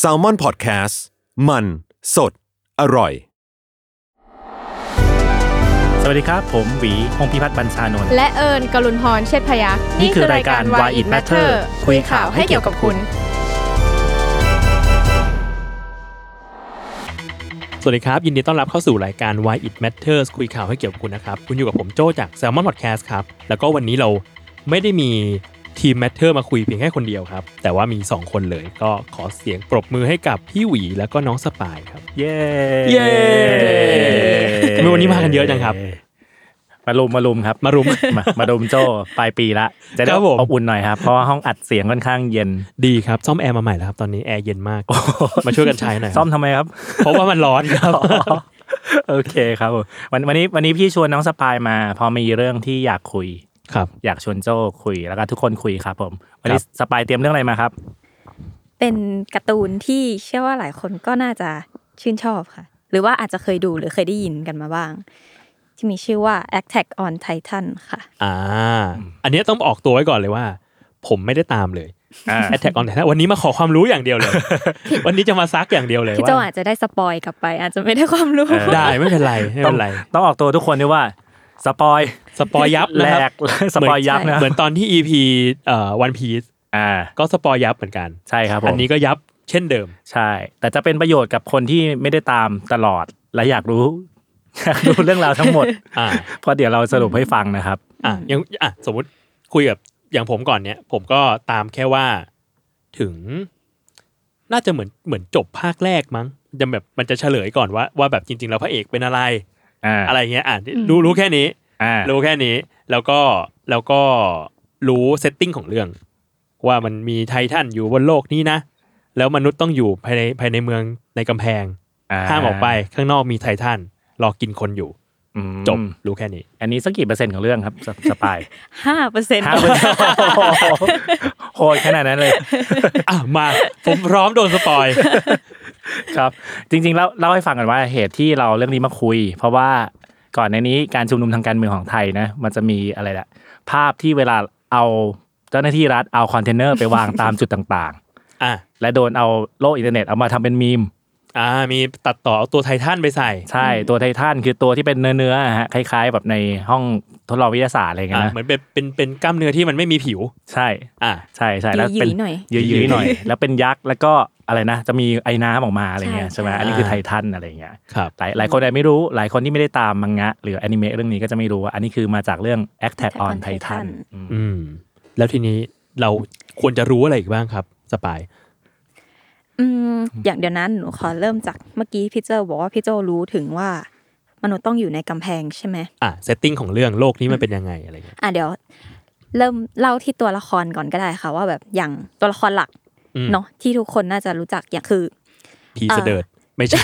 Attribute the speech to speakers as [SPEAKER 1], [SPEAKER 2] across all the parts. [SPEAKER 1] s a l ม o n PODCAST มันสดอร่อย
[SPEAKER 2] สวัสดีครับ ผมหวีพงพิพัฒน์บัญชานนท์
[SPEAKER 3] และเอิญกลุนพรเชษพยักษ์
[SPEAKER 2] นี่คือรายการ Why It Matter คุยข่าวให้เกี่ยวกับคุณ
[SPEAKER 4] สวัสดีครับ ยินดีต้อนรับเข้าสู่รายการ Why It Matters คุยข่าวให้เกี่ยวกับคุณนะครับ คุณอยู่กับผมโจจาก Salmon Podcast ครับ แล้วก็วันนี้เราไม่ได้มีทีม Matter มาคุยเพียงแค่คนเดียวครับ แต่ว่ามี 2 คนเลยก็ขอเสียงปรบมือให้กับพี่หวีแล้วก็น้องสปายครับ
[SPEAKER 2] เย้
[SPEAKER 4] เย้ทำไมวันนี้มากันเยอะจังครับ
[SPEAKER 2] มารุมมารุมครับ
[SPEAKER 4] มา รุม
[SPEAKER 2] มามาดมโจ้ปลายปีละ จะได้
[SPEAKER 4] ครับผม
[SPEAKER 2] อบอุ่นหน่อยครับ เพราะว่าห้องอัดเสียงค่อนข้างเย็น
[SPEAKER 4] ดีครับ ซ่อมแอร์มาใหม่แล้วครับ ตอนนี้แอร์เย็นมาก มาช่วยกันใช้หน่อยครับ
[SPEAKER 2] ซ่อมทำไมครับ
[SPEAKER 4] เพราะว่ามันร้อนครับ
[SPEAKER 2] โอเคครับผมวันวันนี้วันนี้พี่ชวนน้องสปายมาเพอมีเรื่องที่อยากคุย
[SPEAKER 4] ครับ
[SPEAKER 2] อยากชวนโจ้คุยแล้วก็ทุกคนคุยครับผม วันนี้
[SPEAKER 4] ครับ
[SPEAKER 2] สปายเตรียมเรื่องอะไรมาครับ
[SPEAKER 5] เป็นการ์ตูนที่เชื่อว่าหลายคนก็น่าจะชื่นชอบค่ะ หรือว่าอาจจะเคยดูหรือเคยได้ยินกันมาบ้าง ที่มีชื่อว่า Attack on Titan ค่ะ
[SPEAKER 4] อ่า อันนี้ต้องออกตัวไว้ก่อนเลยว่า ผมไม่ได้ตามเลย
[SPEAKER 2] อ่า
[SPEAKER 4] Attack on Titan วันนี้มาขอความรู้อย่างเดียวเลย วันนี้จะมาซักอย่างเดียวเลย
[SPEAKER 5] พี่
[SPEAKER 4] ว่า
[SPEAKER 5] เจ้าอาจจะได้สปอยกลับไป อาจจะไม่ได้ความรู้
[SPEAKER 2] เออ
[SPEAKER 4] ได้ไม่เป็นไรไม่
[SPEAKER 2] ต้อ
[SPEAKER 4] เป็
[SPEAKER 2] ง
[SPEAKER 4] นไร
[SPEAKER 2] ต้องออกตัวทุกคนด้วยว่าสปอย
[SPEAKER 4] สปอยยับ
[SPEAKER 2] แหล
[SPEAKER 4] นะครับ
[SPEAKER 2] ก สปอยยับ
[SPEAKER 5] ใช่
[SPEAKER 2] นะ
[SPEAKER 4] เหมือนตอนที่ EP เอ่อวันพีซ
[SPEAKER 2] อ่า
[SPEAKER 4] ก็สปอยยับเหมือนกัน
[SPEAKER 2] ใช่ครับผม
[SPEAKER 4] อันนี้ก็ยับเช่นเดิม
[SPEAKER 2] ใช่ แต่จะเป็นประโยชน์กับคนที่ไม่ได้ตามตลอดและอยากรู้ อยากรู้เรื่องราวทั้ งหมด
[SPEAKER 4] อ่า
[SPEAKER 2] เพราะเดี๋ยวเราสรุปให้ฟังนะครับ
[SPEAKER 4] อ่ะยังอ่ะสมมติคุยกับอย่างผมก่อนเนี้ยผมก็ตามแค่ว่าถึง น่าจะเหมือนเหมือนจบภาคแรกมั้งจะแบบมันจะเฉลยก่อนว่าว่าแบบจริง ๆ แล้วพระเอกเป็นอะไร
[SPEAKER 2] อ่า
[SPEAKER 4] อะไรเงี้ยอ่ะรู้รู้แค่นี้
[SPEAKER 2] อ่า
[SPEAKER 4] รู้แค่นี้แล้วก็แล้วก็รู้เซตติ้งของเรื่อง ว่ามันมีไททันอยู่บนโลกนี้นะ แล้วมนุษย์ต้องอยู่ภายในภายในเมืองในกำแพงห้ามออกไปข้างนอกมีไททันรอกินคนอยู่
[SPEAKER 2] อืม
[SPEAKER 4] จบรู้แค่นี้
[SPEAKER 2] อันนี้สักกี่เปอร์เซ็นต์ของเรื่องครับสสปาย
[SPEAKER 5] ห้าเปอร์เซ็นต์
[SPEAKER 2] ห้าเปอร์เซ็นต์โหดขนาดนั้นเลย
[SPEAKER 4] อ่ะมา ผมพร้อมโดนสปอย
[SPEAKER 2] ครับ จริงๆเล่าเล่าให้ฟังกันว่าเหตุที่เราเรื่องนี้มาคุย เพราะว่าก่อนในนี้การชุมนุมทางการเมืองของไทยนะมันจะมีอะไรละภาพที่เวลาเอาเจ้าหน้าที่รัฐเอาคอนเทนเนอร์ไปวาง ตามจุดต่าง
[SPEAKER 4] อ่ะ
[SPEAKER 2] ๆ และโดนเอาโลกอินเทอร์เน็ตเอามาทำเป็นมีม
[SPEAKER 4] อ่ามีตัดต่อเอาตัวไททันไปใส่
[SPEAKER 2] ใช่ตัวไททันคือตัวที่เป็นเนื้อเนื้อๆฮะคล้าย ๆ แบบในห้องทดลองวิทยาศาสตร์อะไรอย่าง
[SPEAKER 4] อ่ะ
[SPEAKER 2] เงี้ยนะ
[SPEAKER 4] เหมือนเป็นเป็นเป็นกล้ามเนื้อที่มันไม่มีผิว
[SPEAKER 2] ใช่
[SPEAKER 4] อ่ะ
[SPEAKER 2] ใช่ใช่แล้ว
[SPEAKER 5] ยื
[SPEAKER 2] เป็น
[SPEAKER 5] ยๆหน่อย
[SPEAKER 2] ยืดๆหน่อย แล้วเป็นยักษ์แล้วก็อะไรนะ จะมีไอ้น้ำออกมาอะไรเงี้ย
[SPEAKER 5] ใช่
[SPEAKER 2] ใช่ไหมอันนี้คือ
[SPEAKER 4] ใช่
[SPEAKER 2] ไททันอะไรอย่างเงี้ย
[SPEAKER 4] ครับ
[SPEAKER 2] หลายหลายคนอาจไม่รู้หลายคนที่ไม่ได้ตามมังงะ หรืออนิเมะเรื่องนี้ก็จะไม่รู้ว่าอันนี้คือมาจากเรื่อง Attack
[SPEAKER 5] Attack
[SPEAKER 2] on
[SPEAKER 5] on
[SPEAKER 2] Titan
[SPEAKER 5] Titan
[SPEAKER 2] อืม
[SPEAKER 4] อืม แล้วทีนี้เราควรจะรู้อะไรอีกบ้างครับสปาย
[SPEAKER 5] อืมอย่างเดียวนั้นหนูขอเริ่มจากเมื่อกี้พี่เจ้าบอกว่าพี่เจ้ารู้ถึงว่า มนุษย์ต้องอยู่ในกำแพงใช่ไหม
[SPEAKER 4] อ่ะเซตติ้งของเรื่องโลกนี้มันเป็นยังไงอะไรเงี้ย
[SPEAKER 5] อ่ะเดี๋ยวเริ่มเล่าที่ตัวละครก่อนก็ได้ค่ะ ว่าแบบอย่างตัวละครหลัก
[SPEAKER 4] อืม
[SPEAKER 5] เนาะที่ทุกคนน่าจะรู้จักอย่างคือ
[SPEAKER 4] ผีเสดิร์ดไม่ ใช่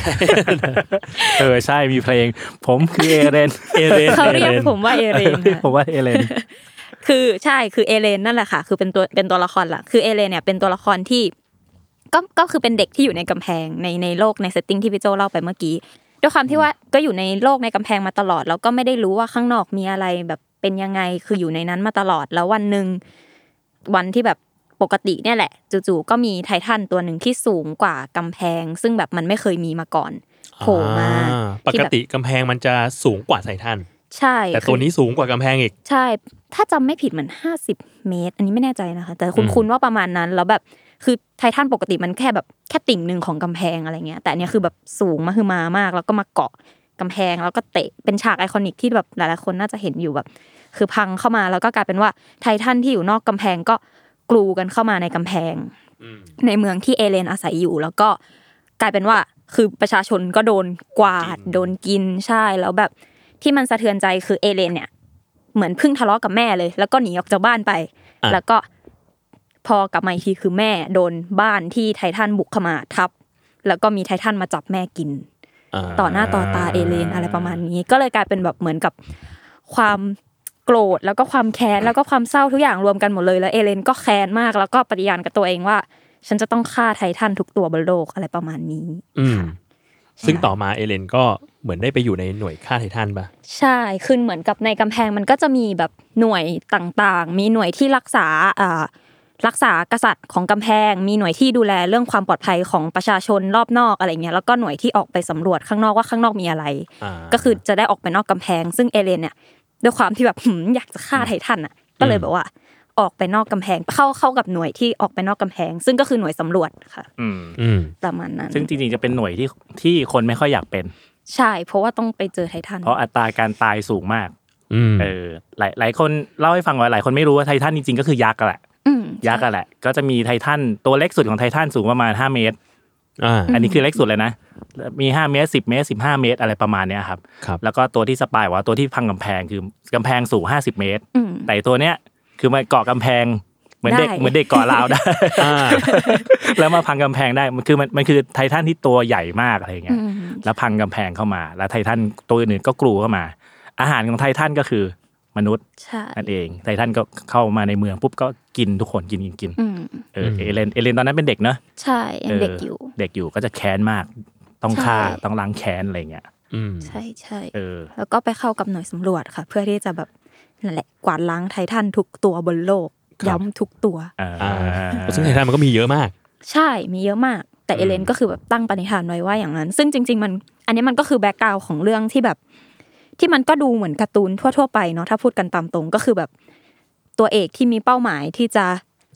[SPEAKER 2] เออใช่มีเพลง ผมคือเอ เรน
[SPEAKER 4] เอเรน
[SPEAKER 5] เขาเรียก
[SPEAKER 4] อรน
[SPEAKER 5] ผมว่าเอเรนค่ะ
[SPEAKER 2] ผมว่าเอเรน
[SPEAKER 5] คือใช่คือเอเรนนั่นแหละค่ะ คือเป็นตัวเป็นตัวละครหลักคือเอเรนเนี่ยเป็นตัวละครที่ก็ก็คือเป็นเด็กที่อยู่ในกำแพงในในโลกในเซตติ้งที่พี่โจเล่าไปเมื่อกี้ด้วยความที่ว่าก็อยู่ในโลกในกำแพงมาตลอด แล้วก็ไม่ได้รู้ว่าข้างนอกมีอะไรแบบเป็นยังไงคืออยู่ในนั้นมาตลอดแล้ววันหนึ่งวันที่แบบปกติเนี่ยแหละ จู่ๆก็มีไททันตัวหนึ่งที่สูงกว่ากำแพง ซึ่งแบบมันไม่เคยมีมาก่อนโผล่มา
[SPEAKER 4] อ่ปกติกำแพงมันจะสูงกว่าไททัน
[SPEAKER 5] ใช่
[SPEAKER 4] แต่
[SPEAKER 5] คือ
[SPEAKER 4] ตัวนี้สูงกว่ากำแพงอีก
[SPEAKER 5] ใช่ ถ้าจำไม่ผิดเหมือน 50 เมตร อันนี้ไม่แน่ใจนะคะ แต่คุณ
[SPEAKER 4] อืม
[SPEAKER 5] คุณว่าประมาณนั้น แล้วแบบ คือไททันปกติมันแค่แบบแค่ติ่งหนึ่งของกำแพงอะไรเงี้ย แต่อันเนี้ยคือแบบสูงมาคือมามาก แล้วก็มาเกาะกำแพง แล้วก็เตะ เป็นฉากไอคอนิกที่แบบหลายๆคนน่าจะเห็นอยู่แบบ คือพังเข้ามา แล้วก็กลายเป็นว่าไททันที่อยู่นอกกำแพงก็กลูกันเข้ามาในกำแพง ในเมืองที่เอเลนอาศัยอยู่ แล้วก็กลายเป็นว่าคือประชาชนก็โดนกวาด โดนกินใช่แล้วแบบที่มันสะเทือนใจคือเอเลนเนี่ย เหมือนเพิ่งทะเลาะกับแม่เลย แล้วก็หนีออกจากบ้านไป
[SPEAKER 4] อ่ะ
[SPEAKER 5] แล้วก็พอกลับมาอีกทีคือแม่โดนบ้านที่ไททันบุกเข้ามาทับ แล้วก็มีไททันมาจับแม่กิน
[SPEAKER 4] อ่า
[SPEAKER 5] ต่อหน้าต่อตาเอเลนอะไรประมาณนี้ ก็เลยกลายเป็นแบบเหมือนกับความโกรธแล้วก็ความแค้นแล้วก็ความเศร้าทุกอย่างรวมกันหมดเลยแล้วเอเลนก็แค้นมากแล้วก็ปฏิญาณกับตัวเองว่า ฉันจะต้องฆ่าไททันทุกตัวบนโลกอะไรประมาณนี้
[SPEAKER 4] อืมซึ่งต่อมาเอเลนก็เหมือนได้ไปอยู่ในหน่วยฆ่าไททันปะ
[SPEAKER 5] ใช่คือเหมือนกับในกำแพงมันก็จะมีแบบหน่วยต่างๆ มีหน่วยที่รักษาอ่า รักษากษัตริย์ของกำแพง มีหน่วยที่ดูแลเรื่องความปลอดภัยของประชาชนรอบนอกอะไรเงี้ยแล้วก็หน่วยที่ออกไปสำรวจข้างนอกว่าข้างนอกมีอะไร
[SPEAKER 4] า
[SPEAKER 5] ก็คือจะได้ออกไปนอกกำแพง ซึ่งเอเลนเนี่ยด้วยความที่แบบหืมอยากจะฆ่าไททันอ่ะ ก็เลยแบบว่า ออกไปนอกกำแพงเข้าเข้ากับหน่วยที่ออกไปนอกกำแพง ซึ่งก็คือหน่วยสำรวจค่ะ
[SPEAKER 2] อืม
[SPEAKER 4] อืม
[SPEAKER 5] ประมาณนั้น
[SPEAKER 2] ซึ่งจริงๆจะเป็นหน่วยที่ที่คนไม่ค่อยอยากเป็น
[SPEAKER 5] ใช่ เพราะว่าต้องไปเจอไททัน
[SPEAKER 2] เพราะอัตราการตายสูงมาก
[SPEAKER 4] อืม
[SPEAKER 2] เออหลายหลายคนเล่าให้ฟังว่าหลายคนไม่รู้ว่าไททันจริงๆก็คือยักษ์อะแหละ
[SPEAKER 5] อืม
[SPEAKER 2] ยักษ์อะแหละ ก็จะมีไททันตัวเล็กสุดของไททันสูงประมาณ 5 เมตร
[SPEAKER 4] อ่า
[SPEAKER 2] อันนี้คือเล็กสุดเลยนะ มี 5 เมตร 10 เมตร 15 เมตรอะไรประมาณเนี้ยครับ
[SPEAKER 4] ครับ
[SPEAKER 2] แล้วก็ตัวที่สปายว่าตัวที่พังกำแพงคือกำแพงสูง 50 เมตร
[SPEAKER 5] อืม
[SPEAKER 2] แต่ตัวเนี้ยคือมันเกาะกำแพงเหมือนเด็ก
[SPEAKER 5] ได้
[SPEAKER 2] เหมือนเด็กเกาะราวได้
[SPEAKER 4] อ่า
[SPEAKER 2] แล้วมาพังกำแพงได้มันคือมันมันคือไททันที่ตัวใหญ่มากอะไรอย่างเงี้ย
[SPEAKER 5] อืม
[SPEAKER 2] แล้วพังกำแพงเข้ามา แล้วไททันตัวอื่นๆก็กรูเข้ามา อาหารของไททันก็คือมนุษย์
[SPEAKER 5] ใช่
[SPEAKER 2] นั่นเองไททันก็เข้ามาในเมืองปุ๊บก็กินทุกคนกินกินกิน
[SPEAKER 5] อืม
[SPEAKER 2] เออ
[SPEAKER 4] ม
[SPEAKER 2] เอเลนเอเลนตอนนั้นเป็นเด็กเนอะ
[SPEAKER 5] ใช่ยังเด็กอยู่
[SPEAKER 2] เด็กอยู่ก็จะแค้นมาก ต้องฆ่า
[SPEAKER 5] ใช่
[SPEAKER 2] ต้องล้างแค้นอะไรเงี้ย
[SPEAKER 4] อืม
[SPEAKER 5] ใช่ใช่
[SPEAKER 2] เออ
[SPEAKER 5] แล้วก็ไปเข้ากับหน่วยสำรวจค่ะ เพื่อที่จะแบบนั่นแหละกวาดล้างไททันทุกตัวบนโลก ย้ำทุกตัว
[SPEAKER 2] อ่า
[SPEAKER 4] อ่าซึ่งไททันมันก็มีเยอะมาก
[SPEAKER 5] ใช่ มีเยอะมาก แต่เอเลนก็คือแบบตั้งปณิธานไว้ว่าอย่างนั้น ซึ่งจริง ๆ มัน อันนี้มันก็คือแบ็กกราวของเรื่องที่แบบ ที่มันก็ดูเหมือนการ์ตูนทั่ว ๆ ไปเนาะ ถ้าพูดกันตามตรงก็คือแบบตัวเอกที่มีเป้าหมายที่จะ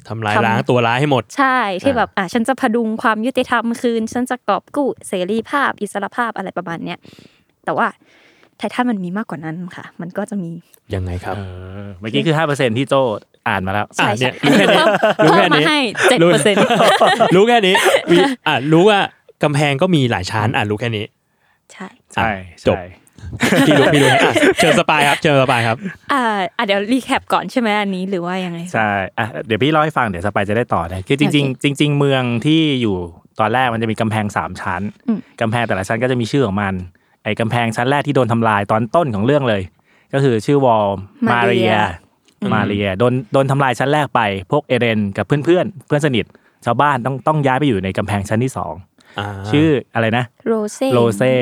[SPEAKER 4] ทำลาย
[SPEAKER 5] ทำ
[SPEAKER 4] ล้างตัวร้ายให้หมด
[SPEAKER 5] ใช่ที่
[SPEAKER 4] อ่า
[SPEAKER 5] แบบอ่ะฉันจะพดุงความยุติธรรมคืน ฉันจะกอบกู้เสรีภาพ อิสรภาพอะไรประมาณเนี้ย แต่ว่าไททันมันมีมากกว่านั้นค่ะ มันก็จะมี
[SPEAKER 4] ยังไงครับ
[SPEAKER 2] เออเมื่อกี้คือห้าเปอร์เซ็นที่โจอ่านมาแล้ว
[SPEAKER 5] ใช่
[SPEAKER 4] อ่ะเนี่ย
[SPEAKER 5] ใช่
[SPEAKER 4] รู้แค่นี้
[SPEAKER 5] เพิ่ม
[SPEAKER 4] รู้แค่
[SPEAKER 5] เพิ่มมา
[SPEAKER 4] นี้
[SPEAKER 5] ให้7%
[SPEAKER 4] รู้แค่นี้มีอ่ะรู้ว่ากำแพงก็มีหลายชั้นอ่ะรู้แค่นี้
[SPEAKER 5] ใช่
[SPEAKER 2] ใช่
[SPEAKER 4] อ่ะจบ
[SPEAKER 2] ใช่
[SPEAKER 4] พี่รู้พี่รู้นะอ่ะเชิญสปายครับเชิญสปายครับ
[SPEAKER 5] อ่าอ่ะเดี๋ยวรีแคปก่อนใช่ไหมอันนี้หรือว่ายังไง
[SPEAKER 2] ใช่อ่ะเดี๋ยวพี่เล่าให้ฟังเดี๋ยวสปายจะได้ต่อนะคือจ
[SPEAKER 5] โอเค
[SPEAKER 2] ริง ๆ จริง ๆ เมืองที่อยู่ตอนแรกมันจะมีกำแพงสามชั้น
[SPEAKER 5] อืม
[SPEAKER 2] กำแพงแต่ละชั้นก็จะมีชื่อของมัน ไอ้กำแพงชั้นแรกที่โดนทำลายตอนต้นของเรื่องเลย ก็คือชื่อวอลมาเรีย
[SPEAKER 4] อืม
[SPEAKER 2] มาเรียโดนโดนทำลายชั้นแรกไป พวกเอเรนกับเพื่อนเพื่อนๆเพื่อนสนิท ชาวบ้านต้องต้องย้ายไปอยู่ในกำแพงชั้นที่สอง
[SPEAKER 4] อ่า
[SPEAKER 2] ชื่ออะไรนะ
[SPEAKER 5] โรเซ่
[SPEAKER 2] โรเซ่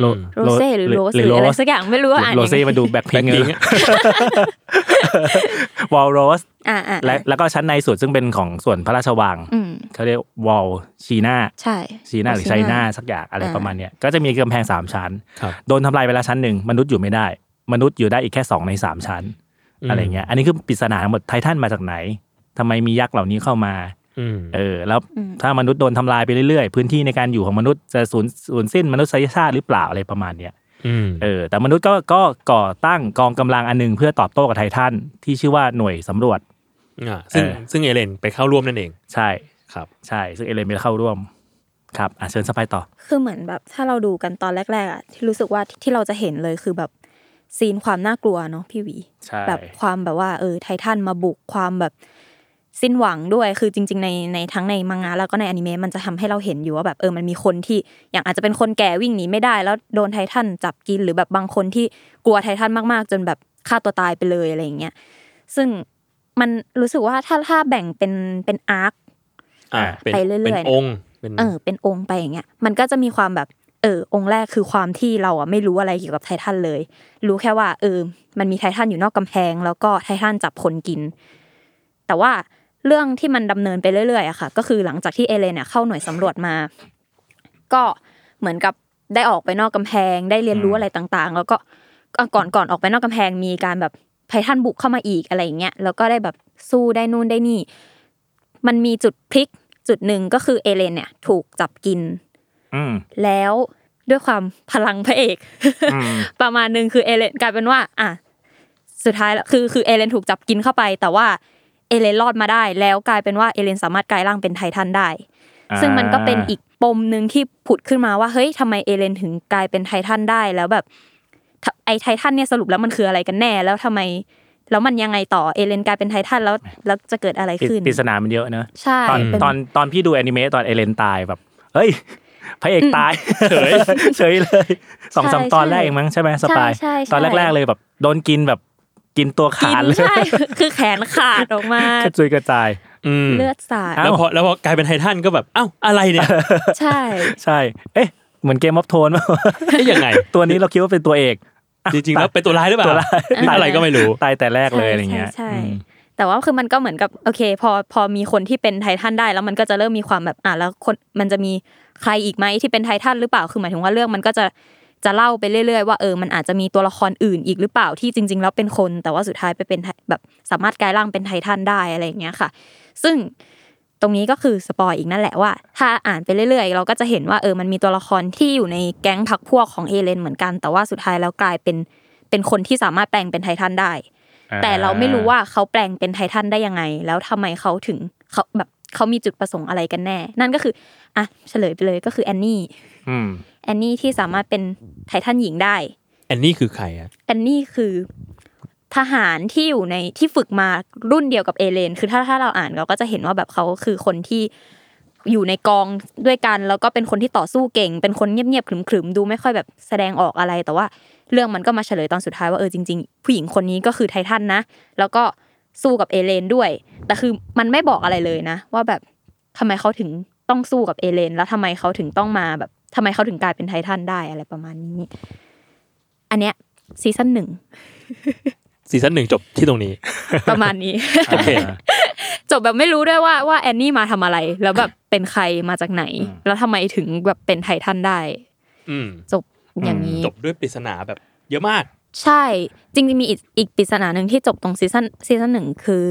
[SPEAKER 4] โล
[SPEAKER 5] โรเซ่หรือโรส
[SPEAKER 2] ห
[SPEAKER 5] ห
[SPEAKER 2] รื
[SPEAKER 5] รือ ออะไร
[SPEAKER 2] โรส
[SPEAKER 5] สักอย่างไม่รู้ว่าอ่าน
[SPEAKER 2] โร
[SPEAKER 5] ยัง
[SPEAKER 2] เซ่
[SPEAKER 5] ไง
[SPEAKER 2] มาดูแบ็คพิง
[SPEAKER 4] Blackpink
[SPEAKER 2] ์ วอลโรส
[SPEAKER 5] อ่าอ่า
[SPEAKER 2] และแล้วก็ชั้นในสุดซึ่งเป็นของส่วนพระราชวัง
[SPEAKER 5] อืม
[SPEAKER 2] เขาเรียกวอลชีนา
[SPEAKER 5] ใช่
[SPEAKER 2] ชีนาหรือไชน่าสักอย่างอะไร
[SPEAKER 5] อ่า
[SPEAKER 2] ประมาณเนี้ยก็จะมีกำแพงสามชั้น
[SPEAKER 4] ครับ
[SPEAKER 2] โดนทำลายไปแล้วชั้นหนึ่งมนุษย์อยู่ไม่ได้ มนุษย์อยู่ได้อีกแค่สองในสามชั้น
[SPEAKER 4] อืม
[SPEAKER 2] อะไรเงี้ยอันนี้คือปริศนาทั้งหมดไททันมาจากไหนทำไมมียักษ์เหล่านี้เข้ามา
[SPEAKER 4] อืม
[SPEAKER 2] เออแล้ว
[SPEAKER 5] อืม
[SPEAKER 2] ถ้ามนุษย์โดนทำลายไปเรื่อยๆ พื้นที่ในการอยู่ของมนุษย์จะสูญสูญสิ้นมนุษยชาติหรือเปล่าอะไรประมาณเนี้ย
[SPEAKER 4] อืม
[SPEAKER 2] เออแต่มนุษย์ก็ก็ก่อตั้งกองกำลังอันหนึงเพื่อตอบโต้กับไททันที่ชื่อว่าหน่วยสำรวจ
[SPEAKER 4] อ่ะซึ่ง
[SPEAKER 2] เออ
[SPEAKER 4] ซึ่งเอเลนไปเข้าร่วมนั่นเอง
[SPEAKER 2] ใช่
[SPEAKER 4] ครับ
[SPEAKER 2] ใช่ ซึ่งเอเลนไม่ได้เข้าร่วมครับอ่ะเชิญสไปต่อ
[SPEAKER 5] คือเหมือนแบบถ้าเราดูกันตอนแรกๆอ่ะที่รู้สึกว่าที่ที่เราจะเห็นเลยคือแบบซีนความน่ากลัวเนาะพี่หวี
[SPEAKER 2] ใช่
[SPEAKER 5] แบบความแบบว่าเออไททันมาบุกความแบบสิ้นหวังด้วยคือจริง ๆ ในในทั้งในมังงะแล้วก็ในอนิเมะมันจะทำให้เราเห็นอยู่ว่าแบบเออมันมีคนที่อย่างอาจจะเป็นคนแก่วิ่งหนีไม่ได้ แล้วโดนไททันจับกินหรือแบบบางคนที่กลัวไททันมากๆ จนแบบฆ่าตัวตายไปเลยอะไรอย่างเงี้ยซึ่งมันรู้สึกว่าถ้าถ้าแบ่งเป็นเป็นอาร์ค
[SPEAKER 4] อ่าเป็น
[SPEAKER 5] ไปเรื่อยๆ
[SPEAKER 4] เป็นองค์เป็น
[SPEAKER 5] เออเป็นองค์ไปอย่างเงี้ยมันก็จะมีความแบบเออองค์แรกคือความที่เราอ่ะไม่รู้อะไรเกี่ยวกับไททันเลย รู้แค่ว่าเออมันมีไททันอยู่นอกกำแพง แล้วก็ไททันจับคนกิน แต่ว่าเรื่องที่มันดำเนินไปเรื่อยๆอะค่ะ ก็คือหลังจากที่เอเลนเนี่ยเข้าหน่วยสำรวจมา ก็เหมือนกับได้ออกไปนอกกำแพง ได้เรียนรู้อะไรต่างๆ แล้วก็ก็ก่อนก่อนออกไปนอกกำแพงมีการแบบไททันบุกเข้ามาอีกอะไรอย่างเงี้ยแล้วก็ได้แบบสู้ได้นู่นได้นี่ มันมีจุดพลิกจุดหนึ่งก็คือเอเลนเนี่ย ถูกจับกิน
[SPEAKER 2] อืม
[SPEAKER 5] แล้วด้วยความพลังพระเอก
[SPEAKER 2] อืม
[SPEAKER 5] ประมาณหนึ่งคือเอเลนกลายเป็นว่า อ่ะสุดท้ายแล้วคือคือเอเลนถูกจับกินเข้าไป แต่ว่าเอเลนรอดมาได้ แล้วกลายเป็นว่าเอเลนสามารถกลายร่างเป็นไททันได้ ซึ่งมันก็เป็นอีกปมหนึ่งที่ผุดขึ้นมาว่าเฮ้ยทำไมเอเลนถึงกลายเป็นไททันได้แล้วแบบทไอไททันเนี่ยสรุปแล้วมันคืออะไรกันแน่ แล้วทำไมแล้วมันยังไงต่อเอเลนกลายเป็นไททันแล้วแล้วจะเกิดอะไร
[SPEAKER 2] ปริ
[SPEAKER 5] ขึ้น
[SPEAKER 2] ปริศนามันเยอะเนอะ
[SPEAKER 5] ใช่
[SPEAKER 2] ตอน
[SPEAKER 5] เป็น
[SPEAKER 2] ตอนตอนพี่ดูแอนิเมะตอนเอเลนตายแบบ เฮ้ยพระเอกตายเฉยเฉยเลยสองสาม
[SPEAKER 5] ใช่
[SPEAKER 2] ตอน
[SPEAKER 5] ใช่
[SPEAKER 2] แรกเองมั้งใช่ไหมสปาย
[SPEAKER 5] ใช่ใช่ใช่
[SPEAKER 2] ตอนแรก ๆเลยแบบ โดนกินแบบกินตัว
[SPEAKER 5] กิ
[SPEAKER 2] ขาด
[SPEAKER 5] น
[SPEAKER 2] เลย
[SPEAKER 5] ใช่ คือแขนขาดออกมาก
[SPEAKER 2] ระจุยกระจาย
[SPEAKER 4] อืม
[SPEAKER 5] เลือดสาด
[SPEAKER 4] แล้วพอแล้วพอกลายเป็นไททันก็แบบอ้าวอะไรเนี่ย
[SPEAKER 5] ใช่
[SPEAKER 2] ใช่ เอ๊ะ เหมือนเกมออฟโทนป่ะ
[SPEAKER 4] เอ๊ะยังไง
[SPEAKER 2] ตัวนี้เราคิดว่าเป็นตัวเอก
[SPEAKER 4] จริงๆแล้วเป็นตัวร้ายหรือเปล่า
[SPEAKER 2] ตัวร้าย
[SPEAKER 4] หรืออะไรก็ไม่รู้
[SPEAKER 2] ตายแต่แรกเลยอะไรเงี้ย
[SPEAKER 5] ใช่
[SPEAKER 2] อืม
[SPEAKER 5] ใช่ แต่ว่าคือมันก็เหมือนกับโอเค พอพอมีคนที่เป็นไททันได้แล้วมันก็จะเริ่มมีความแบบอ่ะแล้วคนมันจะมีใครอีกไหมที่เป็นไททันหรือเปล่าคือหมายถึงว่าเรื่องมันก็จะจะเล่าไปเรื่อยๆว่าเออมันอาจจะมีตัวละครอื่นอีกหรือเปล่าที่จริง ๆ แล้วเป็นคน แต่ว่าสุดท้ายไปเป็นไทแบบสามารถกลายร่างเป็นไททันได้อะไรอย่างเงี้ยค่ะ ซึ่งตรงนี้ก็คือสปอยอีกนั่นแหละว่า ถ้าอ่านไปเรื่อยๆ เราก็จะเห็นว่าเออมันมีตัวละครที่อยู่ในแก๊งพักพวกของเอเลนเหมือนกัน แต่ว่าสุดท้ายแล้วกลายเป็นเป็นคนที่สามารถแปลงเป็นไททันได้ แต่เราไม่รู้ว่าเขาแปลงเป็นไททันได้ยังไง แล้วทำไมเขาถึงเขาแบบเขามีจุดประสงค์อะไรกันแน่ นั่นก็คืออ่ะเฉลยไปเลยก็คือแอนนี่
[SPEAKER 2] อืม
[SPEAKER 5] แอนนี่ที่สามารถเป็นไททันหญิงได้
[SPEAKER 4] แอนนี่คือใครอะ
[SPEAKER 5] แอนนี่คือทหารที่อยู่ในที่ฝึกมารุ่นเดียวกับเอเลน คือถ้าถ้าเราอ่านเราก็จะเห็นว่าแบบเขาคือคนที่อยู่ในกองด้วยกัน แล้วก็เป็นคนที่ต่อสู้เก่ง เป็นคนเงียบๆขรึมๆ ดูไม่ค่อยแบบแสดงออกอะไร แต่ว่าเรื่องมันก็มาเฉลยตอนสุดท้ายว่าเออจริงๆ ผู้หญิงคนนี้ก็คือไททันนะ แล้วก็สู้กับเอเลนด้วย แต่คือมันไม่บอกอะไรเลยนะ ว่าแบบทำไมเขาถึงต้องสู้กับเอเลน แล้วทำไมเขาถึงต้องมาแบบทำไมเขาถึงกลายเป็นไททันได้อะไรประมาณนี้ อันเนี้ยซีซั่นหนึ่ง
[SPEAKER 4] ซีซั่นหนึ่งจบที่ตรงนี้
[SPEAKER 5] ประมาณนี้
[SPEAKER 4] โอเค
[SPEAKER 5] จบแบบไม่รู้ด้วยว่าว่าแอนนี่มาทำอะไร แล้วแบบเป็นใครมาจากไหน แล้วทำไมถึงแบบเป็นไททันได้
[SPEAKER 4] อืม
[SPEAKER 5] จบอย่างนี้
[SPEAKER 4] จบด้วยปริศนาแบบเยอะมาก
[SPEAKER 5] ใช่ จริงๆมีอีกอีกปริศนาหนึ่งที่จบตรงซีซั่นซีซั่นหนึ่งคือ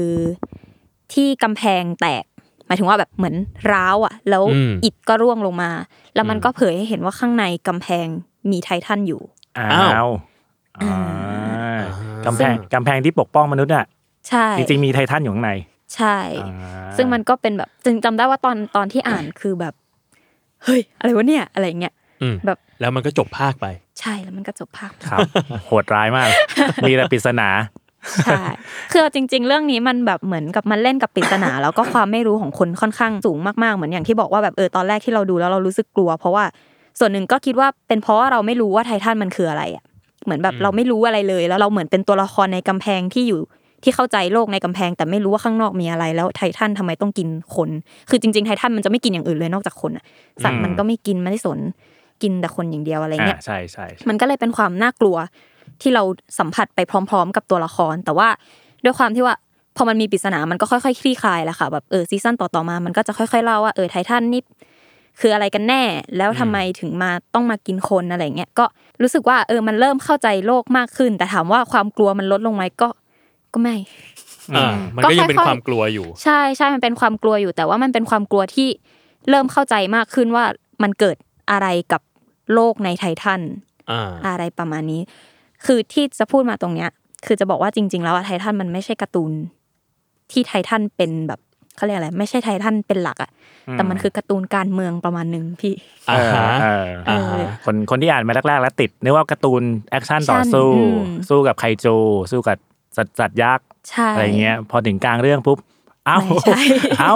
[SPEAKER 5] ที่กำแพงแตก หมายถึงว่าแบบเหมือนร้าวอ่ะ แล้ว
[SPEAKER 4] อืม
[SPEAKER 5] อิดก็ร่วงลงมา แล้วมันก็เผยให้เห็นว่าข้างในกำแพงมีไททันอยู่
[SPEAKER 2] อ้า
[SPEAKER 4] อ้าว ว
[SPEAKER 2] อ่า
[SPEAKER 4] อ่าก
[SPEAKER 2] กำแพงกำแพงที่ปกป้องมนุษย์น่ะ
[SPEAKER 5] ใช่
[SPEAKER 2] จริงๆมีไททันอยู่ข้างใน
[SPEAKER 5] ใช่
[SPEAKER 2] อ่า
[SPEAKER 5] ซึ่งมันก็เป็นแบบจึงจำได้ว่าตอนตอนที่อ่านคือแบบ เฮ้ย อะไรวะเนี่ย อะไรอย่างเงี้ย
[SPEAKER 4] อืม
[SPEAKER 5] แบบ
[SPEAKER 4] แล้วมันก็จบภาคไป
[SPEAKER 5] ใช่แล้วมันก็จบภาค
[SPEAKER 2] ครับ โหดร้ายมาก มีแต่ปริศนา
[SPEAKER 5] ใช่คือเอาจริง ๆ เรื่องนี้มันแบบเหมือนกับมันเล่นกับปริศนา แล้วก็ความไม่รู้ของคนค่อนข้างสูงมากๆ เหมือนอย่างที่บอกว่าแบบเออตอนแรกที่เราดูแล้วเรารู้สึกกลัว เพราะว่าส่วนหนึ่งก็คิดว่าเป็นเพราะว่าเราไม่รู้ว่าไททันมันคืออะไรอ่ะ เหมือนแบบเราไม่รู้อะไรเลย แล้วเราเหมือนเป็นตัวละครในกำแพงที่อยู่ที่เข้าใจโลกในกำแพง แต่ไม่รู้ว่าข้างนอกมีอะไร แล้วไททันทำไมต้องกินคน คือจริง ๆ ไททันมันจะไม่กินอย่างอื่นเลยนอกจากคนอ่ะ สัตว์มันก็ไม่กินไม่ได้สนกินแต่คนอย่างเดียวอะไรเงี้ย
[SPEAKER 2] อ่าใช่ใช่ใช่
[SPEAKER 5] มันก็เลยเป็นความน่ากลัวที่เราสัมผัสไปพร้อม ๆ กับตัวละคร แต่ว่าด้วยความที่ว่าพอมันมีปริศนา มันก็ค่อยๆคลี่คลายแหละค่ะแบบเออซีซั่นต่อๆมา มันก็จะค่อยๆเล่าว่าเออไททันนี่คืออะไรกันแน่ แล้วทำไมถึงมาต้องมากินคนอะไรเงี้ยก็รู้สึกว่าเออมันเริ่มเข้าใจโลกมากขึ้น แต่ถามว่าความกลัวมันลดลงไหมก็ ก็ไม่
[SPEAKER 4] อ่า มันก็ยังเป็นความกลัวอยู่
[SPEAKER 5] ใช่ใช่มันเป็นความกลัวอยู่แต่ว่ามันเป็นความกลัวที่เริ่มเข้าใจมากขึ้นว่ามันเกิดอะไรกับโลกในไททัน
[SPEAKER 4] อ่า
[SPEAKER 5] อะไรประมาณนี้ คือที่จะพูดมาตรงเนี้ย คือจะบอกว่าจริง ๆ แล้วอะไททันมันไม่ใช่การ์ตูน ที่ไททันเป็นแบบเขาเรียกอะไร ไม่ใช่ไททันเป็นหลักอะแต่มันคือการ์ตูนการเมืองประมาณหนึ่งพี่
[SPEAKER 4] อ่าฮะ
[SPEAKER 2] เออเออ
[SPEAKER 4] อ่าฮะ
[SPEAKER 2] คนคนที่อ่านมาแรกๆแล้วติดนึกว่าการ์ตูนแอคชั่น
[SPEAKER 5] ใช่
[SPEAKER 2] ต่อสู้
[SPEAKER 5] อืม
[SPEAKER 2] สู้กับไคจู สู้กับสัตว์สัตว์ยักษ์
[SPEAKER 5] ใช่
[SPEAKER 2] อะไรเงี้ย พอถึงกลางเรื่องปุ๊บ เอ้า
[SPEAKER 5] ไม่ใช่
[SPEAKER 2] เอ้า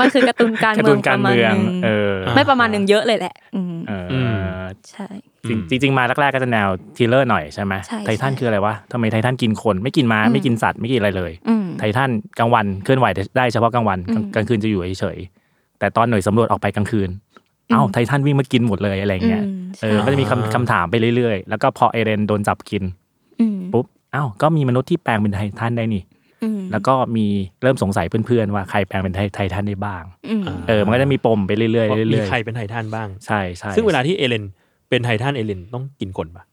[SPEAKER 5] มันคือการ์ตูนการ
[SPEAKER 2] การ์
[SPEAKER 5] เมื
[SPEAKER 2] ตู
[SPEAKER 5] อง
[SPEAKER 2] น
[SPEAKER 5] ป
[SPEAKER 2] การ
[SPEAKER 5] ระมาณ
[SPEAKER 2] เมื
[SPEAKER 5] ห
[SPEAKER 2] อง
[SPEAKER 5] นึ่ง
[SPEAKER 2] เออ
[SPEAKER 5] ไม่ประมาณหนึ่งเยอะเลยแหละ อืม
[SPEAKER 2] เอออ
[SPEAKER 4] ม
[SPEAKER 5] ใช่
[SPEAKER 2] จริงจริง ๆ มาแรกๆก็จะแนวทริลเลอร์หน่อยใช่ไหม
[SPEAKER 5] ใช่
[SPEAKER 2] ไททัน
[SPEAKER 5] ใช่
[SPEAKER 2] คืออะไรวะทำไมไททันกินคนไม่กินม้า
[SPEAKER 5] อืม
[SPEAKER 2] ไม่กินสัตว์ไม่กินอะไรเลย
[SPEAKER 5] อืม
[SPEAKER 2] ไททันกลางวันเคลื่อนไหวได้เฉพาะกลางวัน
[SPEAKER 5] อืม
[SPEAKER 2] กลางคืนจะอยู่เฉยๆแต่ตอนหน่วยสำรวจออกไปกลางคืน เอ้าไททันวิ่งมากินหมดเลยอะไรอย่างเงี้ย
[SPEAKER 5] อืมใช่
[SPEAKER 2] เออก็จะมีคำคำถามไปเรื่อยๆ แล้วก็พอเอเรนโดนจับกิน
[SPEAKER 5] อืม
[SPEAKER 2] ปุ๊บเอ้าก็มีมนุษย์ที่แปลงเป็นไททันได้นี่
[SPEAKER 5] อืม
[SPEAKER 2] แล้วก็มีเริ่มสงสัยเพื่อนๆว่าใครแปลงเป็นไทไททันได้บ้าง
[SPEAKER 5] อืม
[SPEAKER 2] เออมันก็จะมีปมไปเรื่อยๆเรื่
[SPEAKER 4] ว่ามี
[SPEAKER 2] อย
[SPEAKER 4] ใครเป็นไททันบ้าง
[SPEAKER 2] ๆใช่ใช่
[SPEAKER 4] ซึ่งเวลาที่เอเลนเป็นไททันเอเลนต้องกินคนปะ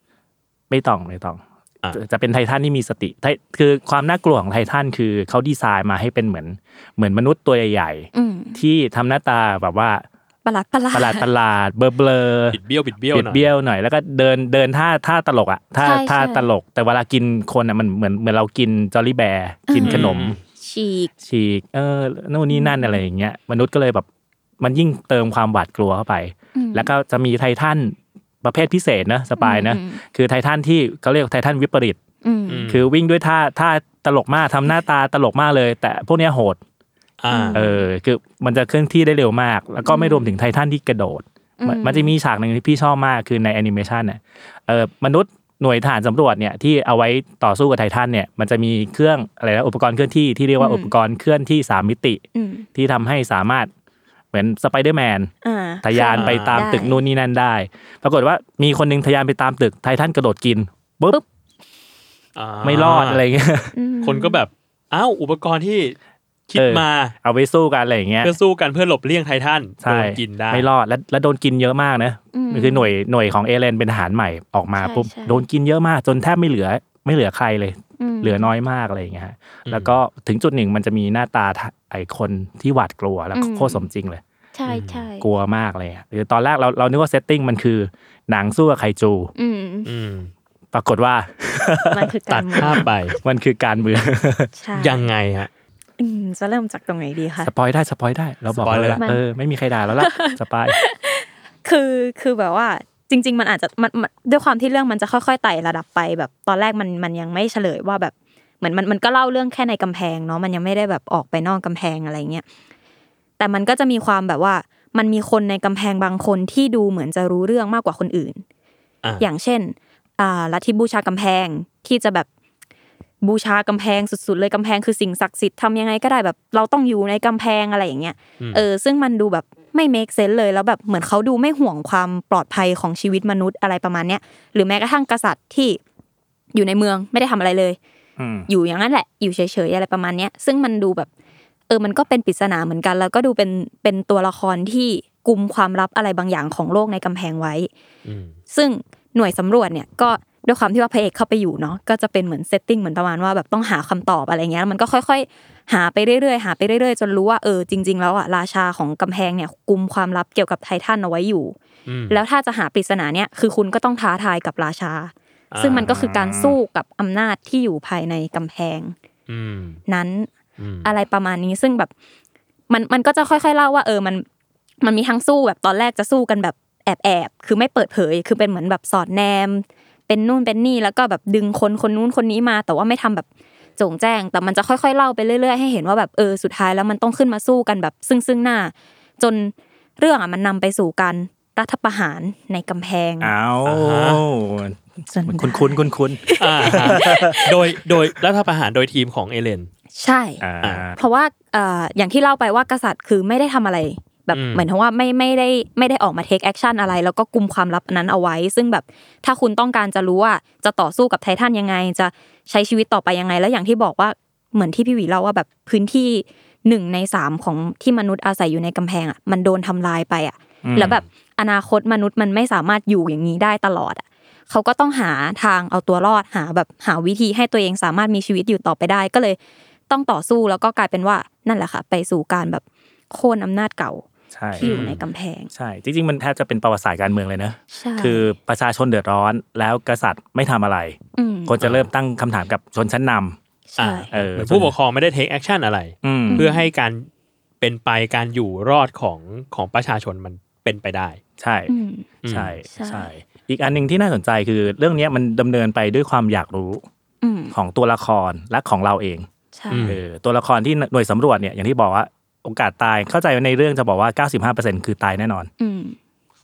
[SPEAKER 2] ไม่ต้องไม่ต้อง
[SPEAKER 4] อ่ะ
[SPEAKER 2] จะจะเป็นไททันที่มีสติไทคือความน่ากลัวของไททันคือเขาดีไซน์มาให้เป็นเหมือนเหมือนมนุษย์ตัวใหญ่ๆ
[SPEAKER 5] อืม
[SPEAKER 2] ที่ทำหน้าตาแบบว่า
[SPEAKER 5] ประหลาด ประหลาด
[SPEAKER 2] ประหลาดประหลาดเบลอเบลอ
[SPEAKER 4] บิดเบี้ยวบิดเบี้ยว
[SPEAKER 2] บิ
[SPEAKER 4] ห
[SPEAKER 2] ด
[SPEAKER 4] น่อย
[SPEAKER 2] เบี้ยวหน่อย แล้วก็เดินเดินท่าท่าตลกอ่ะท่า
[SPEAKER 5] ใช่
[SPEAKER 2] ท่า
[SPEAKER 5] ใช่
[SPEAKER 2] ตลก แต่เวลากินคนอ่ะมันเหมือนเหมือนเรากินจอลลี่แบร์กินขนม
[SPEAKER 5] ฉีก
[SPEAKER 2] ฉีกเออนู่นนี่นั่นอะไรอย่างเงี้ยมนุษย์ก็เลยแบบมันยิ่งเติมความหวาดกลัวเข้าไป
[SPEAKER 5] อืม
[SPEAKER 2] แล้วก็จะมีไททันประเภทพิเศษนะสปายนะ
[SPEAKER 5] อืม
[SPEAKER 2] คือไททันที่เขาเรียกไททันวิปริต
[SPEAKER 5] อืม
[SPEAKER 4] ม
[SPEAKER 2] คือวิ่งด้วยท่าท่าตลกมากทำหน้าตาตลกมากเลย แต่พวกเนี้ยโหด
[SPEAKER 4] อ่า
[SPEAKER 2] เออคือมันจะเคลื่อนที่ได้เร็วมาก แล้วก็ไม่รวมถึงไททันที่กระโดด มัน
[SPEAKER 5] อืม
[SPEAKER 2] มันจะมีฉากหนึ่งที่พี่ชอบมากคือในแอนิเมชันน่ะเออมนุษย์หน่วยฐานสำรวจเนี่ยที่เอาไว้ต่อสู้กับไททันเนี่ยมันจะมีเครื่องอะไรนะอุปกรณ์เคลื่อนที่ที่เรียกว่าอุปกรณ์เคลื่อนที่สามมิติ
[SPEAKER 5] อืม
[SPEAKER 2] ที่ทำให้สามารถเหมือนสไปเดอร์แมน
[SPEAKER 5] อ่า
[SPEAKER 2] ทะยานไปตาม
[SPEAKER 5] ได้
[SPEAKER 2] ตึกนู่นนี่นั่นได้ ปรากฏว่ามีคนหนึงทะยานไปตามตึกไททันกระโดดกินปุ๊บไม่รอดอะไรเงี้ย
[SPEAKER 5] อืม
[SPEAKER 4] คนก็แบบ อ้าวอุปกรณ์ที่คิด
[SPEAKER 2] เออ
[SPEAKER 4] มา
[SPEAKER 2] เอาไปสู้กันอะไรอย่างเงี้ย
[SPEAKER 4] เพื่อสู้กันเพื่อหลบเลี่ยงไททัน
[SPEAKER 2] ใช่
[SPEAKER 4] โดนกินได้
[SPEAKER 2] ไม่รอดแล้วแล้วโดนกินเยอะมากนะ
[SPEAKER 5] อืม
[SPEAKER 2] คือหน่วยหน่วยของเอเลนเป็นทหารใหม่ออกมา
[SPEAKER 5] ใช่
[SPEAKER 2] ปุ๊บ
[SPEAKER 5] ใช่
[SPEAKER 2] โดนกินเยอะมาก จนแทบไม่เหลือไม่เหลือใครเลย
[SPEAKER 5] ม
[SPEAKER 2] เหลือน้อยมากอะไรอย่างเงี้ยฮะ
[SPEAKER 4] อืม
[SPEAKER 2] แล้วก็ถึงจุดหนึ่งมันจะมีหน้าตาไอคนที่หวาดกลัวแล้ว
[SPEAKER 5] อืม
[SPEAKER 2] โคตรสมจริงเลย
[SPEAKER 5] ใช่ใช่
[SPEAKER 2] กลัวมากเลยอะหรือตอนแรกเราเรานึกว่าเซตติ้งมันคือหนังสู้กับไคจู
[SPEAKER 5] อืม
[SPEAKER 4] อืม
[SPEAKER 2] ปรากฏว่า
[SPEAKER 5] มันคือ
[SPEAKER 4] ตั
[SPEAKER 5] กา
[SPEAKER 4] ด
[SPEAKER 5] รเมือง
[SPEAKER 4] ภาพไป
[SPEAKER 2] มันคือการเมือง
[SPEAKER 5] ใช่
[SPEAKER 4] ยังไงฮะ
[SPEAKER 5] อืมจะเริ่มจากตรงไหนดีคะ
[SPEAKER 2] สปอยได้สปอยได้ เราบอก
[SPEAKER 4] สปอยเลย
[SPEAKER 2] แล้วล่ะ
[SPEAKER 5] มัน
[SPEAKER 2] เออไม่มีใครด่าแล้วล่ะ สปอย
[SPEAKER 5] คือคือแบบว่าจริง ๆ มันอาจจะมันมันด้วยความที่เรื่องมันจะค่อยๆไต่ระดับไป แบบตอนแรกมันมันยังไม่เฉลยว่าแบบเหมือนมันมันก็เล่าเรื่องแค่ในกำแพงเนาะมันยังไม่ได้แบบออกไปนอกกำแพงอะไรเงี้ยแต่มันก็จะมีความแบบว่ามันมีคนในกำแพงบางคนที่ดูเหมือนจะรู้เรื่องมากกว่าคนอื่น
[SPEAKER 4] อ่ะ
[SPEAKER 5] อย่างเช่นอ่าลัทธิบูชากำแพงที่จะแบบบูชากำแพงสุดๆเลยกำแพงคือสิ่งศักดิ์สิทธิ์ทำยังไงก็ได้แบบ เราต้องอยู่ในกำแพงอะไรอย่างเงี้ย เออ ซึ่งมันดูแบบไม่ make sense เลยแล้วแบบเหมือนเขาดูไม่ห่วงความปลอดภัยของชีวิตมนุษย์อะไรประมาณเนี้ยหรือแม้กระทั่งกษัตริย์ที่อยู่ในเมืองไม่ได้ทำอะไรเลย
[SPEAKER 2] อืม
[SPEAKER 5] อยู่อย่างนั้นแหละ อยู่เฉยๆอะไรประมาณเนี้ย ซึ่งมันดูแบบ เออ มันก็เป็นปริศนาเหมือนกัน แล้วก็ดูเป็นเป็นตัวละครที่กุมความลับอะไรบางอย่างของโลกในกำแพงไว้
[SPEAKER 4] อืม
[SPEAKER 5] ซึ่งหน่วยสำรวจเนี่ยก็ด้วยความที่ว่าพระเอกเข้าไปอยู่เนาะก็จะเป็นเหมือนเซตติ้งเหมือนประมาณว่าแบบต้องหาคำตอบอะไรเงี้ยแล้วมันก็ค่อยๆ หาไปเรื่อยๆหาไปเรื่อยๆ จนรู้ว่าเออจริง ๆ แล้วอ่ะราชาของกำแพงเนี่ยกุมความลับเกี่ยวกับไททันเอาไว้อยู่
[SPEAKER 4] อืม
[SPEAKER 5] แล้วถ้าจะหาปริศนาเนี่ยคือคุณก็ต้องท้าทายกับราชา
[SPEAKER 4] อ่า
[SPEAKER 5] ซึ่งมันก็คือการสู้กับอำนาจที่อยู่ภายในกำแพง
[SPEAKER 4] อืม
[SPEAKER 5] นั้น
[SPEAKER 4] อืม
[SPEAKER 5] อะไรประมาณนี้ซึ่งแบบมันมันก็จะค่อยๆเล่าว่า เออมันมันมีทั้งสู้แบบตอนแรกจะสู้กันแบบแอบแอบๆคือไม่เปิดเผย คือเป็นเหมือนแบบสอดแนม เป็นนู่นเป็นนี่แล้วก็แบบดึงคนคนนู้นคนนี้มา แต่ว่าไม่ทำแบบโจงแจ้ง แต่มันจะค่อยๆเล่าไปเรื่อยๆให้เห็นว่าแบบเออสุดท้ายแล้วมันต้องขึ้นมาสู้กันแบบซึ่งซึ่งๆหน้า จนเรื่องอ่ะมันนำไปสู่การรัฐประหารในกำแพง
[SPEAKER 2] เอา
[SPEAKER 4] อ่าฮะ
[SPEAKER 5] จน
[SPEAKER 2] คุณคุณคุณคุณ
[SPEAKER 4] อ่าฮะ โดยโดยรัฐประหารโดยทีมของเอเลน
[SPEAKER 5] ใช่
[SPEAKER 2] อ่า
[SPEAKER 5] เพราะว่าเอ่ออย่างที่เล่าไปว่ากษัตริย์คือไม่ได้ทำอะไร แบบ
[SPEAKER 4] อืม
[SPEAKER 5] เหมือนทั้งว่าไม่ไม่ได้ไม่ได้ออกมาเทคแอคชั่นอะไร แล้วก็กุมความลับนั้นเอาไว้ ซึ่งแบบถ้าคุณต้องการจะรู้ว่าจะต่อสู้กับไททันยังไง จะใช้ชีวิตต่อไปยังไง แล้วอย่างที่บอกว่าเหมือนที่พี่หวีเล่าว่าแบบพื้นที่หนึ่งในสามของที่มนุษย์อาศัยอยู่ในกำแพงอ่ะมันโดนทำลายไปอ่ะ
[SPEAKER 2] อืม
[SPEAKER 5] แล้วแบบอนาคตมนุษย์มันไม่สามารถอยู่อย่างนี้ได้ตลอดอ่ะเขาก็ต้องหาทางเอาตัวรอดหาแบบหาวิธีให้ตัวเองสามารถมีชีวิตอยู่ต่อไปได้ก็เลย ต้องต่อสู้แล้วก็กลายเป็นว่านั่นแหละค่ะ ไปสู่การแบบโค่นอำนาจเก่า
[SPEAKER 2] ใช่
[SPEAKER 5] ที่อยู่ในกำแพง
[SPEAKER 2] ใช่ จริง ๆ มันแทบจะเป็นประวัติศาสตร์การเมืองเลยนะ
[SPEAKER 5] ใช่
[SPEAKER 2] คือประชาชนเดือดร้อนแล้วกษัตริย์ไม่ทำอะไร
[SPEAKER 5] ม
[SPEAKER 2] คนจะเริ่มตั้งคำถามกับชนชั้นนำ
[SPEAKER 5] ใช่
[SPEAKER 2] เออ
[SPEAKER 4] เหมือนผู้ปกครองไม่ได้เทคแอคชั่นอะไร
[SPEAKER 2] อืม
[SPEAKER 4] เพื่อให้การเป็นไปการอยู่รอดของของประชาชนมันเป็นไปได้
[SPEAKER 2] ใช่
[SPEAKER 5] อืม
[SPEAKER 2] ใช่
[SPEAKER 5] ใช่
[SPEAKER 2] ใช่ อีกอันหนึ่งที่น่าสนใจคือเรื่องเนี้ยมันดำเนินไปด้วยความอยากรู้
[SPEAKER 5] อืม
[SPEAKER 2] ของตัวละครและของเราเอง
[SPEAKER 5] ใช่
[SPEAKER 4] อืม
[SPEAKER 2] เออตัวละครที่หน่วยสำรวจเนี่ยอย่างที่บอกว่าโอกาสตายเข้าใจในเรื่องจะบอกว่า 95%คือตายแน่นอน
[SPEAKER 5] อืม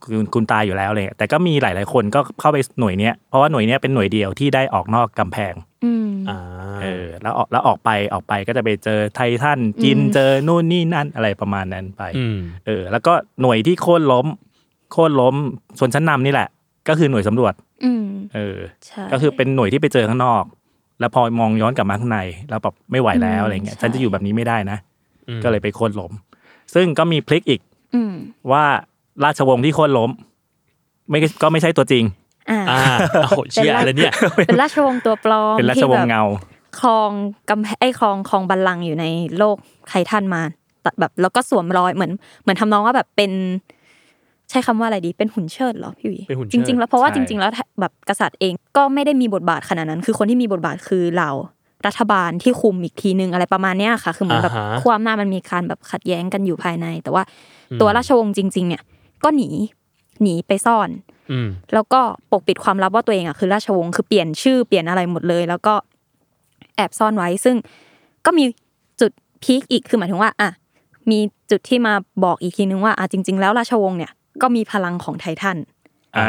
[SPEAKER 2] คุณคุณตายอยู่แล้วเลยแต่ก็มีหลาย ๆ คนก็เข้าไปหน่วยเนี้ยเพราะว่าหน่วยเนี้ยเป็นหน่วยเดียวที่ได้ออกนอกกำแพง
[SPEAKER 5] อืม
[SPEAKER 4] อ่า
[SPEAKER 2] เออแล้วออกแล้วออกไปออกไปก็จะไปเจอไททันจิน
[SPEAKER 5] อืม
[SPEAKER 2] เจอนู่นนี่นั่นอะไรประมาณนั้นไป
[SPEAKER 4] ม
[SPEAKER 2] เออแล้วก็หน่วยที่โค่นล้ม โค่นล้มชนชั้นนำนี่แหละ ก็คือหน่วยสำรวจ
[SPEAKER 5] อืม
[SPEAKER 2] เออ
[SPEAKER 5] ใช่
[SPEAKER 2] ก็คือเป็นหน่วยที่ไปเจอข้างนอก แล้วพอมองย้อนกลับมาข้างในแล้วแบบไม่ไหวแล้วอะไรเงี้ย
[SPEAKER 5] อืม
[SPEAKER 2] ฉั
[SPEAKER 5] ใช่
[SPEAKER 2] นจะอยู่แบบนี้ไม่ได้นะ
[SPEAKER 4] อืม
[SPEAKER 2] ก็เลยไปโค่นล้ม ซึ่งก็มีพลิกอีก
[SPEAKER 5] อืม
[SPEAKER 2] ว่าราชวงศ์ที่โค่นล้ม ไม่ก็ไม่ใช่ตัวจริง
[SPEAKER 5] อ่า
[SPEAKER 4] อ่าโอ้โหเชีย
[SPEAKER 5] เป็นไร
[SPEAKER 4] อะไรเนี่ย
[SPEAKER 5] เป็นราชวงศ์ตัวปลอม
[SPEAKER 2] เป็นราชวงศ์
[SPEAKER 5] ที่แบบ
[SPEAKER 2] เงา
[SPEAKER 5] ครองกำแพงไอ้ครองครองบัลลังก์อยู่ในโลกไททันมาแต่แบบ แล้วก็สวมรอยเหมือน เหมือนทำนองว่าแบบเป็น ใช้คำว่าอะไรดี เป็นหุ่นเชิดเหรอพี่หวี
[SPEAKER 4] เป็นหุ่นเชิ
[SPEAKER 5] จ
[SPEAKER 4] ด
[SPEAKER 5] ริง ๆ แล้วเพราะว่า
[SPEAKER 2] ใช่
[SPEAKER 5] จริง ๆ แล้วแบบกษัตริย์เองก็ไม่ได้มีบทบาทขนาดนั้น คือคนที่มีบทบาทคือเหล่ารัฐบาลที่คุมอีกทีนึงอะไรประมาณเนี้ยค่ะ คือเหมือนแบบ
[SPEAKER 4] อ่าฮะ
[SPEAKER 5] ขั้วอำนาจมันมีการแบบขัดแย้งกันอยู่ภายใน แต่ว่าตัวราชวงศ์จริง ๆ เนี่ย ก็หนีหนีไปซ่อน
[SPEAKER 4] อืม
[SPEAKER 5] แล้วก็ปกปิดความลับว่าตัวเองอ่ะคือราชวงศ์คือเปลี่ยนชื่อเปลี่ยนอะไรหมดเลย แล้วก็แอบซ่อนไว้ซึ่งก็มีจุดพีคอีกคือหมายถึงว่าอ่ะมีจุดที่มาบอกอีกทีนึงว่าอ่ะจริง ๆ แล้วราชวงศ์เนี่ยก็มีพลังของไททัน
[SPEAKER 2] อ่า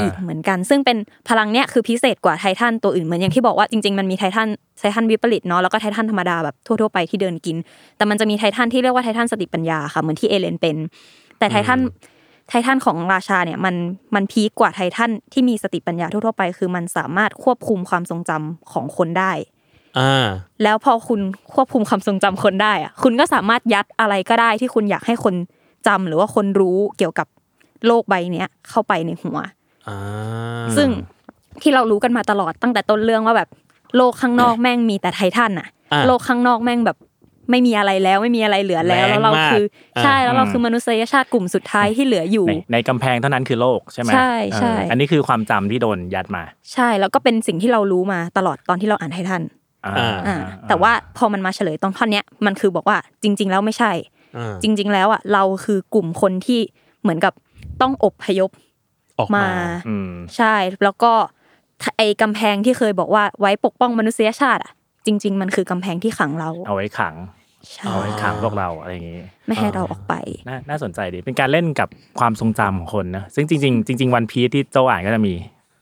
[SPEAKER 5] อีกเหมือนกัน ซึ่งเป็นพลังเนี่ยคือพิเศษกว่าไททันตัวอื่นเหมือนอย่างที่บอกว่าจริงๆมันมีไททันไททันวิปริตเนาะแล้วก็ไททันธรรมดาแบบทั่วๆไปที่เดินกิน แต่มันจะมีไททันที่เรียกว่าไททันสติปัญญาค่ะเหมือนที่เอเลนเป็น แต่ไททัน ไททันของราชาเนี่ยมันมันพีกกว่าไททันที่มีสติปัญญาทั่วๆไป คือมันสามารถควบคุมความทรงจำของคนได้
[SPEAKER 4] อ่า
[SPEAKER 5] แล้วพอคุณควบคุมความทรงจำคนได้อะคุณก็สามารถยัดอะไรก็ได้ที่คุณอยากให้คนจำหรือว่าคนรู้เกี่ยวกับโลกใบเนี้ยเข้าไปในหัว
[SPEAKER 4] อ่า
[SPEAKER 5] ซึ่งที่เรารู้กันมาตลอดตั้งแต่ต้นเรื่องว่าแบบโลกข้างนอกแม่งมีแต่ไททันอะ
[SPEAKER 4] อ่ะ
[SPEAKER 5] โลกข้างนอกแม่งแบบไม่มีอะไรแล้วไม่มีอะไรเหลือแล้วแล้วเรา
[SPEAKER 4] แรงมาก
[SPEAKER 5] คืออใช่
[SPEAKER 4] อ่ะ
[SPEAKER 5] แล้วเราคือมนุษยชาติกลุ่มสุดท้ายที่เหลืออยู่
[SPEAKER 2] ในในกำแพงเท่านั้นคือโลกใช่ไหม
[SPEAKER 5] ใช่ใช่
[SPEAKER 2] เอออันนี้คือความจำที่โดนยัดมา
[SPEAKER 5] ใช่แล้วก็เป็นสิ่งที่เรารู้มาตลอดตอนที่เราอ่านไททัน
[SPEAKER 2] อ่า
[SPEAKER 4] อ่า
[SPEAKER 5] อ่าแต่ว่าพอมันมาเฉลยตรงท่อนเนี้ยมันคือบอกว่าจริง ๆ แล้วไม่ใช่
[SPEAKER 4] อ่า
[SPEAKER 5] จริง ๆ แล้วอ่ะเราคือกลุ่มคนที่เหมือนกับต้องอบพยพ
[SPEAKER 4] ออก
[SPEAKER 5] มา
[SPEAKER 4] มา
[SPEAKER 2] อืม
[SPEAKER 5] ใช่แล้วก็ไอ้กำแพงที่เคยบอกว่าไว้ปกป้องมนุษยชาติอ่ะจริง ๆ มันคือกำแพงที่ขังเรา
[SPEAKER 2] เอาไว้ขัง
[SPEAKER 5] ใช่
[SPEAKER 2] เอาไว้ขังพวกเราอะไรอย่างงี้
[SPEAKER 5] ไม่ให้เราออกไป
[SPEAKER 2] น่าน่าสนใจดี เป็นการเล่นกับความทรงจำของคนนะ ซึ่งจริงๆจริงๆวันพีซที่โจอ่านก็จะมี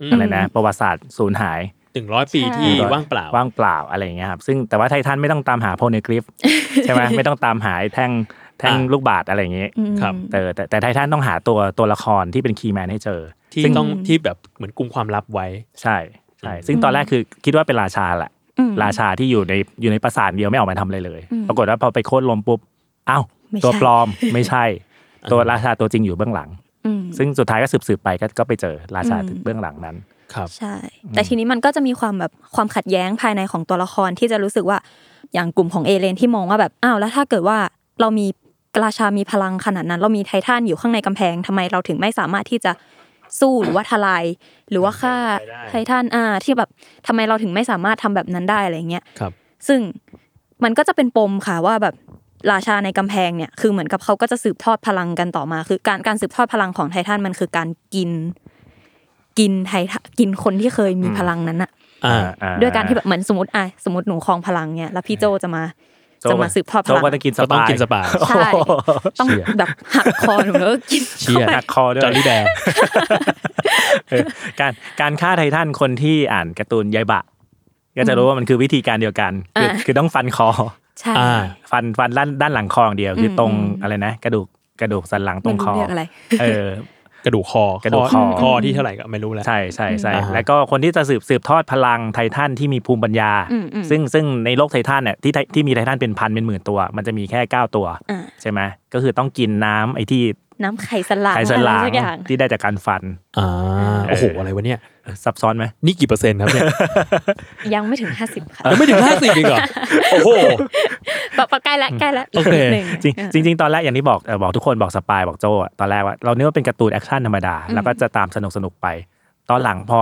[SPEAKER 4] อืม
[SPEAKER 2] อะไรนะ ประวัติศาสตร์สูญหาย
[SPEAKER 4] หนึ่งร้อยปีที่
[SPEAKER 5] ใช่
[SPEAKER 4] ว่างเปล่า
[SPEAKER 2] ว่างเปล่าอะไรอย่างเงี้ยครับ ซึ่งแต่ว่าไททันไม่ต้องตามหาโพเนกริฟ ใช่ไหมไม่ต้องตามหาไอ้แท่งแท่ง
[SPEAKER 4] อ่ะ
[SPEAKER 2] ลูกบาศก์อะไรอย่างเงี้ย
[SPEAKER 5] อืม
[SPEAKER 4] ครับ
[SPEAKER 2] แต่แต่แต่ไททันต้องหาตัวตัวละครที่เป็นคีย์แมนให้เจอ
[SPEAKER 4] ที่ต้องที่แบบเหมือนกลุ่มความลับไว้
[SPEAKER 2] ใช่ใช่ซึ่งตอนแรกคือคิดว่าเป็นราชาแหละ
[SPEAKER 5] อืม
[SPEAKER 2] ราชาที่อยู่ในอยู่ในปราสาทเดียวไม่ออกมาทำอะไรเลย
[SPEAKER 5] อืม
[SPEAKER 2] ปรากฏว่าพอไปโค่นลมปุ๊บอ้าว
[SPEAKER 5] ไม่ใช่
[SPEAKER 2] ตัวปลอ มไม่ใช่ ตัวราชาตัวจริงอยู่เบื้องหลัง
[SPEAKER 5] อืม
[SPEAKER 2] ซึ่งสุดท้ายก็สืบสืบๆไปก็ก็ไปเจอราชา
[SPEAKER 5] อืม
[SPEAKER 2] เบื้องหลังนั้น
[SPEAKER 4] ครับ
[SPEAKER 5] ใช่ แต่ทีนี้มันก็จะมีความแบบความขัดแย้งภายในของตัวละครที่จะรู้สึกว่าอย่างกลุ่มของเอเลนที่มองว่าแบบอ้าวแล้วถ้าเกิดว่าเรามีราชามีพลังขนาดนั้น เรามีไททันอยู่ข้างในกำแพงทำไมเราถึงไม่สามารถที่จะสู้หรือว่าทลาย หรือว่าฆ่าไททันอ่าที่แบบทำไมเราถึงไม่สามารถทำแบบนั้นได้อะไรเงี้ย
[SPEAKER 4] ครับ
[SPEAKER 5] ซึ่งมันก็จะเป็นปมค่ะว่าแบบราชาในกำแพงเนี่ยคือเหมือนกับเขาก็จะสืบทอดพลังกันต่อมา คือการการสืบทอดพลังของไททันมันคือการกิน กินไททะกินคนที่เคยมี
[SPEAKER 2] อืม
[SPEAKER 5] พลังนั้นอะ
[SPEAKER 4] อ่า
[SPEAKER 5] ด้วยการที่แบบเหมือนสมมติอ่ะสมมติหนูคลองพลังเนี่ยแล้วพี่โจจะมา
[SPEAKER 2] โจ้
[SPEAKER 5] จะมาสืบทอดพ
[SPEAKER 2] โจ้
[SPEAKER 5] ลัง
[SPEAKER 2] ก็จะกินส
[SPEAKER 4] ก็ต้
[SPEAKER 2] ปา
[SPEAKER 4] อง
[SPEAKER 2] ย
[SPEAKER 4] กินสปาย
[SPEAKER 5] ใช่ ต้องแบบหักคอหนูแล้วก็กิน
[SPEAKER 4] เชี่
[SPEAKER 5] เข้าย ไป
[SPEAKER 2] หักคอด้ว
[SPEAKER 4] จอร์
[SPEAKER 2] ย
[SPEAKER 4] ลี่แบร์
[SPEAKER 2] เออการการฆ่าไททันคนที่อ่านการ์ตูนยายบะ ก็จะรู้ว่ามันคือวิธีการเดียวกันคืออา คือต้องฟันคอ
[SPEAKER 5] ใช่
[SPEAKER 4] อ่า
[SPEAKER 2] ฟันฟันด้านด้านหลังคออย่างเดียว คืออ
[SPEAKER 5] ม
[SPEAKER 2] ตรง
[SPEAKER 5] อืม
[SPEAKER 2] อะไรนะ กระดูกกระดูกสันหลังตรงคอ
[SPEAKER 5] ไม่เรียกอะไร
[SPEAKER 2] เออ
[SPEAKER 4] กระดูกคอก
[SPEAKER 2] ระดูกคอ
[SPEAKER 4] คอที่เท่าไหร่ก็ไม่รู้แล้ว
[SPEAKER 2] ใช่ใช่ใช่
[SPEAKER 4] อ่าฮะ
[SPEAKER 2] แล้วก็คนที่จะสืบสืบทอดพลังไททันที่มีภูมิปัญญา
[SPEAKER 5] อืมอืม
[SPEAKER 2] ซึ่งซึ่งในโลกไททันเนี่ยที่ไทที่มีไททันเป็นพันเป็นหมื่นตัว มันจะมีแค่เก้าตัว
[SPEAKER 5] อ่า
[SPEAKER 2] ใช่ไหมก็คือต้องกินน้ำไอ้ที่
[SPEAKER 5] น้ำไข่สลัด
[SPEAKER 2] ไขสันหลั
[SPEAKER 5] อะ
[SPEAKER 2] ง
[SPEAKER 5] ไรสักอย่าง
[SPEAKER 2] ที่ได้จากการฟัน
[SPEAKER 4] อ่าโอ้โหอะไรวะเนี่ย
[SPEAKER 2] เออซับซ้อนไหม
[SPEAKER 4] นี่กี่เปอร์เซ็นต์ครับเนี่ย
[SPEAKER 5] ยังไม่ถึงห้าสิบค่ะ
[SPEAKER 4] ยังไม่ถึงห้าสิบเองเหรอโอ้โห
[SPEAKER 5] ปะปะใกล้ละใกล้ละ
[SPEAKER 4] โอเค
[SPEAKER 5] นิดหนึ่ง
[SPEAKER 2] จริงจริง ๆ ตอนแรกอย่างที่บอกเอ่อบอกทุกคนบอกสปายบอกโจอะตอนแรกว่าเราเนื้อเป็นการ์ตูนแอคชั่นธรรมดา แล้วก็จะตามสนุกสนุกๆไป ตอนหลังพอ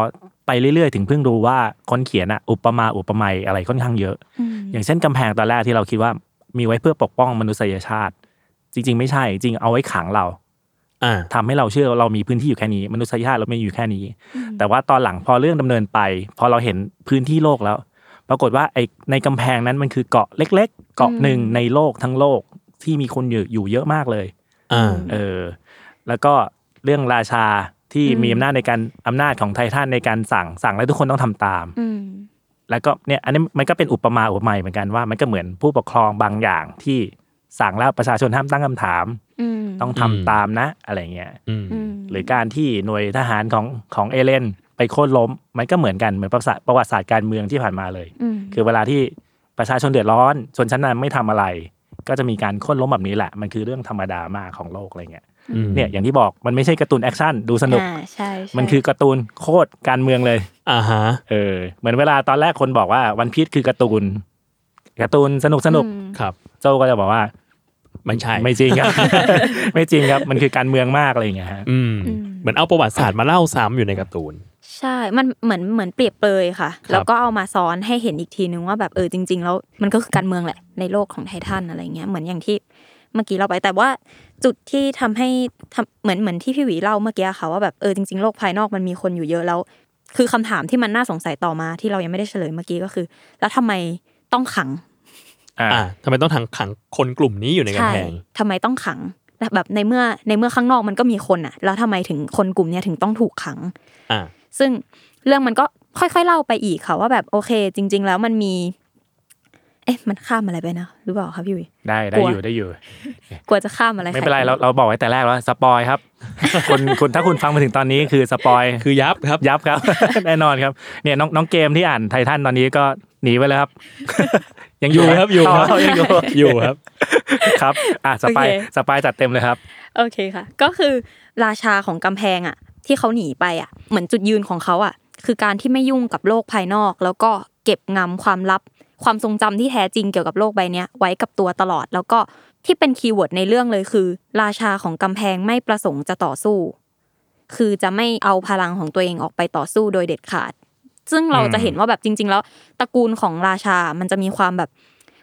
[SPEAKER 2] ไปเรื่อย ๆ ถึงเพิ่งรู้ว่าคนเขียนอะอุปมาอุปไมยอะไรค่อนข้างเยอะ
[SPEAKER 5] อืม
[SPEAKER 2] อย่างเช่นกำแพงตอนแรกที่เราคิดว่ามีไว้เพื่อปกป้องมนุษยชาติ จริง ๆ ไม่ใช่จริงเอาไว้ขังเรา
[SPEAKER 4] อ่า
[SPEAKER 2] ทำให้เราเชื่อว่าเรามีพื้นที่อยู่แค่นี้ มนุษยชาติเราไม่อยู่แค่นี้ แต่ว่าตอนหลังพอเรื่องดำเนินไป พอเราเห็นพื้นที่โลกแล้ว ปรากฏว่าไอ้ในกำแพงนั้นมันคือเกาะเล็ก ๆ เกาะหนึ่งในโลกทั้งโลกที่มีคนอยู่อยู่เยอะมากเลย
[SPEAKER 4] อ่า
[SPEAKER 2] เออ แล้วก็เรื่องราชาที่มีอำนาจในการอำนาจของไททันในการสั่งสั่งแล้วทุกคนต้องทำตาม
[SPEAKER 5] อืม
[SPEAKER 2] แล้วก็เนี่ยอันนี้มันก็เป็นอุปมาอุปไมยเหมือนกันว่ามันก็เหมือนผู้ปกครองบางอย่างที่สั่งแล้วประชาชนห้ามตั้งคำถาม
[SPEAKER 5] อืม
[SPEAKER 2] ต้องทำ
[SPEAKER 4] อืม
[SPEAKER 2] ตามนะอะไรเงี้ย
[SPEAKER 4] อืม
[SPEAKER 5] อืม
[SPEAKER 2] หรือการที่หน่วยทหารของของเอเลนไปโค่นล้ม มันก็เหมือนกันเหมือนประวัติศาสตร์ประวัติศาสตร์การเมืองที่ผ่านมาเลย
[SPEAKER 5] อืม
[SPEAKER 2] คือเวลาที่ประชาชนเดือดร้อนชนชั้นนำไม่ทำอะไร ก็จะมีการโค่นล้มแบบนี้แหละ มันคือเรื่องธรรมดามากของโลกอะไรเงี้ย
[SPEAKER 4] อืม
[SPEAKER 2] เนี่ยอย่างที่บอกมันไม่ใช่การ์ตูนแอคชั่นดูสนุก
[SPEAKER 5] อ่าใช่ใช่
[SPEAKER 2] มันคือการ์ตูนโคตรการเมืองเลย
[SPEAKER 4] อ่าฮะ
[SPEAKER 2] เออเหมือนเวลาตอนแรกคนบอกว่าวันพีชคือการ์ตูนการ์ตูนสนุกสนุก
[SPEAKER 5] อืม
[SPEAKER 4] ครับ
[SPEAKER 2] โจก็จะบอกว่า
[SPEAKER 4] มันใช่
[SPEAKER 2] ไม่จริง ครับ ไม่จริงครับมันคือการเมืองมากอะไรอย่างเงี้ยฮะ
[SPEAKER 4] อืม
[SPEAKER 5] อืม
[SPEAKER 4] เหมือนเอาประวัติศาสตร์มาเล่าซ้ำอยู่ในการ์ตูน
[SPEAKER 5] ใช่ มันเหมือนเหมือนเปรียบเปรยค่ะ
[SPEAKER 4] ครับ
[SPEAKER 5] แล้วก็เอามาซ้อนให้เห็นอีกทีนึงว่าแบบเออจริง ๆ แล้วมันก็คือการเมืองแหละในโลกของไททันอะไรเงี้ย เหมือนอย่างที่เมื่อกี้เราไป แต่ว่าจุดที่ทำให้ทำเหมือนเหมือนที่พี่หวีเล่าเมื่อกี้ค่ะว่าแบบเออจริง ๆ โลกภายนอกมันมีคนอยู่เยอะแล้ว คือคำถามที่มันน่าสงสัยต่อมาที่เรายังไม่ได้เฉลยเมื่อกี้ก็คือ แล้วทำไมต้องขัง
[SPEAKER 2] อ่า
[SPEAKER 4] อ่าทำไมต้องถังขังคนกลุ่มนี้อยู่ในกำ
[SPEAKER 5] ใช่
[SPEAKER 4] แพง
[SPEAKER 5] ทำไมต้องขังแบบในเมื่อในเมื่อข้างนอกมันก็มีคนอ่ะ แล้วทำไมถึงคนกลุ่มเนี้ยถึงต้องถูกขัง
[SPEAKER 4] อ่า
[SPEAKER 5] ซึ่งเรื่องมันก็ค่อยๆเล่าไปอีกค่ะว่าแบบโอเค จริง ๆ แล้วมันมี เอ๊ะมันข้ามอะไรไปนะหรือเปล่าครับพี่วิ
[SPEAKER 2] ได้ได้
[SPEAKER 5] กลัว
[SPEAKER 2] อยู่ได้อยู่
[SPEAKER 5] กลัวจะข้ามอะไร
[SPEAKER 2] ไม่เป็นไร
[SPEAKER 5] ใค
[SPEAKER 2] เราเราบอกไว้แต่แรกแล้วสปอยครับ คุณคุณถ้าคุณฟังมาถึงตอนนี้คือสปอย
[SPEAKER 4] คือยับครับ
[SPEAKER 2] ยับครับ แน่นอนครับเนี่ยน้องน้องเกมที่อ่านไททันตอนนี้ก็ หนีไปแล้วครับ ยัง
[SPEAKER 4] อ
[SPEAKER 2] อยู่ ยู่
[SPEAKER 4] ครับอยู่ครับ
[SPEAKER 2] เายัง อยู่
[SPEAKER 4] อยู่ครับ
[SPEAKER 2] ครับ อ่ะสปาย
[SPEAKER 5] โอเค
[SPEAKER 2] สปายจัดเต็มเลยครับ
[SPEAKER 5] โอเคค่ะ ก็คือราชาของกำแพงอ่ะ ที่เขาหนีไปอ่ะ เหมือนจุดยืนของเขาอ่ะ คือการที่ไม่ยุ่งกับโลกภายนอก แล้วก็เก็บงำความลับ ความทรงจำที่แท้จริงเกี่ยวกับโลกใบเนี้ยไว้กับตัวตลอด แล้วก็ที่เป็นคีย์เวิร์ดในเรื่องเลยคือ ราชาของกำแพงไม่ประสงค์จะต่อสู้ คือจะไม่เอาพลังของตัวเองออกไปต่อสู้โดยเด็ดขาด ซึ่งเราจะเห็นว่าแบบจริง ๆ แล้วตระกูลของราชา มันจะมีความแบบ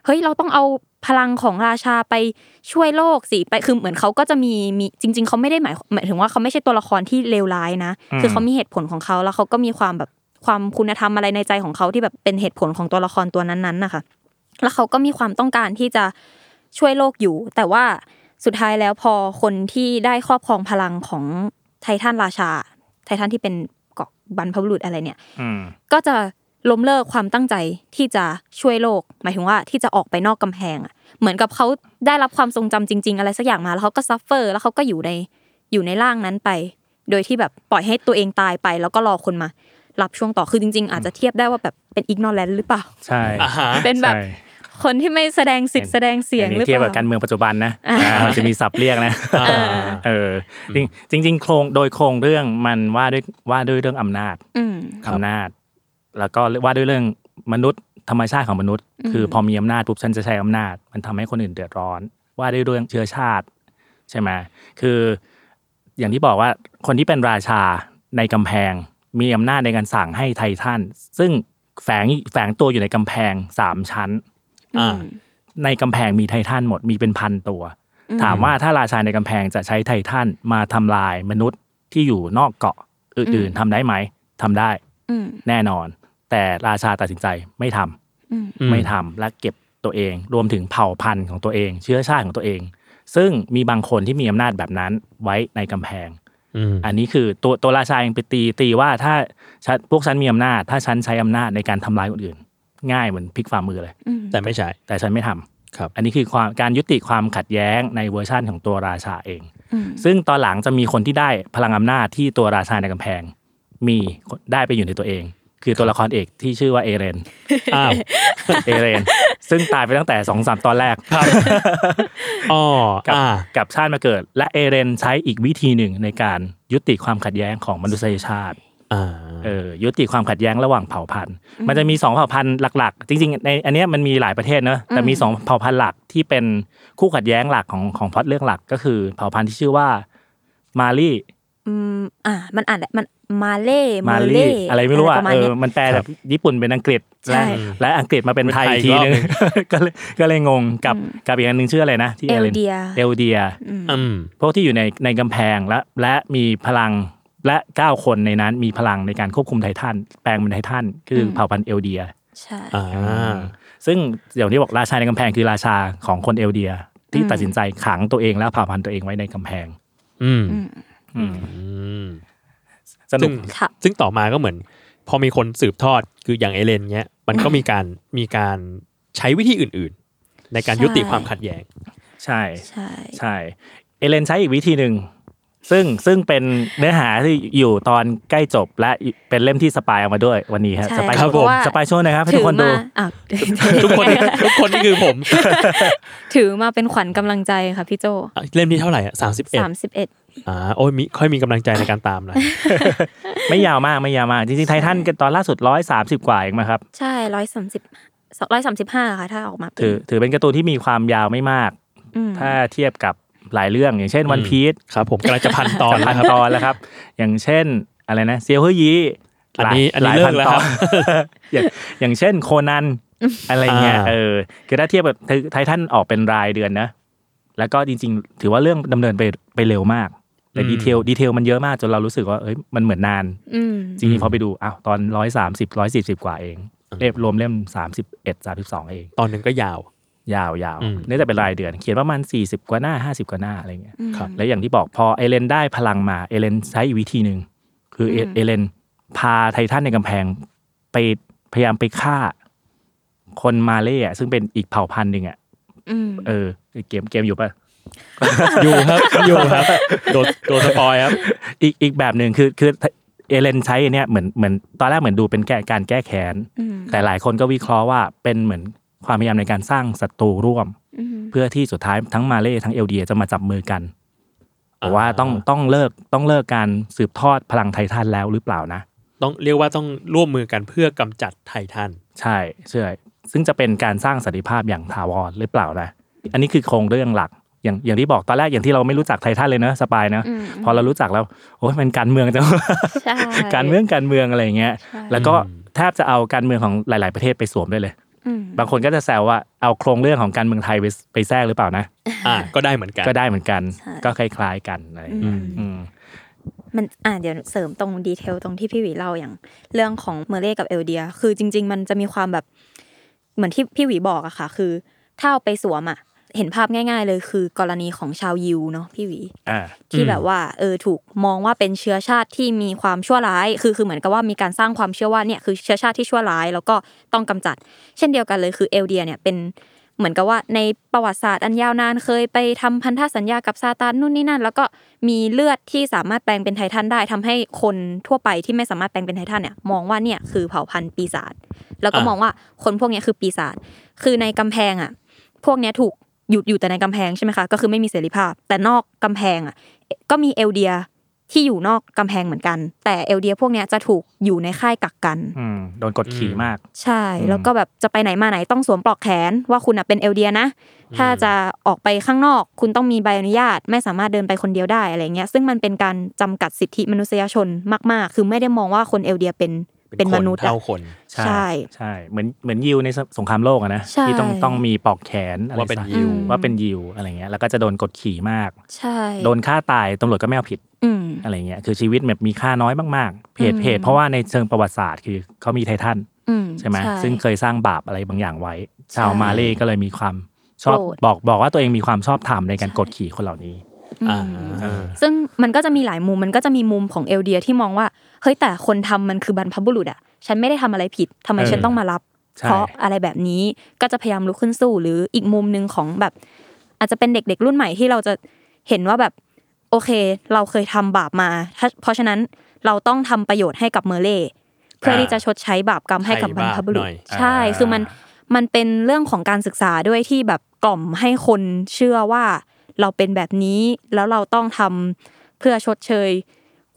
[SPEAKER 5] เฮ้ยเราต้องเอาพลังของราชาไปช่วยโลกสิไปคือเหมือนเขาก็จะมีมีจริง ๆเขาไม่ได้หมายหมายถึงว่าเขาไม่ใช่ตัวละครที่เลวร้ายนะ
[SPEAKER 2] อืม
[SPEAKER 5] คือเขามีเหตุผลของเขาแล้วเขาก็มีความแบบความคุณธรรมอะไรในใจของเขาที่แบบเป็นเหตุผลของตัวละครตัวนั้นๆนะคะ แล้วเขาก็มีความต้องการที่จะช่วยโลกอยู่ แต่ว่าสุดท้ายแล้วพอคนที่ได้ครอบครองพลังของไททันราชา ไททันที่เป็นเกาะบรรพบุรุษอะไรเนี่ย
[SPEAKER 2] อืม
[SPEAKER 5] ก็จะล้มเลิกความตั้งใจที่จะช่วยโลก หมายถึงว่าที่จะออกไปนอกกำแพงอะเหมือนกับเขาได้รับความทรงจำจริง ๆ อะไรสักอย่างมาแล้วเขาก็ซัฟเฟอร์ แล้วเขาก็อยู่ในอยู่ในร่างนั้นไป โดยที่แบบปล่อยให้ตัวเองตายไป แล้วก็รอคนมารับช่วงต่อคือจริง ๆ อาจจะเทียบได้ว่าแบบเป็นอิกนอแลนหรือเปล่า
[SPEAKER 2] ใช่
[SPEAKER 4] อ่าฮะ
[SPEAKER 5] เป็นแบบ
[SPEAKER 2] ใช่
[SPEAKER 5] คนที่ไม่แสดงสิทธิ์แสดงเสียง
[SPEAKER 2] อัน
[SPEAKER 5] หรือ
[SPEAKER 2] นี้
[SPEAKER 5] เป
[SPEAKER 2] เทียบกับ
[SPEAKER 5] ล่า
[SPEAKER 2] การเมืองปัจจุบันนะ
[SPEAKER 5] อ่า
[SPEAKER 2] อ่ามันจะมีศัพท์เรียกนะ
[SPEAKER 4] อ่า
[SPEAKER 2] เออจริงจริง ๆ โครงโดยโครงเรื่องมันว่าด้วยว่าด้วยเรื่องอำนาจ
[SPEAKER 5] อืม
[SPEAKER 2] อำนาจ แล้วก็ว่าด้วยเรื่องมนุษย์ธรรมชาติของมนุษย์
[SPEAKER 5] อืม
[SPEAKER 2] คือพอมีอำนาจปุ๊บฉันจะใช้อำนาจ มันทำให้คนอื่นเดือดร้อน ว่าด้วยเรื่องเชื้อชาติ ใช่ไหมคืออย่างที่บอกว่าคนที่เป็นราชาในกำแพง มีอำนาจในการสั่งให้ไททันซึ่งแฝงแฝงตัวอยู่ในกำแพงสามชั้น
[SPEAKER 4] อ่า
[SPEAKER 2] ในกำแพงมีไททันหมดมีเป็นพันตัว ถามว่าถ้าราชาในกำแพงจะใช้ไททันมาทำลายมนุษย์ที่อยู่นอกเกาะอื่นๆทำได้ไหมทำได้
[SPEAKER 5] อืม
[SPEAKER 2] แน่นอน แต่ราชาตัดสินใจไม่ท
[SPEAKER 5] อืม
[SPEAKER 2] ำไม่ทำและเก็บตัวเอง รวมถึงเผ่าพันธุ์ของตัวเอง เชื้อชาติของตัวเอง ซึ่งมีบางคนที่มีอำนาจแบบนั้นไว้ในกำแพง
[SPEAKER 4] อืม
[SPEAKER 2] อันนี้คือตัวตัวราชาเองไปตีตีว่าถ้าฉันพวกฉันมีอำนาจ ถ้าฉันใช้อำนาจในการทำลายคนอื่น ง่ายเหมือนพลิกฝ่ามือเลย
[SPEAKER 5] อืม
[SPEAKER 4] แต่ไม่ใช่
[SPEAKER 2] แต่ฉันไม่ทำ
[SPEAKER 4] ครับ
[SPEAKER 2] อันนี้คือความการยุติความขัดแย้งในเวอร์ชั่นของตัวราชาเอง
[SPEAKER 5] อืม
[SPEAKER 2] ซึ่งตอนหลังจะมีคนที่ได้พลังอำนาจที่ตัวราชาในกำแพง มีได้ไปอยู่ในตัวเอง คือตัวละครเอกที่ชื่อว่าเอเรน
[SPEAKER 4] อ้าว
[SPEAKER 2] เอเรน ซึ่งตายไปตั้งแต่สองสามตอนแรก
[SPEAKER 4] อ๋อ
[SPEAKER 2] กลับ
[SPEAKER 4] อ่า
[SPEAKER 2] กลับชาติมาเกิด และเอเรนใช้อีกวิธีหนึ่งในการยุติความขัดแย้งของมนุษยชาติ
[SPEAKER 4] อ่า
[SPEAKER 2] เออยุติความขัดแย้งระหว่างเผ่าพันธุ์ มันจะมีสองเผ่าพันธุ์หลักๆ จริงๆ ในอันเนี้ยมันมีหลายประเทศเนอะแต่มีสองเผ่าพันธุ์หลักที่เป็นคู่ขัดแย้งหลักของของพล็อดเรื่องหลักก็คือเผ่าพันธุ์ที่ชื่อว่ามาลี
[SPEAKER 5] อืมอ่า มันอ่านแหละมันมาเล่
[SPEAKER 2] มา
[SPEAKER 5] เล่
[SPEAKER 2] ลีอะไรไม่รู้อ่ะ
[SPEAKER 5] ปมาณ
[SPEAKER 2] เออ
[SPEAKER 5] เนี้ย
[SPEAKER 2] มันแปลจากญี่ปุ่นเป็นอังกฤษ
[SPEAKER 5] ใช่
[SPEAKER 2] และและอังกฤษมาเป็นไทย
[SPEAKER 4] เป็นไทย
[SPEAKER 2] ทีนึง
[SPEAKER 4] อีกรอบหนึ่
[SPEAKER 2] ก็เลยก็เลยงงกับกับอีกอันหนึ่งชื่ออะไรนะที่รน
[SPEAKER 5] เอลเดีย
[SPEAKER 2] เอลเดีย
[SPEAKER 4] อืม
[SPEAKER 2] พวกที่อยู่ในในกำแพงและและมีพลังและ 9 คนในนั้นมีพลังในการควบคุมไททันแปลงเป็นไททันคืออ
[SPEAKER 5] ม
[SPEAKER 2] เผ่าพันธุ์เอลเดีย
[SPEAKER 5] ใช่
[SPEAKER 4] อ่า
[SPEAKER 2] ซึ่งอย่างที่บอกราชาในกำแพงคือราชาของคนเอลเดีย ที่ตัดสินใจขังตัวเองและเผ่าพันธุ์ตัวเองไว้ในกำแพง
[SPEAKER 4] อืม
[SPEAKER 2] อืม
[SPEAKER 4] อืม
[SPEAKER 2] สนุก
[SPEAKER 4] ซึ่ง
[SPEAKER 5] ค่ะ
[SPEAKER 4] ซึ่งต่อมาก็เหมือน พอมีคนสืบทอดคืออย่างเอเลนเนี้ยมันก็มีการมีการใช้วิธีอื่น ๆ ในการ
[SPEAKER 5] ใช่
[SPEAKER 4] ยุติความขัดแย้ง
[SPEAKER 2] ใช่
[SPEAKER 5] ใช่
[SPEAKER 2] ใช่เอเลนใช้อีกวิธีหนึ่ง ซึ่งซึ่งเป็นเนื้อหาที่อยู่ตอนใกล้จบและเป็นเล่มที่สปายเอามาด้วยวันนี้ฮะ
[SPEAKER 5] ใช่
[SPEAKER 2] สปาย
[SPEAKER 4] ครั
[SPEAKER 2] ช่
[SPEAKER 4] บ
[SPEAKER 2] ว
[SPEAKER 4] ผม
[SPEAKER 2] ยสปายช่วยหนะครับให้ทุกคนดู
[SPEAKER 5] ถือมาอ่ะ
[SPEAKER 4] ทุกคนทุกคนนี่คือผม
[SPEAKER 5] ถือมาเป็นขวัญกำลังใจค่ะพี่โจ
[SPEAKER 4] เล่มที่เท่าไหร่อ่ะสามสิบเอ็ด
[SPEAKER 5] สามสิบเอ็ด
[SPEAKER 4] อ่าโอ้ยมีค่อยมีกำลังใจในการตามหนะ
[SPEAKER 2] ไม่ยาวมากไม่ยาวมาก จริงๆไททันกันตอนล่าสุดร้อยสามสิบกว่าเองมั้งครับ
[SPEAKER 5] ใช่ร้อยสามสิบร้อยสามสิบห้าค่ะถ้าออกมาเป็น
[SPEAKER 2] ถือถือเป็นการ์ตูนที่มีความยาวไม่มาก
[SPEAKER 5] ม
[SPEAKER 2] ถ้าเทียบกับหลายเรื่องอย่างเช่นวันพีช
[SPEAKER 4] ครับ ผมกำลังจะพันต
[SPEAKER 2] ต
[SPEAKER 4] อ
[SPEAKER 2] อน น
[SPEAKER 4] แล้ว
[SPEAKER 2] พัน
[SPEAKER 4] ครับ
[SPEAKER 2] ตอนแล้วครับ อย่างเช่นอะไรนะเซียวเฮยยี
[SPEAKER 4] อันนี้อันนี้
[SPEAKER 2] หาย
[SPEAKER 4] เลิกแล้วครับ
[SPEAKER 2] พันตอน อย่างอย่างเช่นโคนันอะไรเงี้ย
[SPEAKER 4] อ่า
[SPEAKER 2] เออคือถ้าเทียบแบบไททันออกเป็นรายเดือนนะ แล้วก็จริงๆ ถือว่าเรื่องดำเนินไปไปเร็วมากแต่ดีเทลดีเทลมันเยอะมากจนเรารู้สึกว่าเอ้ยมันเหมือนนาน
[SPEAKER 5] อืม
[SPEAKER 2] จริงๆพอไปดูอ้าวตอนร้อยสามสิบร้อยสี่สิบกว่าเองเล่มรวมเล่มสามสิบเอ็ดสามสิบสองเอง
[SPEAKER 4] ตอนหนึ่งก็ยาว
[SPEAKER 2] ยาวยาว
[SPEAKER 4] อืม
[SPEAKER 2] เนื่องจากเป็นรายเดือน เขียนประมาณสี่สิบกว่าหน้าห้าสิบกว่าหน้าอะไรเงี้ย
[SPEAKER 5] อืม
[SPEAKER 2] และอย่างที่บอกพอเอเลนได้พลังมาเอเลนใช้อีกวิธีหนึ่งคือเอ
[SPEAKER 5] อืม
[SPEAKER 2] เอเลนพาไททันในกำแพงไปพยายามไปฆ่า คนมาเล่อะซึ่งเป็นอีกเผ่าพันธุ์หนึ่งอ่ะ
[SPEAKER 5] อืม
[SPEAKER 2] เออเกมเกมอยู่ปะ
[SPEAKER 4] อยู่ครับอยู่ครับ โดนโดนสปอยครับ
[SPEAKER 2] อีกอีกแบบหนึ่งคือคือเอ เอเลนใช้อันเนี้ยเหมือนเหมือนตอนแรกเหมือนดูเป็นแก้การแก้แค้น
[SPEAKER 5] อืม
[SPEAKER 2] แต่หลายคนก็วิเคราะห์ว่าเป็นเหมือนความพยายามในการสร้างศัตรูร่วม
[SPEAKER 5] อืม
[SPEAKER 2] เพื่อที่สุดท้ายทั้งมาเลย์ทั้งเอลเดียจะมาจับมือกันแต่
[SPEAKER 4] อ่า
[SPEAKER 2] ว่าต้องต้องเลิกต้องเลิกการสืบทอดพลังไททันแล้วหรือเปล่านะ
[SPEAKER 4] ต้องเรียกว่าต้องร่วมมือกันเพื่อกำจัดไททัน
[SPEAKER 2] ใช่ใช่ซึ่งจะเป็นการสร้างสันติภาพอย่างถาวรหรือเปล่านะอันนี้คือโครงเรื่องหลัก อย่างอย่างที่บอกตอนแรกอย่างที่เราไม่รู้จักไททันเลยเนอะสปายเนอะ
[SPEAKER 5] อืม
[SPEAKER 2] พอเรารู้จักแล้วโอ้ยมันการเมืองจัง
[SPEAKER 5] ใช่
[SPEAKER 2] การเมืองการเมืองอะไรอย่างเงี้ย แล้วก็แทบจะเอาการเมืองของหลาย ๆประเทศไปสวมด้วยเลย
[SPEAKER 5] อืม
[SPEAKER 2] บางคนก็จะแซวว่าเอาโครงเรื่องของการเมืองไทยไปไปแทรกหรือเปล่านะ
[SPEAKER 4] อ่าก็ได้เหมือนกัน
[SPEAKER 2] ก็ได้เหมือนกันก็คล้ายๆกันอะไรอย่างเงี้ย
[SPEAKER 5] อืม
[SPEAKER 2] อืม
[SPEAKER 5] มันอ่าเดี๋ยวเสริมตรงดีเทลตรงที่พี่หวีเล่าอย่างเรื่องของเมเล่กับเอลเดีย คือจริง ๆ มันจะมีความแบบเหมือนที่พี่หวีบอกอะค่ะ คือถ้าเอาไปสวมอะเห็นภาพง่าย ๆ เลยคือกรณีของชาวยิวเนาะพี่หวี
[SPEAKER 2] อ่า
[SPEAKER 5] ที่แบบว่าเออถูกมองว่าเป็นเชื้อชาติที่มีความชั่วร้าย คือคือเหมือนกับว่ามีการสร้างความเชื่อว่าเนี่ยคือเชื้อชาติที่ชั่วร้าย แล้วก็ต้องกำจัด เช่นเดียวกันเลยคือเอลเดียเนี่ยเป็นเหมือนกับว่าในประวัติศาสตร์อันยาวนานเคยไปทำพันธสัญญากับซาตานนู่นนี่นั่น แล้วก็มีเลือดที่สามารถแปลงเป็นไททันได้ทำให้คนทั่วไปที่ไม่สามารถแปลงเป็นไททันเนี่ยมองว่าเนี่ยคือเผ่าพันธุ์ปีศาจแล้วก็
[SPEAKER 4] อ่าม ม
[SPEAKER 5] องว่าคนพวกเนี้ยคือปีศาจคือในกำแพงอ่ะ พวกเนี้ยถูกอยู่อยู่แต่ในกำแพงใช่ไหมคะก็คือไม่มีเสรีภาพ แต่นอกกำแพงอ่ะ ก็มีเอลเดียที่อยู่นอกกำแพงเหมือนกัน แต่เอลเดียพวกเนี้ยจะถูกอยู่ในค่ายกักกัน
[SPEAKER 2] อืม โดนกดขี่
[SPEAKER 4] อืม
[SPEAKER 2] มาก
[SPEAKER 5] ใช่
[SPEAKER 2] อืม
[SPEAKER 5] แล้วก็แบบจะไปไหนมาไหนต้องสวมปลอกแขนว่าคุณน่ะเป็นเอลเดียนะ ถ้าจะออกไปข้างนอก คุณต้องมีใบอนุญาต ไม่สามารถเดินไปคนเดียวได้อะไรเงี้ยซึ่งมันเป็นการจำกัดสิทธิมนุษยชนมาก ๆ คือไม่ได้มองว่าคนเอลเดียเป็นเป็นมนุษย์อะ
[SPEAKER 4] เท่าคน
[SPEAKER 5] ใช่
[SPEAKER 2] ใช่ เหมือนเหมือนยิวในสงครามโลกอะนะ
[SPEAKER 5] ใช่
[SPEAKER 2] ที่ต้องต้องมีปอกแขนอะไร
[SPEAKER 4] ว่าเป็น
[SPEAKER 2] สัก
[SPEAKER 4] ยิว
[SPEAKER 5] อืม
[SPEAKER 2] ว่าเป็นยิวอะไรเงี้ย แล้วก็จะโดนกดขี่มาก
[SPEAKER 5] ใช่
[SPEAKER 2] โดนฆ่าตายตำรวจก็ไม่เอาผิด
[SPEAKER 5] อืม
[SPEAKER 2] อะไรเงี้ย คือชีวิตแบบมีค่าน้อยมากๆ เพจ
[SPEAKER 5] อืม
[SPEAKER 2] เพจเพราะว่าในเชิงประวัติศาสตร์คือเขามีไททัน
[SPEAKER 5] อืม
[SPEAKER 2] ใช่ไหม ซึ่งเคยสร้างบาปอะไรบางอย่างไว้
[SPEAKER 5] ใช่
[SPEAKER 2] ชาวมาเลย์ก็เลยมีความชอบ
[SPEAKER 5] โกรธ
[SPEAKER 2] บอกบอกว่าตัวเองมีความชอบธรรมในการกดขี่คนเหล่านี้
[SPEAKER 4] อ่า
[SPEAKER 5] ซึ่งมันก็จะมีหลายมุมมันก็จะมีมุมของเอลเดียที่มองว่าเฮ้ยแต่คนทำมันคือบรรพบุรุษอ่ะ ฉันไม่ได้ทำอะไรผิดทำไม
[SPEAKER 2] เออ
[SPEAKER 5] ฉันต้องมารับ
[SPEAKER 2] ใช่
[SPEAKER 5] เพราะอะไรแบบนี้ก็จะพยายามลุกขึ้นสู้หรืออีกมุมหนึ่งของแบบ อาจจะเป็นเด็กๆรุ่นใหม่ที่เราจะเห็นว่าแบบ โอเค เราเคยทำบาปมาถ้าเพราะฉะนั้นเราต้องทำประโยชน์ให้กับเมอร์เล่เพื่อที่จะชดใช้บาปกรรมให้กับบรรพบุรุ
[SPEAKER 4] ไถ่
[SPEAKER 5] ษ
[SPEAKER 4] บาปหน่อย
[SPEAKER 5] ใช่คือมัน มันเป็นเรื่องของการศึกษาด้วยที่แบบกล่อมให้คนเชื่อว่าเราเป็นแบบนี้แล้วเราต้องทำเพื่อชดเชย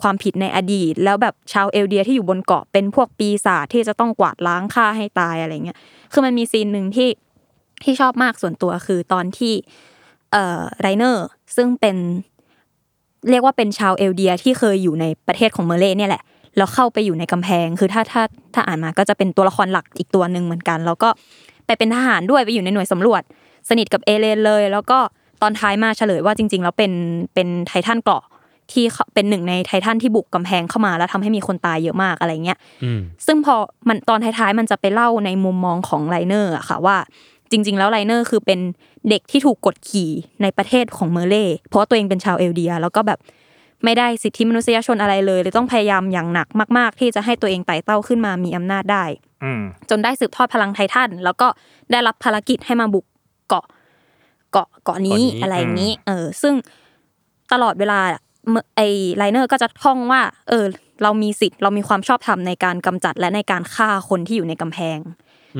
[SPEAKER 5] ความผิดในอดีต แล้วแบบชาวเอลเดียที่อยู่บนเกาะเป็นพวกปีศาจที่จะต้องกวาดล้างฆ่าให้ตายอะไรเงี้ยคือมันมีซีนหนึ่งที่ที่ชอบมากส่วนตัวคือตอนที่เอ่อไรเนอร์ซึ่งเป็น เรียกว่าเป็นชาวเอลเดียที่เคยอยู่ในประเทศของเมอร์เลย์เนี่ยแหละ แล้วเข้าไปอยู่ในกำแพง คือถ้าถ้าถ้าอ่านมาก็จะเป็นตัวละครหลักอีกตัวหนึ่งเหมือนกัน แล้วก็ไปเป็นทหารด้วยไปอยู่ในหน่วยสำรวจ สนิทกับเอเลนเลย แล้วก็ตอนท้ายมาเฉลยว่าจริง ๆ แล้วเป็นเป็นไททันเกราะที่เขาเป็นหนึ่งในไททันที่บุกกำแพงเข้ามาแล้วทำให้มีคนตายเยอะมากอะไรเงี้ย
[SPEAKER 4] อืม
[SPEAKER 5] ซึ่งพอมันตอนท้ายๆ มันจะไปเล่าในมุมมองของไลเนอร์อะค่ะว่า จริง ๆ แล้วไลเนอร์คือเป็นเด็กที่ถูกกดขี่ในประเทศของเมอร์เลย์เพราะว่าตัวเองเป็นชาวเอลเดีย แล้วก็แบบไม่ได้สิทธิมนุษยชนอะไรเลยเลยต้องพยายามอย่างหนักมากๆ ที่จะให้ตัวเองไต่เต้าขึ้นมามีอำนาจได้
[SPEAKER 2] อืม
[SPEAKER 5] จนได้สืบทอดพลังไททันแล้วก็ได้รับภารกิจให้มาบุกเกาะเกาะเกาะนี้
[SPEAKER 4] เกาะนี้
[SPEAKER 5] อะไรอย่างนี้ เออ ซึ่งตลอดเวลาอะเมื่อไอไลเนอร์ก็จะท่องว่า เออ เรามีสิทธิ์เรามีความชอบธรรมในการกำจัดและในการฆ่าคนที่อยู่ในกำแพง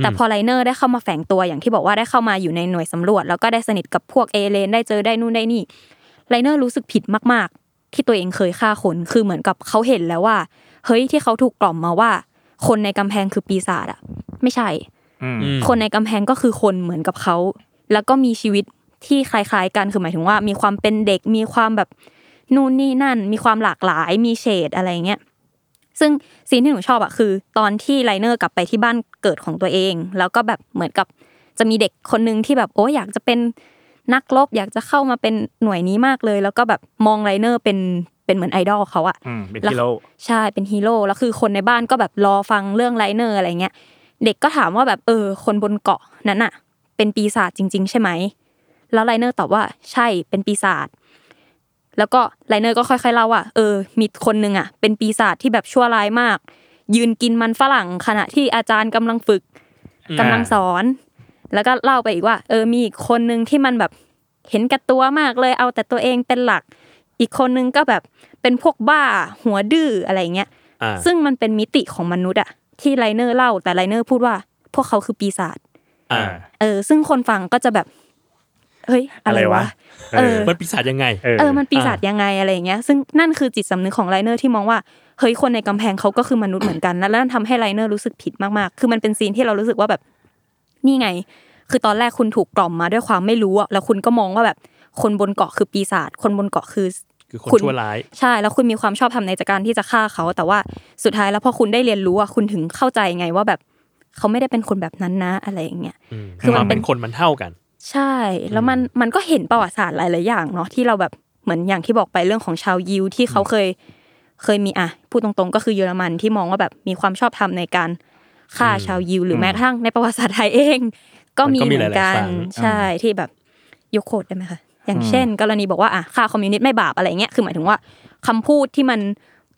[SPEAKER 5] แต่พอไลเนอร์ได้เข้ามาแฝงตัวอย่างที่บอกว่าได้เข้ามาอยู่ในหน่วยสำรวจ แล้วก็ได้สนิทกับพวกเอเลนได้เจอได้นู่นได้นี่ไลเนอร์รู้สึกผิดมาก ๆ ที่ตัวเองเคยฆ่าคนคือเหมือนกับเขาเห็นแล้วว่า เฮ้ยที่เขาถูกกล่อมมาว่า คนในกำแพงคือปีศาจอะไม่ใช่
[SPEAKER 2] อืม
[SPEAKER 4] อืม
[SPEAKER 5] คนในกำแพงก็คือคนเหมือนกับเขา แล้วก็มีชีวิตที่คล้ายๆกันคือหมายถึงว่า มีความเป็นเด็กมีความแบบนู่นนี่นั่น มีความหลากหลายมีเฉดอะไรเงี้ยซึ่งซีนที่หนูชอบอะคือ ตอนที่ไลเนอร์กลับไปที่บ้านเกิดของตัวเอง แล้วก็แบบเหมือนกับจะมีเด็กคนนึงที่แบบโอ้ยอยากจะเป็นนักรบอยากจะเข้ามาเป็นหน่วยนี้มากเลย แล้วก็แบบมองไลเนอร์เป็นเป็นเหมือนไอดอลเขาอะ
[SPEAKER 2] อืม เป็นที่เรา
[SPEAKER 5] ใช่เป็นฮีโร่แล้วคือคนในบ้านก็แบบรอฟังเรื่องไลเนอร์อะไรเงี้ย เด็กก็ถามว่าแบบเออ คนบนเกาะนั้นน่ะ เป็นปีศาจจริง ๆ ใช่ไหม แล้วไลเนอร์ตอบว่าใช่เป็นปีศาจแล้วก็ไลเนอร์ก็ค่อยๆเล่าว่าเออ มีคนนึงอ่ะ เป็นปีศาจที่แบบชั่วร้ายมาก ยืนกินมันฝรั่งขณะที่อาจารย์กำลังฝึก กำลังสอน แล้วก็เล่าไปอีกว่า เออมีอีกคนนึงที่มันแบบเห็นแก่ตัวมากเลยเอาแต่ตัวเองเป็นหลัก อีกคนนึงก็แบบเป็นพวกบ้าหัวดื้ออะไรเงี้ย
[SPEAKER 4] อ่า
[SPEAKER 5] ซึ่งมันเป็นมิติของมนุษย์อะที่ไลเนอร์เล่าแต่ไลเนอร์พูดว่า พวกเขาคือปีศาจ
[SPEAKER 4] อ่า
[SPEAKER 5] เออ ซึ่งคนฟังก็จะแบบ เฮ้ย อะไร
[SPEAKER 2] อะไรวะ
[SPEAKER 5] วะ เออ
[SPEAKER 4] มันปีศาจยังไง
[SPEAKER 2] เออ
[SPEAKER 5] เออมันปีศาจยังไงอะไรอย่างเงี้ย ซึ่งนั่นคือจิตสำนึกของไลเนอร์ที่มองว่าเฮ้ยคนในกำแพงเขาก็คือมนุษย์เหมือนกันแล้วนั่นทำให้ไลเนอร์รู้สึกผิดมากๆ คือมันเป็นซีนที่เรารู้สึกว่าแบบ นี่ไง คือตอนแรกคุณถูกกล่อมมาด้วยความไม่รู้อะแล้วคุณก็มองว่าแบบ คนบนเกาะคือปีศาจคนบนเกาะคือ
[SPEAKER 4] คือคน
[SPEAKER 5] คุณ
[SPEAKER 4] ชั่วร้าย
[SPEAKER 5] ใช่แล้วคุณมีความชอบทำในจากการที่จะฆ่าเขา แต่ว่าสุดท้ายแล้วพอคุณได้เรียนรู้อะคุณถึงเข้าใจไงว่าแบบเขาไม่ได้เป็นคนแบบนั้นนะอะไรอย่างเงี้ย
[SPEAKER 4] อืม
[SPEAKER 5] คือ
[SPEAKER 4] ค
[SPEAKER 5] มัน
[SPEAKER 4] วามเป็น
[SPEAKER 5] เป็น
[SPEAKER 4] คนมันเท่ากัน
[SPEAKER 5] ใช่แล้วมันมันก็เห็นประวัติศาสตร์หลาย ๆ อย่างเนาะที่เราแบบเหมือนอย่างที่บอกไปเรื่องของชาวยิวที่เขาเคยเคยมีอ่ะพูดตรง ๆ ก็คือเยอรมันที่มองว่าแบบมีความชอบธรรมในการฆ่าชาวยิว หรือแม้กระทั่งในประวัติศาสตร์ไทยเอง ก็มีเหมือนกันใช่ที่แบบยกโคดได้ไหมคะอย่างเช่น กรณีบอกว่าอ่ะฆ่าคอมมิวนิสต์ไม่บาปอะไรเงี้ยคือหมายถึงว่าคำพูดที่มัน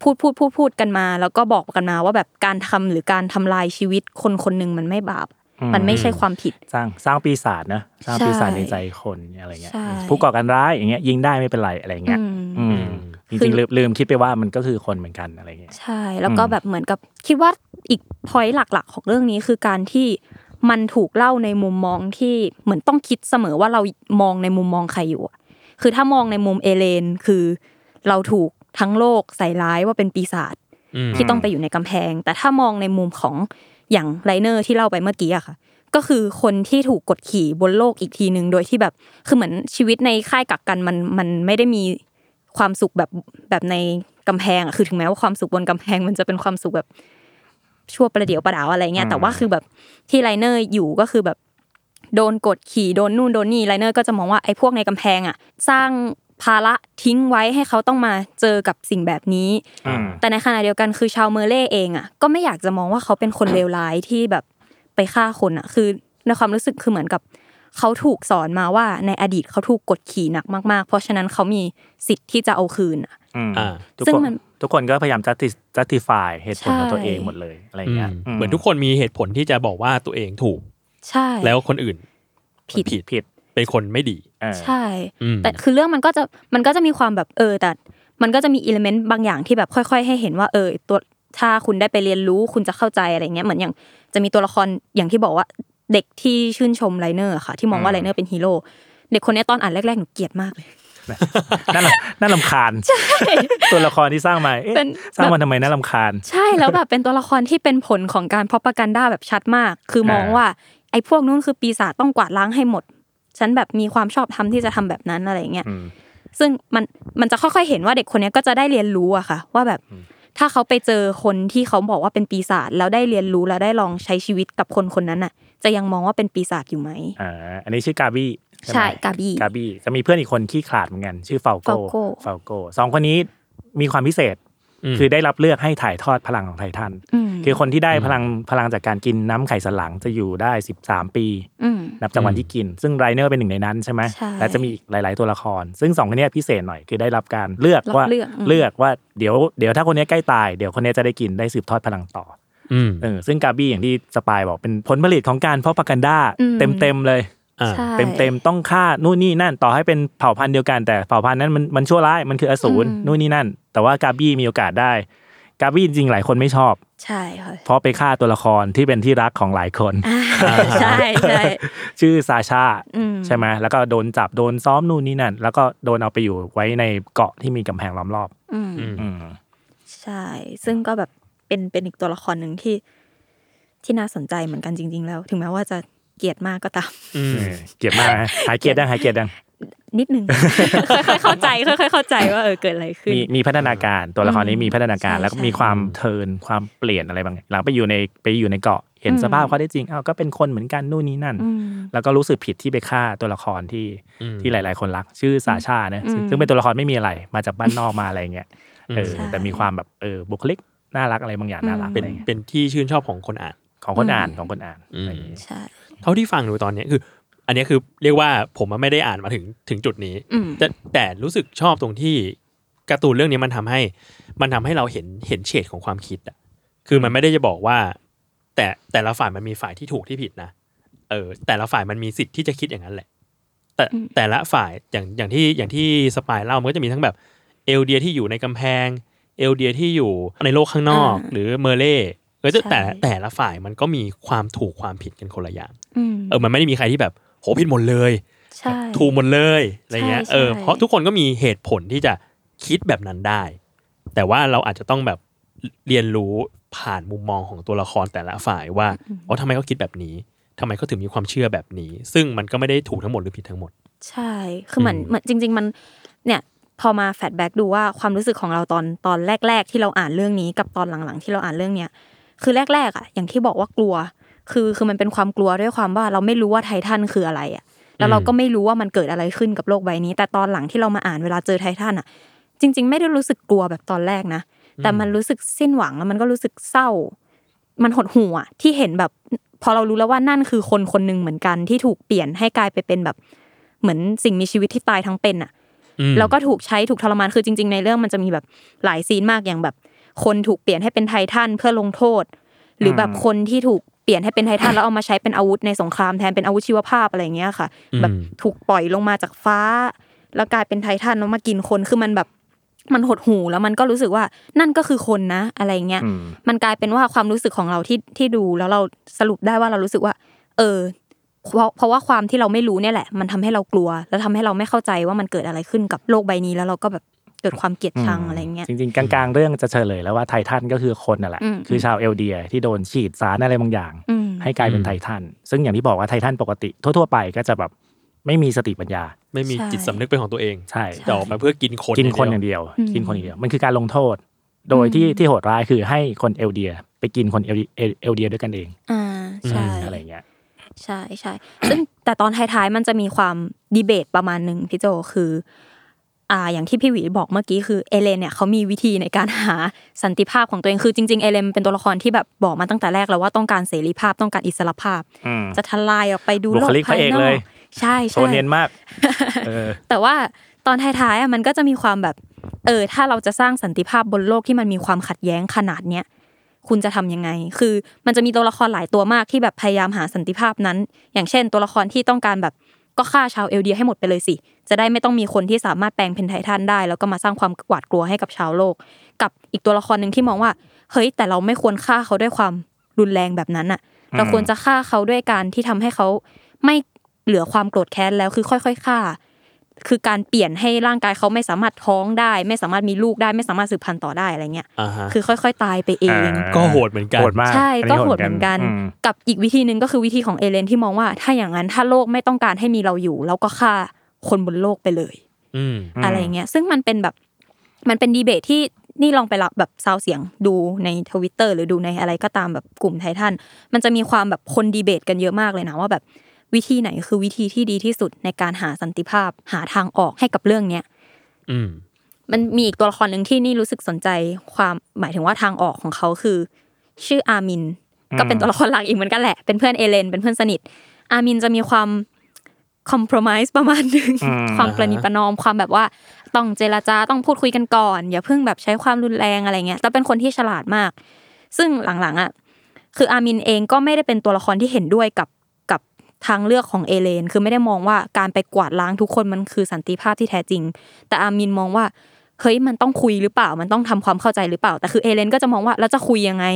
[SPEAKER 5] พูดพูดพูดพูดกันมา แล้วก็บอกกันมาว่าแบบการทำหรือการทำลายชีวิตคนคนหนึ่งมันไม่บาป มันไม่ใช่ความผิด
[SPEAKER 2] สร้างสร้างปีศาจนะสร้าง
[SPEAKER 5] ใช่
[SPEAKER 2] ปีศาจในใจคนอะไรเงี้ย
[SPEAKER 5] ใช่
[SPEAKER 2] ผู้ก่อการร้ายอย่างเงี้ยยิงได้ไม่เป็นไรอะไรเงี้ย
[SPEAKER 5] อืม
[SPEAKER 2] อืมจริงๆลืมลืมคิดไปว่ามันก็คือคนเหมือนกันอะไรเงี้ย
[SPEAKER 5] ใช่แล้วก็
[SPEAKER 2] อืม
[SPEAKER 5] แบบเหมือนกับคิดว่าอีกพอยต์หลักๆ ของเรื่องนี้คือการที่มันถูกเล่าในมุมมองที่เหมือนต้องคิดเสมอว่าเรามองในมุมมองใครอยู่อะคือถ้ามองในมุมเอเลนคือเราถูกทั้งโลกใส่ร้ายว่าเป็นปีศาจ
[SPEAKER 4] อืม
[SPEAKER 5] ที่ต้องไปอยู่ในกำแพง แต่ถ้ามองในมุมของอย่างไลเนอร์ที่เล่าไปเมื่อกี้อะค่ะ ก็คือคนที่ถูกกดขี่บนโลกอีกทีหนึ่งโดยที่แบบคือเหมือนชีวิตในค่ายกักกันมันมันไม่ได้มี ความสุขแบบแบบในกำแพงอะคือถึงแม้ว่าความสุขบนกำแพงมันจะเป็นความสุขแบบชั่วประเดี๋ยวประดาวอะไรเงี้ยแต่ว่าคือแบบที่ไลเนอร์อยู่ก็คือแบบ โดนกดขี่โดนนู่นโดนนี่ไลเนอร์ก็จะมองว่าไอ้พวกในกำแพงอะสร้างภาระทิ้งไว้ให้เขาต้องมาเจอกับสิ่งแบบนี้
[SPEAKER 2] อืม
[SPEAKER 5] แต่ในขณะเดียวกันคือชาวเมอร์เล่เองอ่ะก็ไม่อยากจะมองว่าเขาเป็นคนเลวร้ายที่แบบไปฆ่าคนอ่ะ คือในความรู้สึกคือเหมือนกับเขาถูกสอนมาว่าในอดีตเขาถูกกดขี่หนักมากๆ เพราะฉะนั้นเขามีสิทธิ์ที่จะเอาคืนอะ
[SPEAKER 4] อ่า
[SPEAKER 2] ทุก
[SPEAKER 5] ซึ่ง
[SPEAKER 2] คน
[SPEAKER 5] มัน
[SPEAKER 2] ทุกคนก็พยายาม justi- justify เหตุผลของ
[SPEAKER 5] ใช่
[SPEAKER 2] ตัวเองหมดเลยอะไร
[SPEAKER 4] อืม
[SPEAKER 2] เงี้ย
[SPEAKER 4] เหมือนทุกคนมีเหตุผลที่จะบอกว่าตัวเองถูก
[SPEAKER 5] ใช่
[SPEAKER 4] แล้วคนอื่น
[SPEAKER 5] ผิด
[SPEAKER 4] ผิด
[SPEAKER 2] ผิด
[SPEAKER 4] เป็นคนไม่ดี
[SPEAKER 2] เออ
[SPEAKER 5] ใช่
[SPEAKER 4] อืม
[SPEAKER 5] แต่คือเรื่องมันก็จะมันก็จะมีความแบบเออ แต่มันก็จะมีอิเลเมนต์บางอย่างที่แบบค่อยๆ ให้เห็นว่าเออตัวถ้าคุณได้ไปเรียนรู้คุณจะเข้าใจอะไรเงี้ยเหมือนอย่างจะมีตัวละครอย่างที่บอกว่าเด็กที่ชื่นชมไลเนอร์ค่ะ ที่มองว่าไลเนอร์เป็นฮีโร่เด็กคนเนี้ยตอนอ่านแรกๆหนูเกลียดมาก เลย
[SPEAKER 2] น่าลำน่าลำคาญตัวละครที่สร้างมาเอ๊ะ
[SPEAKER 5] เป็น
[SPEAKER 2] สร้างมาทำไมน่าลำคาญ
[SPEAKER 5] ใช่แล้วแบบเป็นตัวละครที่เป็นผลของการพ r o p a g a n d a แบบชัดมาก คือมอง
[SPEAKER 2] อ่า
[SPEAKER 5] ว่าไอ้พวกนู้นคือปีศาจต้องกวาดล้างให้หมด ฉันแบบมีความชอบทำที่จะทำแบบนั้นอะไรเงี้ย
[SPEAKER 2] อืม
[SPEAKER 5] ซึ่งมันมันจะค่อยๆเห็นว่าเด็กคนเนี้ยก็จะได้เรียนรู้อะค่ะ ว่าแบบถ้าเขาไปเจอคนที่เขาบอกว่าเป็นปีศาจแล้วได้เรียนรู้แล้วได้ลองใช้ชีวิตกับคนคนนั้นอะจะยังมองว่าเป็นปีศาจอยู่ไหม
[SPEAKER 2] อ่าอันนี้ชื่อกาบี้ไหม
[SPEAKER 5] ใช่กาบี้
[SPEAKER 2] กาบี้จะมีเพื่อนอีกคนขี้ขลาดเหมือนกัน ชื่อเฟลโก
[SPEAKER 5] Falco
[SPEAKER 2] เฟลโกสองคนนี้มีความพิเศษ
[SPEAKER 4] ม
[SPEAKER 2] คือได้รับเลือกให้ถ่ายทอดพลังของไททัน
[SPEAKER 5] อืม
[SPEAKER 2] คือคนที่ได้พลังพลังจากการกินน้ำไข่สนหลังจะอยู่ได้ 13 ปี
[SPEAKER 5] อืม
[SPEAKER 2] นับจากวัน
[SPEAKER 4] อืม
[SPEAKER 2] ที่กิน ซึ่งไรเนอร์เป็นหนึ่งในนั้นใช่ไหม
[SPEAKER 5] ใช่
[SPEAKER 2] และจะมีอีกหลาย ๆ ตัวละคร ซึ่งสองคนเนี้ยพิเศษหน่อยคือได้รับการเลือก
[SPEAKER 5] รับ
[SPEAKER 2] ว่า
[SPEAKER 5] เลือกอืม
[SPEAKER 2] เลือกว่าเดี๋ยวเดี๋ยวถ้าคนเนี้ยใกล้ตายเดี๋ยวคนเนี้ยจะได้กินได้สืบทอดพลังต่อ
[SPEAKER 4] ม
[SPEAKER 2] เออซึ่งกาบี้อย่างที่สปายบอกเป็นผลผลิตของการเพาะปากันด้า
[SPEAKER 5] อืม
[SPEAKER 2] เต็มๆเลย
[SPEAKER 4] อ่า
[SPEAKER 5] ใช่
[SPEAKER 2] เต็มเต็มๆต้องฆ่านู่นนี่นั่นต่อให้เป็นเผ่าพันธุ์เดียวกันแต่เผ่าพันธุ์นั้นมันมันชั่วร้ายมันคืออสูรนู่นนี่นั่น แต่ว่ากาบี้มีโอกาสได้ กาบี้จริงๆหลายคนไม่ชอบ
[SPEAKER 5] ใช่ค่ะ
[SPEAKER 2] เพราะไปฆ่าตัวละครที่เป็นที่รักของหลายคน
[SPEAKER 5] อ่า ใช่ใช่
[SPEAKER 2] ชื่อซาชา
[SPEAKER 5] อืม
[SPEAKER 2] ใช่ไหมแล้วก็โดนจับโดนซ้อมนู่นนี่นั่น แล้วก็โดนเอาไปอยู่ไว้ในเกาะที่มีกำแพงล้อมรอบ
[SPEAKER 5] อืม
[SPEAKER 4] อืม
[SPEAKER 2] อืม
[SPEAKER 5] ใช่ ซึ่งก็แบบเป็นเป็นอีกตัวละครหนึ่งที่ ที่น่าสนใจเหมือนกันจริง ๆ แล้ว ถึงแม้ว่าจะเกลียดมากก็ตาม
[SPEAKER 4] อืม
[SPEAKER 2] เออเกลียดมากนะหายเกลียดดังหายเกลียดดัง
[SPEAKER 5] นิดนึง ค่อยๆเข้าใจค่อยๆเข้าใจว่าเออเกิดอะไรขึ้น
[SPEAKER 2] มีมีพัฒนาการตัวละครนี้มีพัฒนาการ
[SPEAKER 5] ใช่
[SPEAKER 2] แล้วก็มีความเทิร์นความเปลี่ยนอะไรบางอย่างหลังไปอยู่ในไปอยู่ในเกาะเห็นสภาพ
[SPEAKER 5] อืม
[SPEAKER 2] เขาได้จริงอ้าวก็เป็นคนเหมือนกันนู่นนี่นั่น
[SPEAKER 5] อืม
[SPEAKER 2] แล้วก็รู้สึกผิดที่ไปฆ่าตัวละครที่
[SPEAKER 4] อืม
[SPEAKER 2] ที่หลาย ๆ คนรัก ชื่อสาชานะซึ่ง
[SPEAKER 5] อืม
[SPEAKER 2] ซึ่งเป็นตัวละครไม่มีอะไรมาจากบ้านนอกมาอะไรเงี้ยเออ
[SPEAKER 5] ใช่
[SPEAKER 2] แต่มีความแบบเออบุคลิกน่ารักอะไรบางอย่างน่ารัก
[SPEAKER 4] เป็น
[SPEAKER 2] อะไรเงี้ย
[SPEAKER 4] เป็นที่ชื่นชอบของคนอ่าน
[SPEAKER 2] ของคนอ่านของคนอ่าน
[SPEAKER 4] อืม
[SPEAKER 2] อะไรอย่างงี้
[SPEAKER 5] ใช่
[SPEAKER 4] เท่าที่ฟังดูตอนเนี้ยคือ อันเนี้ยคือเรียกว่าผมอะไม่ได้อ่านมาถึงถึงจุดนี้
[SPEAKER 5] อืม
[SPEAKER 4] แต่แต่รู้สึกชอบตรงที่การ์ตูนเรื่องนี้มันทำให้ มันทำให้เราเห็นเห็นเฉดของความคิดอะคือมันไม่ได้จะบอกว่า แต่แต่ละฝ่ายมันมีฝ่ายที่ถูกที่ผิดนะเออ แต่ละฝ่ายมันมีสิทธิ์ที่จะคิดอย่างนั้นแหละ แต่
[SPEAKER 5] อืม
[SPEAKER 4] แต่ละฝ่ายอย่างอย่างที่อย่างที่สปายเล่ามันก็จะมีทั้งแบบเอลเดียที่อยู่ในกำแพง เอ เอลเดียที่อยู่ในโลกข้างนอก
[SPEAKER 5] อ่า
[SPEAKER 4] หรือเมอร์เล่ก็จะ
[SPEAKER 5] ใช่
[SPEAKER 4] แต่แต่ละฝ่ายมันก็มีความถูกความผิดกันคนละอย่าง
[SPEAKER 5] อืม
[SPEAKER 4] เออมันไม่ได้มีใครที่แบบโหผิดหมดเลย
[SPEAKER 5] ใช่
[SPEAKER 4] ถูกหมดเลยอะไรเงี้ย
[SPEAKER 5] ใช่
[SPEAKER 4] เออ
[SPEAKER 5] ใช่
[SPEAKER 4] เพราะทุกคนก็มีเหตุผลที่จะคิดแบบนั้นได้ แต่ว่าเราอาจจะต้องแบบเรียนรู้ผ่านมุมมองของตัวละครแต่ละฝ่ายว่าอ๋อทำไมเขาคิดแบบนี้ทำไมเขาถึงมีความเชื่อแบบนี้ ซึ่งมันก็ไม่ได้ถูกทั้งหมดหรือผิดทั้งหมด
[SPEAKER 5] ใช่ คือเหมือน
[SPEAKER 4] อืม
[SPEAKER 5] เหมือนจริง ๆ มันเนี่ยพอมาแฟดแบ็กดูว่าความรู้สึกของเราตอนตอนแรก ๆ ที่เราอ่านเรื่องนี้กับตอนหลังๆ ที่เราอ่านเรื่องเนี้ยคือแรกๆอ่ะอย่างที่บอกว่ากลัว คือคือมันเป็นความกลัวด้วยความว่าเราไม่รู้ว่าไททันคืออะไรอ่ะแล้วเราก็ไม่รู้ว่ามันเกิดอะไรขึ้นกับโลกใบนี้ แต่ตอนหลังที่เรามาอ่านเวลาเจอไททันอ่ะ จริง ๆ ไม่ได้รู้สึกกลัวแบบตอนแรกนะ แต่มันรู้สึกสิ้นหวังแล้วมันก็รู้สึกเศร้า มันหดหู่อะที่เห็นแบบ พอเรารู้แล้วว่านั่นคือคนคนหนึ่งเหมือนกันที่ถูกเปลี่ยนให้กลายไปเป็นแบบ เหมือนสิ่งมีชีวิตที่ตายทั้งเป็นอะ
[SPEAKER 4] อืม
[SPEAKER 5] แล้วก็ถูกใช้ถูกทรมานคือจริง ๆ ในเรื่องมันจะมีแบบหลายซีนมากอย่างแบบ คนถูกเปลี่ยนให้เป็นไททันเพื่อลงโทษ หรือแบบคนที่ถูกเปลี่ยนให้เป็นไททันแล้วเอามาใช้เป็นอาวุธในสงครามแทนเป็นอาวุธชีวภาพอะไรอย่างเงี้ยค่ะ
[SPEAKER 4] อืม
[SPEAKER 5] แบบถูกปล่อยลงมาจากฟ้า แล้วกลายเป็นไททันแล้วมากินคนคือมันแบบมันหดหูแล้วมันก็รู้สึกว่านั่นก็คือคนนะอะไรเงี้ย
[SPEAKER 2] อืม
[SPEAKER 5] มันกลายเป็นว่าความรู้สึกของเราที่ที่ดูแล้วเราสรุปได้ว่าเรารู้สึกว่า เออ เพราะเพราะว่าความที่เราไม่รู้เนี่ยแหละ มันทำให้เรากลัว แล้วทำให้เราไม่เข้าใจว่ามันเกิดอะไรขึ้นกับโลกใบนี้แล้วเราก็แบบเกิดความเกลียดชังอะไรเงี้ย
[SPEAKER 2] จริงๆ กลางๆ เรื่องจะเฉลยแล้วว่าไททันก็คือคนนั่นแหละ
[SPEAKER 5] อืม
[SPEAKER 2] คือชาวเอลเดียที่โดนฉีดสารอะไรบางอย่าง
[SPEAKER 5] อืม
[SPEAKER 2] ให้กลายเป็น
[SPEAKER 4] อืม
[SPEAKER 2] ไททัน ซึ่งอย่างที่บอกว่าไททันปกติ ทั่วๆ ไปก็จะแบบไม่มีสติปัญญา
[SPEAKER 4] ไม่มี
[SPEAKER 5] ใช่
[SPEAKER 4] จิตสำนึกเป็นของตัวเอง
[SPEAKER 2] ใช่
[SPEAKER 5] ใช่
[SPEAKER 4] จะออกมาเพื่อกินคน
[SPEAKER 2] กินคนอ
[SPEAKER 4] อย่าง
[SPEAKER 2] ย่าง
[SPEAKER 4] เดียว
[SPEAKER 2] เดียว
[SPEAKER 5] อืม
[SPEAKER 2] กินคนอย่างเดียว มันคือการลงโทษ โดยที่
[SPEAKER 5] อืม
[SPEAKER 2] ที่โหดร้ายคือให้คนเอลเดีย ไปกินคนเอลเอลเอลเดียด้วยกันเอง
[SPEAKER 5] อ่าใช่
[SPEAKER 2] อะไรอย่างเงี้ย
[SPEAKER 5] ใช่ใช่ซึ่ง แต่ตอนท้ายๆมันจะมีความดีเบตประมาณหนึ่งพี่โจคือ อ่า อย่างที่พี่หวีบอกเมื่อกี้คือเอเลนเนี่ยเขามีวิธีในการหาสันติภาพของตัวเองคือจริงๆเอเลนเป็นตัวละครที่แบบบอกมาตั้งแต่แรกแล้วว่าต้องการเสรีภาพต้องการอิสรภาพ
[SPEAKER 2] อืม
[SPEAKER 5] จะทลายออกไปดูโล
[SPEAKER 2] บุ
[SPEAKER 5] ก
[SPEAKER 2] คลิกพ
[SPEAKER 5] ภา
[SPEAKER 2] ระ
[SPEAKER 5] ย
[SPEAKER 2] เอก
[SPEAKER 5] นอ
[SPEAKER 2] เล
[SPEAKER 5] ก
[SPEAKER 2] ย
[SPEAKER 5] ใช่
[SPEAKER 2] โช
[SPEAKER 5] ใช่
[SPEAKER 2] เนียนมากเออ
[SPEAKER 5] แต่ว่าตอนท้ายๆอ่ะมันก็จะมีความแบบ เออ ถ้าเราจะสร้างสันติภาพบนโลกที่มันมีความขัดแย้งขนาดเนี้ยคุณจะทำยังไง คือมันจะมีตัวละครหลายตัวมากที่แบบพยายามหาสันติภาพนั้น อย่างเช่น ตัวละครที่ต้องการแบบก็ฆ่าชาวเอลเดียให้หมดไปเลยสิ จะได้ไม่ต้องมีคนที่สามารถแปลงเป็นไททันได้ แล้วก็มาสร้างความหวาดกลัวให้กับชาวโลก กับอีกตัวละครหนึ่งที่มองว่า เฮ้ย แต่เราไม่ควรฆ่าเขาด้วยความรุนแรงแบบนั้นอะเราควรจะฆ่าเขาด้วยการที่ทำให้เขาไม่เหลือความโกรธแค้นแล้วคือค่อยๆฆ่า คือการเปลี่ยนให้ร่างกายเขาไม่สามารถท้องได้ ไม่สามารถมีลูกได้ไม่สามารถสืบพันธุ์ต่อได้อะไรเงี้ย
[SPEAKER 4] อ่าฮะ
[SPEAKER 5] คือค่อยๆ ตายไปเอง
[SPEAKER 2] อ่า
[SPEAKER 4] ก็โหดเหมือนกัน
[SPEAKER 2] โหดมาก
[SPEAKER 5] ใช่
[SPEAKER 2] อันนี้
[SPEAKER 5] ก็โหดเหมือนกัน
[SPEAKER 2] อืม
[SPEAKER 5] กับอีกวิธีหนึ่งก็คือวิธีของเอเลนที่มองว่า ถ้าอย่างนั้นถ้าโลกไม่ต้องการให้มีเราอยู่ เราก็ฆ่าคนบนโลกไปเลย
[SPEAKER 4] อืม
[SPEAKER 2] อืม
[SPEAKER 5] อะไรเงี้ย ซึ่งมันเป็นแบบ มันเป็นดีเบตที่นี่ลองไปรับแบบซาวเสียงดูในทวิตเตอร์หรือดูในอะไรก็ตามแบบกลุ่มไททัน มันจะมีความแบบคนดีเบตกันเยอะมากเลยนะว่าแบบวิธีไหนคือวิธีที่ดีที่สุดในการหาสันติภาพหาทางออกให้กับเรื่องเนี้ย
[SPEAKER 4] อืม
[SPEAKER 5] มันมีอีกตัวละครหนึ่งที่นี่รู้สึกสนใจความหมายถึงว่าทางออกของเขาคือ ชื่ออามิน ก็เป็นตัวละครหลักอีกเหมือนกันแหละ เป็นเพื่อนเอเลน เป็นเพื่อนสนิท อามินจะมีความคอม p r o m i s e ประมาณหนึ่ง
[SPEAKER 2] อืม
[SPEAKER 5] ความประนีประนอมความแบบว่าต้องเจรจาต้องพูดคุยกันก่อน อย่าเพิ่งแบบใช้ความรุนแรงอะไรเงี้ยแต่เป็นคนที่ฉลาดมาก ซึ่งหลังๆอ่ะคืออามินเองก็ไม่ได้เป็นตัวละครที่เห็นด้วยกับกับทางเลือกของเอเลน คือไม่ได้มองว่าการไปกวาดล้างทุกคนมันคือสันติภาพที่แท้จริง แต่อามินมองว่าเฮ้ยมันต้องคุยหรือเปล่า มันต้องทำความเข้าใจหรือเปล่าแต่คือเอเลนก็จะมองว่าแล้วจะคุยยังไง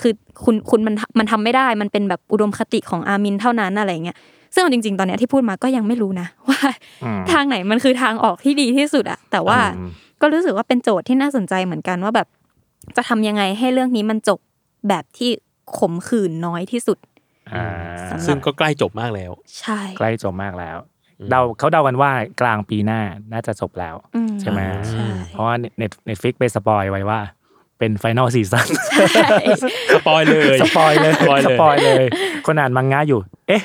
[SPEAKER 5] คือคุณคุณมันมันทำไม่ได้มันเป็นแบบอุดมคติของอามินเท่านั้นอะไรเงี้ยซึ่งเอาจริง ๆ ตอนเนี้ยที่พูดมาก็ยังไม่รู้นะ ว่า
[SPEAKER 2] อืม
[SPEAKER 5] ทางไหนมันคือทางออกที่ดีที่สุดอะแต่ว่า
[SPEAKER 2] อืม
[SPEAKER 5] ก็รู้สึกว่าเป็นโจทย์ที่น่าสนใจเหมือนกันว่าแบบ จะทำยังไงให้เรื่องนี้มันจบแบบที่ขมขื่นน้อยที่สุด
[SPEAKER 2] อ่า
[SPEAKER 5] สำหรับ
[SPEAKER 4] ซึ่งก็ใกล้จบมากแล้ว
[SPEAKER 5] ใช่
[SPEAKER 2] ใกล้จบมากแล้ว
[SPEAKER 4] อืม
[SPEAKER 2] เดาเขาเดากันว่ากลางปีหน้าน่าจะจบแล้ว
[SPEAKER 5] อื
[SPEAKER 2] ใช่ไหม
[SPEAKER 5] ใช่
[SPEAKER 2] เพราะว่าเน็ตเน็ตฟิกไปสปอยไว้ว่า เป็นไฟนอลซี ซั่น
[SPEAKER 4] สปอยเลย
[SPEAKER 2] สปอยเลย
[SPEAKER 4] สปอย
[SPEAKER 2] ส
[SPEAKER 4] เลย
[SPEAKER 2] ปอยเลย คนอ่านมังงะอยู่ เอ๊ะ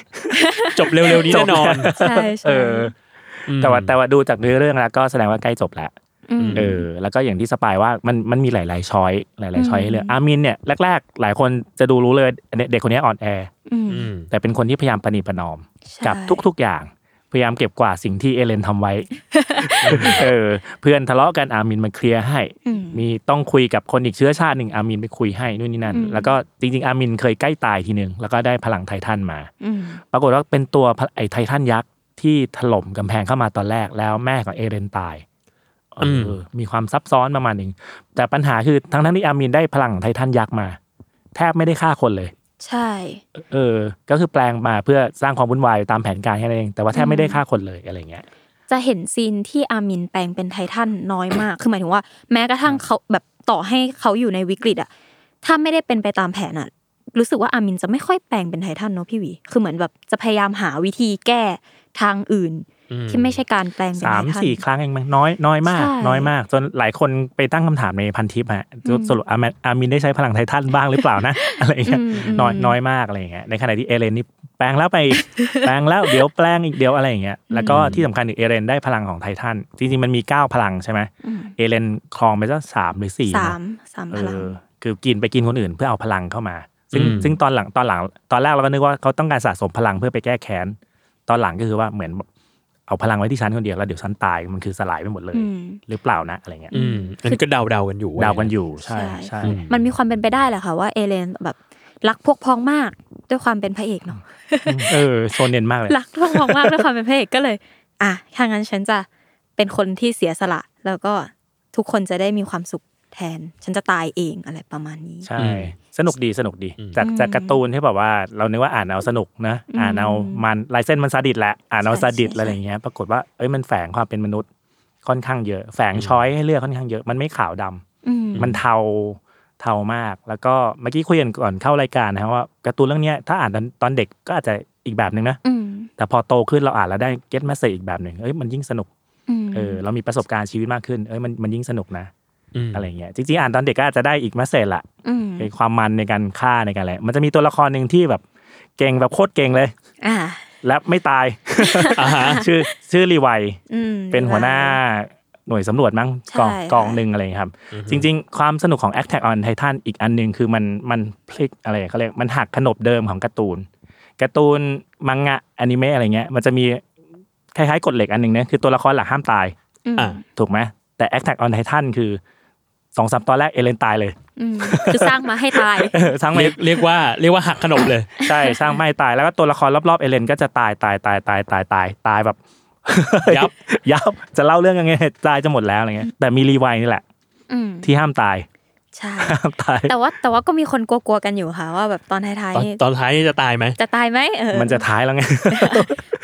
[SPEAKER 4] จบเร็วๆนี้แน่นอน
[SPEAKER 5] ใช่ใช่
[SPEAKER 2] เออ แต่ว่าแต่ว่าดูจากเนื้อเรื่องแล้วก็แสดงว่าใกล้จบแล้ว
[SPEAKER 5] ม
[SPEAKER 2] เออ แล้วก็อย่างที่สปายว่ามันมันมีหลาย ๆ ช้อยหลาย ๆ ช้อยให้เลือก
[SPEAKER 5] อืม
[SPEAKER 2] อามินเนี่ยแรก ๆ หลายคนจะดูรู้เลยเด็กคนนี้อ่อนแอ
[SPEAKER 5] ม
[SPEAKER 4] อืม
[SPEAKER 2] แต่เป็นคนที่พยายามประนีประนอม
[SPEAKER 5] ใช่
[SPEAKER 2] กับทุก ๆ อย่าง พยายามเก็บกวาดสิ่งที่เอเลนทำ ไว้ เออ เพื่อนทะเลาะกันอามินมาเคลียร์ให้
[SPEAKER 5] อืม
[SPEAKER 2] มีต้องคุยกับคนอีกเชื้อชาติหนึ่งอามินไปคุยให้นู่นนี่นั่น
[SPEAKER 5] อืม
[SPEAKER 2] แล้วก็จริง ๆ อามินเคยใกล้ตายทีหนึ่งแล้วก็ได้พลังไททันมา
[SPEAKER 5] อืม
[SPEAKER 2] ปรากฏว่าเป็นตัวไอไททันยักษ์ที่ถล่มกำแพงเข้ามาตอนแรกแล้วแม่ของเอเรนตาย
[SPEAKER 6] เอออมีความซับซ้อนประมาณหนึ่งแต่ปัญหาคือทั้งทั้งๆที่อามินได้พลังของไททันยักษ์มา แทบไม่ได้ฆ่าคนเลย
[SPEAKER 5] ใช่
[SPEAKER 6] เออ ก็คือแปลงมาเพื่อสร้างความวุ่นวายตามแผนการแค่นั้นเองแต่ว่าแทบไม่ได้ฆ่าคนเลยอะไรเงี้ย
[SPEAKER 5] จะเห็นซีนที่อามินแปลงเป็นไททันน้อยมาก คือหมายถึงว่า แม้กระทั่งเขาแบบต่อให้เขาอยู่ในวิกฤตอะถ้าไม่ได้เป็นไปตามแผนอะรู้สึกว่าอามินจะไม่ค่อยแปลงเป็นไททันเนอะพี่หวี คือเหมือนแบบจะพยายามหาวิธีแก้ทางอื่น
[SPEAKER 4] อืม
[SPEAKER 5] ที่ไม่ใช่การแปลงเป็น
[SPEAKER 6] สา
[SPEAKER 5] ไท
[SPEAKER 6] ม
[SPEAKER 5] ทัน
[SPEAKER 6] สี่ครั้งเองมั้งน้อยน้อยมาก
[SPEAKER 5] ใช่
[SPEAKER 6] น้อยมาก จนหลายคนไปตั้งคำถามในพันทิปฮะ
[SPEAKER 5] อืม
[SPEAKER 6] สรุปอามินอามินได้ใช้พลังไททันบ้างหรือเปล่านะ อะไรเงี้ย
[SPEAKER 5] อืมอืม
[SPEAKER 6] น้อยน้อยมากอะไรเงี้ยในขณะที่เอเลนนี่แปลงแล้วไป อีก แปลงแล้วเดี๋ยวแปลงอีกเดี๋ยวอะไรอย่างเงี้ยแล้วก็ที่สำคัญคือเอเลนได้พลังของไททันจริงๆมันมี 9 พลังใช่ไหม
[SPEAKER 5] อืม
[SPEAKER 6] เอเลนครองไปสักสามหรือสี่
[SPEAKER 5] สา
[SPEAKER 6] นะ
[SPEAKER 5] มสาม
[SPEAKER 6] เอ
[SPEAKER 5] พลัง
[SPEAKER 6] อคือกินไปกินคนอื่นเพื่อเอาพลังเข้ามา ซึ่ง
[SPEAKER 4] อืม
[SPEAKER 6] ซึ่งตอนหลังตอนหลัง ตอนแรกเราก็นึกว่าเขาต้องการสะสมพลังเพื่อไปแก้แค้น ตอนหลังก็คือว่าเหมือนเอาพลังไว้ที่ฉันคนเดียวแล้วเดี๋ยวฉันตายมันคือสลายไปหมดเลย
[SPEAKER 5] อืม
[SPEAKER 6] หรือเปล่านะอะไรเงี้ย
[SPEAKER 4] อืมอันนี้ก็เดาเดาๆกันอยู่
[SPEAKER 6] เดากันอยู่ใช่
[SPEAKER 5] ใช่
[SPEAKER 6] ใช่
[SPEAKER 4] อืม
[SPEAKER 5] มันมีความเป็นไปได้แหละค่ะว่าเอเลนแบบรักพวกพ้องมากด้วยความเป็นพระเอกเนาะ
[SPEAKER 6] เออโซนเนียนมากเลย
[SPEAKER 5] รักพวกพ้องมากด้วยความเป็นพระเอกก็เลย อ่ะถ้างั้นฉันจะเป็นคนที่เสียสละ แล้วก็ทุกคนจะได้มีความสุขแทน ฉันจะตายเองอะไรประมาณนี้
[SPEAKER 6] ใช่
[SPEAKER 4] อืม
[SPEAKER 6] สนุกดีสนุกดี
[SPEAKER 4] อืม
[SPEAKER 6] จากจากการ์ตูนที่แบบว่าเรานึกว่าอ่านเอาสนุกนะ
[SPEAKER 5] อืม
[SPEAKER 6] อ่านเอามันลายเส้นมันซาดิสแหละอ่านเอา
[SPEAKER 5] ใช่
[SPEAKER 6] ซาดิส
[SPEAKER 5] ใช่
[SPEAKER 6] อะไรอย่างเงี้ยปรากฏว่าเอ้ยมันแฝงความเป็นมนุษย์ค่อนข้างเยอะ แฝงช้อยให้เลือกค่อนข้างเยอะมันไม่ขาวดำ
[SPEAKER 5] อืม
[SPEAKER 6] มันเทาเทามาก แล้วก็เมื่อกี้คุยกันก่อนเข้ารายการนะครับว่าการ์ตูนเรื่องเนี้ยถ้าอ่านตอนตอนเด็กก็อาจจะอีกแบบหนึ่งนะ
[SPEAKER 5] อืม
[SPEAKER 6] แต่พอโตขึ้นเราอ่านแล้วได้เก็ตมาเซอีกแบบหนึ่งเอ้ยมันยิ่งสนุก
[SPEAKER 5] ม
[SPEAKER 6] เออเรามีประสบการณ์ชีวิตมากขึ้นเอ้ยมันมันยิ่งสนุกนะ
[SPEAKER 4] ม
[SPEAKER 6] อะไรเงี้ยจริงๆอ่านตอนเด็กก็อาจจะได้อีกมาเซจละ
[SPEAKER 5] ม
[SPEAKER 6] ไอ้ความมันในการฆ่าในการอะไรมันจะมีตัวละครหนึ่งที่แบบเก่งแบบโคตรเก่งเลย
[SPEAKER 5] อ่า
[SPEAKER 6] และไม่ตาย ชื่อชื่อรีไว
[SPEAKER 5] อืม
[SPEAKER 6] เป็นหัวหน้าหน่วยสำรวจมั้ง
[SPEAKER 5] ใช่
[SPEAKER 6] กอง
[SPEAKER 5] ค่ะ
[SPEAKER 6] กองหนึ่งอะไรอย่างเงี้ยครับ จริง ๆ ความสนุกของ Attack on Titan อีกอันหนึ่งคือมันมันพลิกอะไรเขาเรียกมันหักขนบเดิมของการ์ตูนการ์ตูนมังงะอนิเมะอะไรเงี้ยมันจะมีคล้ายๆกฎเหล็กอันหนึ่งนะคือตัวละครหลักห้ามตาย
[SPEAKER 5] อืม
[SPEAKER 4] อ่ะ
[SPEAKER 6] ถูกไหมแต่ Attack on Titan คือสองสามตอนแรกเอเลนตาย เลย
[SPEAKER 5] อืมคือสร้างมาให้ตาย
[SPEAKER 6] เออสร้างไม่
[SPEAKER 4] เรียกเรียกว่าเรียกว่าหักขนมเลย
[SPEAKER 6] ใช่สร้างไม่ตายแล้วก็ตัวละครรอบๆเอเลนก็จะตายตายตายตายตายตายตายแบบ
[SPEAKER 4] ยับ
[SPEAKER 6] ยับจะเล่าเรื่องยังไงตายจะหมดแล้วอะไรเงี้ยแต่มีรีไวนี่แหละ
[SPEAKER 5] อืม
[SPEAKER 6] ที่ห้ามตาย
[SPEAKER 5] ใช่
[SPEAKER 6] ห้ามตาย
[SPEAKER 5] แต่ว่าแต่ว่าก็มีคนกลัวๆกันอยู่ค่ะว่าแบบตอนท้าย
[SPEAKER 4] ตอน
[SPEAKER 5] ๆนี่
[SPEAKER 4] ตอนท้ายนี่จะตายไหม
[SPEAKER 5] จะตายไหมเออ
[SPEAKER 6] มันจะท้ายแล้วไง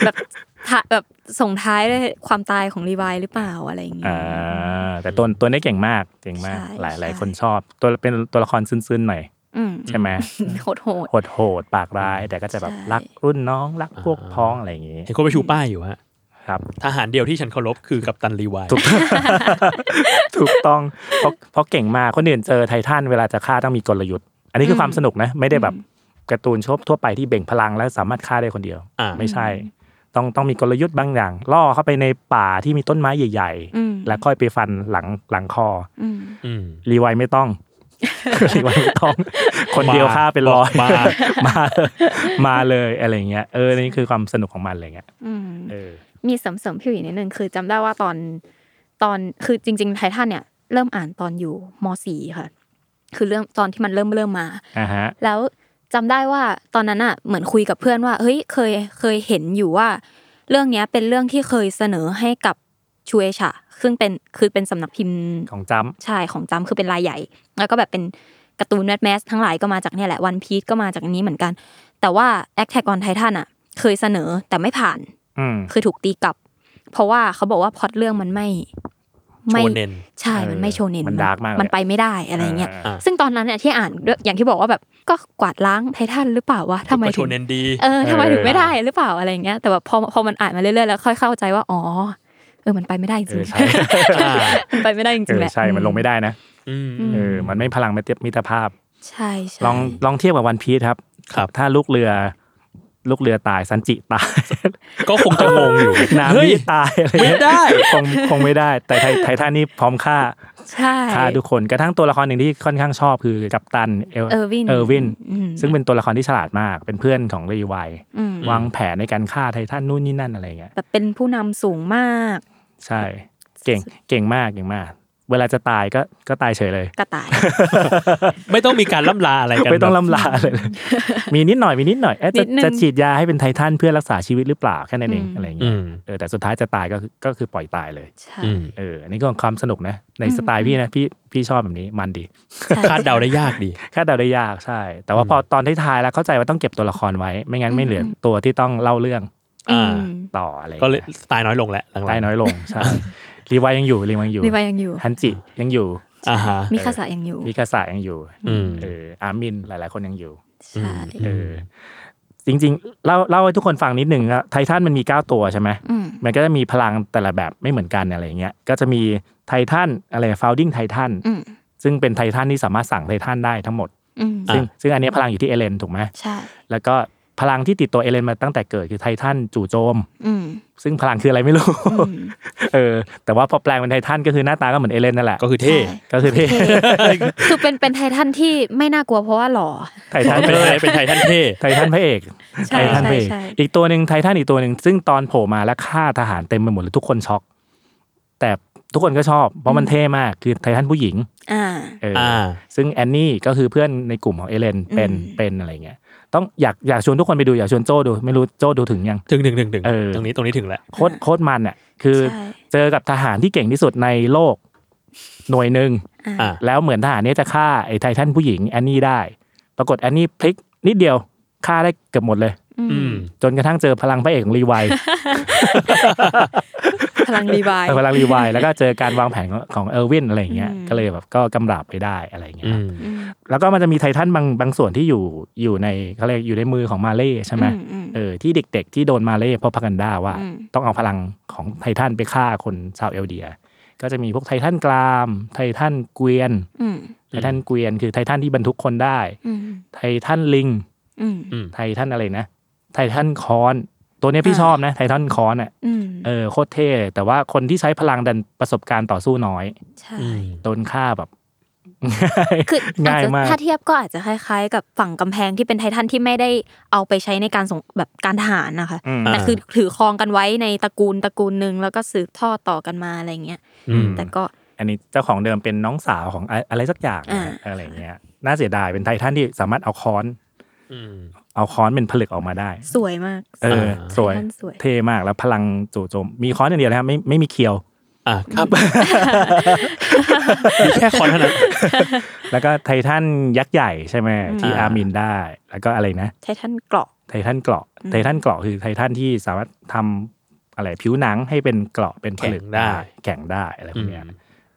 [SPEAKER 5] แบบถ้าแบบส่งท้ายด้วยความตายของรีไวายหรือเปล่าอะไรอย่างเงี้ย
[SPEAKER 6] อ่า แต่ตัวตัวนี้เก่งมาก เก่งมาก
[SPEAKER 5] ใช่
[SPEAKER 6] หลายหลาย
[SPEAKER 5] ใช่
[SPEAKER 6] คนชอบ ตัวเป็นตัวละครซึ้นๆหน่อย
[SPEAKER 5] อืม
[SPEAKER 6] ใช่ไหม
[SPEAKER 5] โหดโหด
[SPEAKER 6] โหดโหดปากร้าย แต่ก็จะแบบ
[SPEAKER 5] ใช่
[SPEAKER 6] รักรุ่นน้องรักพวก
[SPEAKER 4] อ่า
[SPEAKER 6] พ้องอะไรอย่างงี้
[SPEAKER 4] เห็นคนไปชูป้ายอยู่ฮะ
[SPEAKER 6] ครับ
[SPEAKER 4] ทหารเดียวที่ฉันเคารพคือกัปตันรีไวาย
[SPEAKER 6] ถูก ถูกต้องเพราะเพราะเก่งมากคนอื่นเจอไททันเวลาจะฆ่าต้องมีกลยุทธ์ อันนี้คือความสนุกนะ ไม่ได้แบบการ์ตูนชอบทั่วไปที่เบ่งพลังแล้วสามารถฆ่าได้คนเดียว
[SPEAKER 4] อ่า
[SPEAKER 6] ไม่ใช่ ต้องต้องมีกลยุทธ์บางอย่าง ล่อเข้าไปในป่าที่มีต้นไม้ใหญ่
[SPEAKER 5] อืม
[SPEAKER 6] ๆ แล้วค่อยไปฟันหลังหลังคอ
[SPEAKER 5] อืม
[SPEAKER 4] อืม
[SPEAKER 6] รีไวไม่ต้อง รีไวไม่ต้อง คนเดียวฆ่าเป็นร้อย
[SPEAKER 4] มา
[SPEAKER 6] มา มาเลยอะไรอย่างเงี้ยเออนี่คือความสนุกของมันอะไรเงี้ย
[SPEAKER 5] อืม
[SPEAKER 6] เออ
[SPEAKER 5] มีเสริมเสริมพี่หวีนิดนึงคือจำได้ว่าตอนตอนคือจริง ๆ ไททันเนี่ย เริ่มอ่านตอนอยู่มสี่ค่ะ คือเรื่องตอนที่มันเริ่มเริ่มมา
[SPEAKER 6] อ่าฮะ
[SPEAKER 5] แล้วจำได้ว่าตอนนั้นอ่ะเหมือนคุยกับเพื่อนว่าเฮ้ยเคยเคยเห็นอยู่ว่า เรื่องเนี้ยเป็นเรื่องที่เคยเสนอให้กับชูเอชะซึ่งเป็นคือเป็นสำนักพิมพ์
[SPEAKER 6] ของจ้
[SPEAKER 5] ใช่ของจำคือเป็นรายใหญ่ แล้วก็แบบเป็นการ์ตูนแมสแมสทั้งหลายก็มาจากเนี่ยแหละวันพีซก็มาจากอันนี้เหมือนกัน แต่ว่า a t t a c k on Titan อ่ะ เคยเสนอแต่ไม่ผ่าน
[SPEAKER 6] ำอืม
[SPEAKER 5] คือถูกตีกลับ เพราะว่าเขาบอกว่าพล็อตเรื่องมันไม่
[SPEAKER 4] โช
[SPEAKER 5] ไม่
[SPEAKER 4] เนน
[SPEAKER 5] ใช่
[SPEAKER 6] เออ
[SPEAKER 5] มันไม่โชเนน
[SPEAKER 6] มันดาร์กมากเลย
[SPEAKER 5] มันไปไม่ได้อะไรเงี้ย
[SPEAKER 4] อ่า
[SPEAKER 5] ซึ่งตอนนั้นเนี่ยที่อ่านด้วยอย่างที่บอกว่าแบบก็กวาดล้างไททันหรือเปล่าวะทำไม
[SPEAKER 4] ก็โช
[SPEAKER 5] ถึง
[SPEAKER 4] เนนดี
[SPEAKER 5] เออทำไมถึงไม่ได้หรือเปล่าอะไรเงี้ยแต่แบบพอพอมันอ่านมาเรื่อยๆแล้วค่อยเข้าใจว่าอ๋อเออมันไปไม่ได้จ
[SPEAKER 6] เอ
[SPEAKER 5] ริ
[SPEAKER 6] อง ใช่
[SPEAKER 5] ๆ มันไปไม่ได้จ
[SPEAKER 6] เอ
[SPEAKER 5] ริงๆ
[SPEAKER 6] อ
[SPEAKER 5] แหละ
[SPEAKER 6] ใช่มันลงไม่ได้นะ
[SPEAKER 4] อืม
[SPEAKER 6] เออมันไม่พลังไม่เทียบมิตรภาพ
[SPEAKER 5] ใช่ใช่
[SPEAKER 6] ลองลองเทียบกับวันพีทครับ
[SPEAKER 4] ครับ
[SPEAKER 6] ถ้าลูกเรือ ลูกเรือตายสันจิตาย
[SPEAKER 4] ก็คงจะงงอยู่
[SPEAKER 6] นา
[SPEAKER 4] เฮ้
[SPEAKER 6] มิ
[SPEAKER 4] ย
[SPEAKER 6] ตายอะไรเงี้ย
[SPEAKER 4] ไม่ได้
[SPEAKER 6] คงคงไม่ได้ แต่ไทไททันนี่พร้อมฆ่า
[SPEAKER 5] ใช่
[SPEAKER 6] ฆ่าทุกคนกระทั่งตัวละครหนึ่งที่ค่อนข้างชอบคือกัปตันเอล
[SPEAKER 5] เออร์วิน
[SPEAKER 6] เออร์วิน
[SPEAKER 5] อืม
[SPEAKER 6] ซึ่งเป็นตัวละครที่ฉลาดมาก เป็นเพื่อนของรีไวล์
[SPEAKER 5] อืม
[SPEAKER 6] วางแผนในการฆ่าไททันนู่นนี่นั่นอะไรเงี้ย
[SPEAKER 5] แบบเป็นผู้นำสูงมาก
[SPEAKER 6] ใช่ เก่ง เก่งมาก เก่งมาก เวลาจะตายก็ก็ตายเฉยเลย
[SPEAKER 5] กระต่าย
[SPEAKER 4] ไม่ต้องมีการล่ำลาอะไรกัน
[SPEAKER 6] ไม่ต้อง
[SPEAKER 4] แบบ
[SPEAKER 6] ลำลาเลย มีนิดหน่อยมีนิดหน่อยเอ๊ะจะ
[SPEAKER 5] นิดนึง
[SPEAKER 6] จะฉีดยาให้เป็นไททันเพื่อรักษาชีวิตหรือเปล่าแค่นั้นเองอะไรอย่าง
[SPEAKER 4] อื
[SPEAKER 6] เงี้ย
[SPEAKER 4] ม
[SPEAKER 6] เออแต่สุดท้ายจะตายก็คือก็คือปล่อยตายเลย
[SPEAKER 5] ใช่
[SPEAKER 4] อืม
[SPEAKER 6] เอออันนี้ก็ความสนุกนะ ในสไตล์พี่นะพี่พี่ชอบแบบนี้มันดี
[SPEAKER 4] คาดเดาได้ยากดี
[SPEAKER 6] คาดเดาได้ยากใช่ แต่ว่าพอตอนท้ายๆแล้วเข้าใจว่าต้องเก็บตัวละครไว้ ไม่งั้นไม่เหลือตัวที่ต้องเล่าเรื่อง
[SPEAKER 4] อ่า
[SPEAKER 5] อืม
[SPEAKER 6] ต่ออะไร
[SPEAKER 4] ก็เลยสไตล์น้อยลงแหละหลังๆ
[SPEAKER 6] ใต้น้อยลง ใช่รีวายยังอยู่รีวายยังอยู่
[SPEAKER 5] รีวายยังอยู่
[SPEAKER 6] ฮันจิยังอยู่
[SPEAKER 4] อ่าฮะ
[SPEAKER 5] มีคาสะยังอยู่
[SPEAKER 6] มิคาสะยังอยู่
[SPEAKER 4] อืม
[SPEAKER 6] เอออาร์มินหลายๆ คนยังอยู่
[SPEAKER 5] ใช่
[SPEAKER 6] เออจริงๆเล่าเล่าให้ทุกคนฟังนิดหนึ่งครับไททันมันมี 9 ตัวใช่ไหม
[SPEAKER 5] อืม
[SPEAKER 6] มันก็จะมีพลังแต่ละแบบไม่เหมือนกันอะไรอย่างเงี้ยก็จะมีไททันอะไรฟาวดิ้งไททัน
[SPEAKER 5] อืม
[SPEAKER 6] ซึ่งเป็นไททันที่สามารถสั่งไททันได้ทั้งหมด
[SPEAKER 5] อืม
[SPEAKER 6] ซึ่งซึ่งอันเนี้ยพลังอยู่ที่เอเลนถูกไหม
[SPEAKER 5] ใช่
[SPEAKER 6] แล้วก็พลังที่ติดตัวเอเลนมาตั้งแต่เกิดคือไททันจู่โจม
[SPEAKER 5] อืม
[SPEAKER 6] ซึ่งพลังคืออะไรไม่รู้
[SPEAKER 5] อืม
[SPEAKER 6] เออแต่ว่าพอแปลงเป็นไททันก็คือหน้าตาก็เหมือนเอเลนนั่นแหละ
[SPEAKER 4] ก็คือเท่
[SPEAKER 5] ใช่
[SPEAKER 6] ก็ คือเท่
[SPEAKER 5] คือเป็นเป็นไททันที่ไม่น่ากลัวเพราะว่าหล่อ
[SPEAKER 6] ไท ทัน
[SPEAKER 4] เป็น
[SPEAKER 6] เท่
[SPEAKER 4] เป็นไททันเท่
[SPEAKER 6] ไททันพระเอก
[SPEAKER 5] ใช่
[SPEAKER 6] ไททัน
[SPEAKER 5] ใช่
[SPEAKER 6] เบรก
[SPEAKER 5] ใช่
[SPEAKER 6] อีกตัวหนึ่งไททันอีกตัวหนึ่งซึ่งตอนโผล่มาแล้วฆ่าทหารเต็มไปหมดเลยทุกคนช็อก แต่ทุกคนก็ชอบ เพราะมันเท่มากคือไททันผู้หญิง
[SPEAKER 5] อ่า
[SPEAKER 6] เอออ
[SPEAKER 4] อ่า
[SPEAKER 6] ซึ่งแอนนี่ก็คือเพื่อนในกลุ่มของเอเลนเป็น
[SPEAKER 5] อืม
[SPEAKER 6] เป็นอะไรเงี้ยต้องอยากอยากชวนทุกคนไปดูอยากชวนโจ้ดู ไม่รู้โจ้ดูถึงยัง
[SPEAKER 4] ถึงถึงถึงถึง
[SPEAKER 6] เออ
[SPEAKER 4] ตรงนี้ตรงนี้ถึงแหละ
[SPEAKER 6] โคตรโคตรมันอ่ะคือ
[SPEAKER 5] ใช่
[SPEAKER 6] เจอกับทหารที่เก่งที่สุดในโลกหน่วยหนึ่ง
[SPEAKER 4] อ่า
[SPEAKER 6] แล้วเหมือนทหารเนี้จะฆ่าไอ้ไททันผู้หญิงแอนนี่ได้ ปรากฏแอนนี่พลิกนิดเดียวฆ่าได้เกือบหมดเลย
[SPEAKER 5] อื
[SPEAKER 4] อื
[SPEAKER 5] ม
[SPEAKER 4] ม
[SPEAKER 6] จนกระทั่งเจอพลังพระเอกของรี ไว
[SPEAKER 5] พลังรีวาย
[SPEAKER 6] เออพลังรีวายแล้วก็เจอการวางแผนของของเออร์วินอะไรอย่างเงี้ย
[SPEAKER 5] อืม
[SPEAKER 6] ก็เลยแบบก็กำราบไปได้อะไรอย่างเงี้ย
[SPEAKER 4] อื
[SPEAKER 6] ครับ
[SPEAKER 4] ม
[SPEAKER 5] อืม
[SPEAKER 6] แล้วก็มันจะมีไททันบางบางส่วนที่อยู่อยู่ในเขาเรียกอยู่ในมือของมาเล่ใช่ไหม
[SPEAKER 5] อือื
[SPEAKER 6] เออที่เด็กๆที่โดนมาเล่เพราะพักันด้าว่า
[SPEAKER 5] อืม
[SPEAKER 6] ต้องเอาพลังของไททันไปฆ่าคนชาวเอลเดีย ก็จะมีพวกไททันกลาม ไททันเกวียน
[SPEAKER 5] อืม
[SPEAKER 6] ไททันเกวียน คือไททันที่บรรทุกคนได้
[SPEAKER 5] อืม
[SPEAKER 6] ไททันลิง
[SPEAKER 5] อืม
[SPEAKER 6] ไททันอะไรนะ ไททันคอน ตัวเนี้ยพี่
[SPEAKER 5] อ่า
[SPEAKER 6] ชอบนะไททันคอนอ่ะ
[SPEAKER 5] อืม
[SPEAKER 6] เออโคตรเท่เลยแต่ว่าคนที่ใช้พลังดันประสบการณ์ต่อสู้น้อย
[SPEAKER 5] ใช่
[SPEAKER 6] โดนฆ่าแบบ
[SPEAKER 5] คืออาจ
[SPEAKER 6] ง่าย
[SPEAKER 5] จะ
[SPEAKER 6] มาก
[SPEAKER 5] ถ้าเทียบก็อาจจะคล้ายๆ กับฝั่งกำแพงที่เป็นไททันที่ไม่ได้เอาไปใช้ในการส่งแบบการทหารนะคะ
[SPEAKER 6] อืม
[SPEAKER 5] แต่คือถือครองกันไว้ในตระกูลตระกูลหนึ่งแล้วก็สืบทอดต่อกันมาอะไรเงี้ย
[SPEAKER 4] อืม
[SPEAKER 5] แต่ก็
[SPEAKER 6] อันนี้เจ้าของเดิมเป็นน้องสาวของอะอะไรสักอย่างนะ
[SPEAKER 5] อ่า
[SPEAKER 6] อะไรอย่างเงี้ย น่าเสียดายเป็นไททันที่สามารถเอาค้อน
[SPEAKER 4] อืม
[SPEAKER 6] เอาค้อนเป็นผลึกออกมาได้
[SPEAKER 5] สวยมาก
[SPEAKER 6] เออ
[SPEAKER 4] อ่า
[SPEAKER 6] สวย
[SPEAKER 5] ไททันสวย
[SPEAKER 6] เท่มากแล้วพลังจู่โจม มีค้อนอย่างเดียวนะครับไม่ไม่มีเคียว
[SPEAKER 4] อ่าครับ มีแค่คอนเท่านั้น
[SPEAKER 6] แล้วก็ไททันยักษ์ใหญ่ใช่ไหม
[SPEAKER 5] อืม
[SPEAKER 6] ที่
[SPEAKER 4] อ่า
[SPEAKER 6] อาร์มินได้ แล้วก็อะไรนะ
[SPEAKER 5] ไททันเกราะ
[SPEAKER 6] ไททันเกราะ
[SPEAKER 5] อืม
[SPEAKER 6] ไททันเกราะคือไททันที่สามารถทำอะไรผิวหนังให้เป็นเกราะเป็นผลึก
[SPEAKER 4] แข็งได้
[SPEAKER 6] แข็งได้อะไรพวกเนี้ย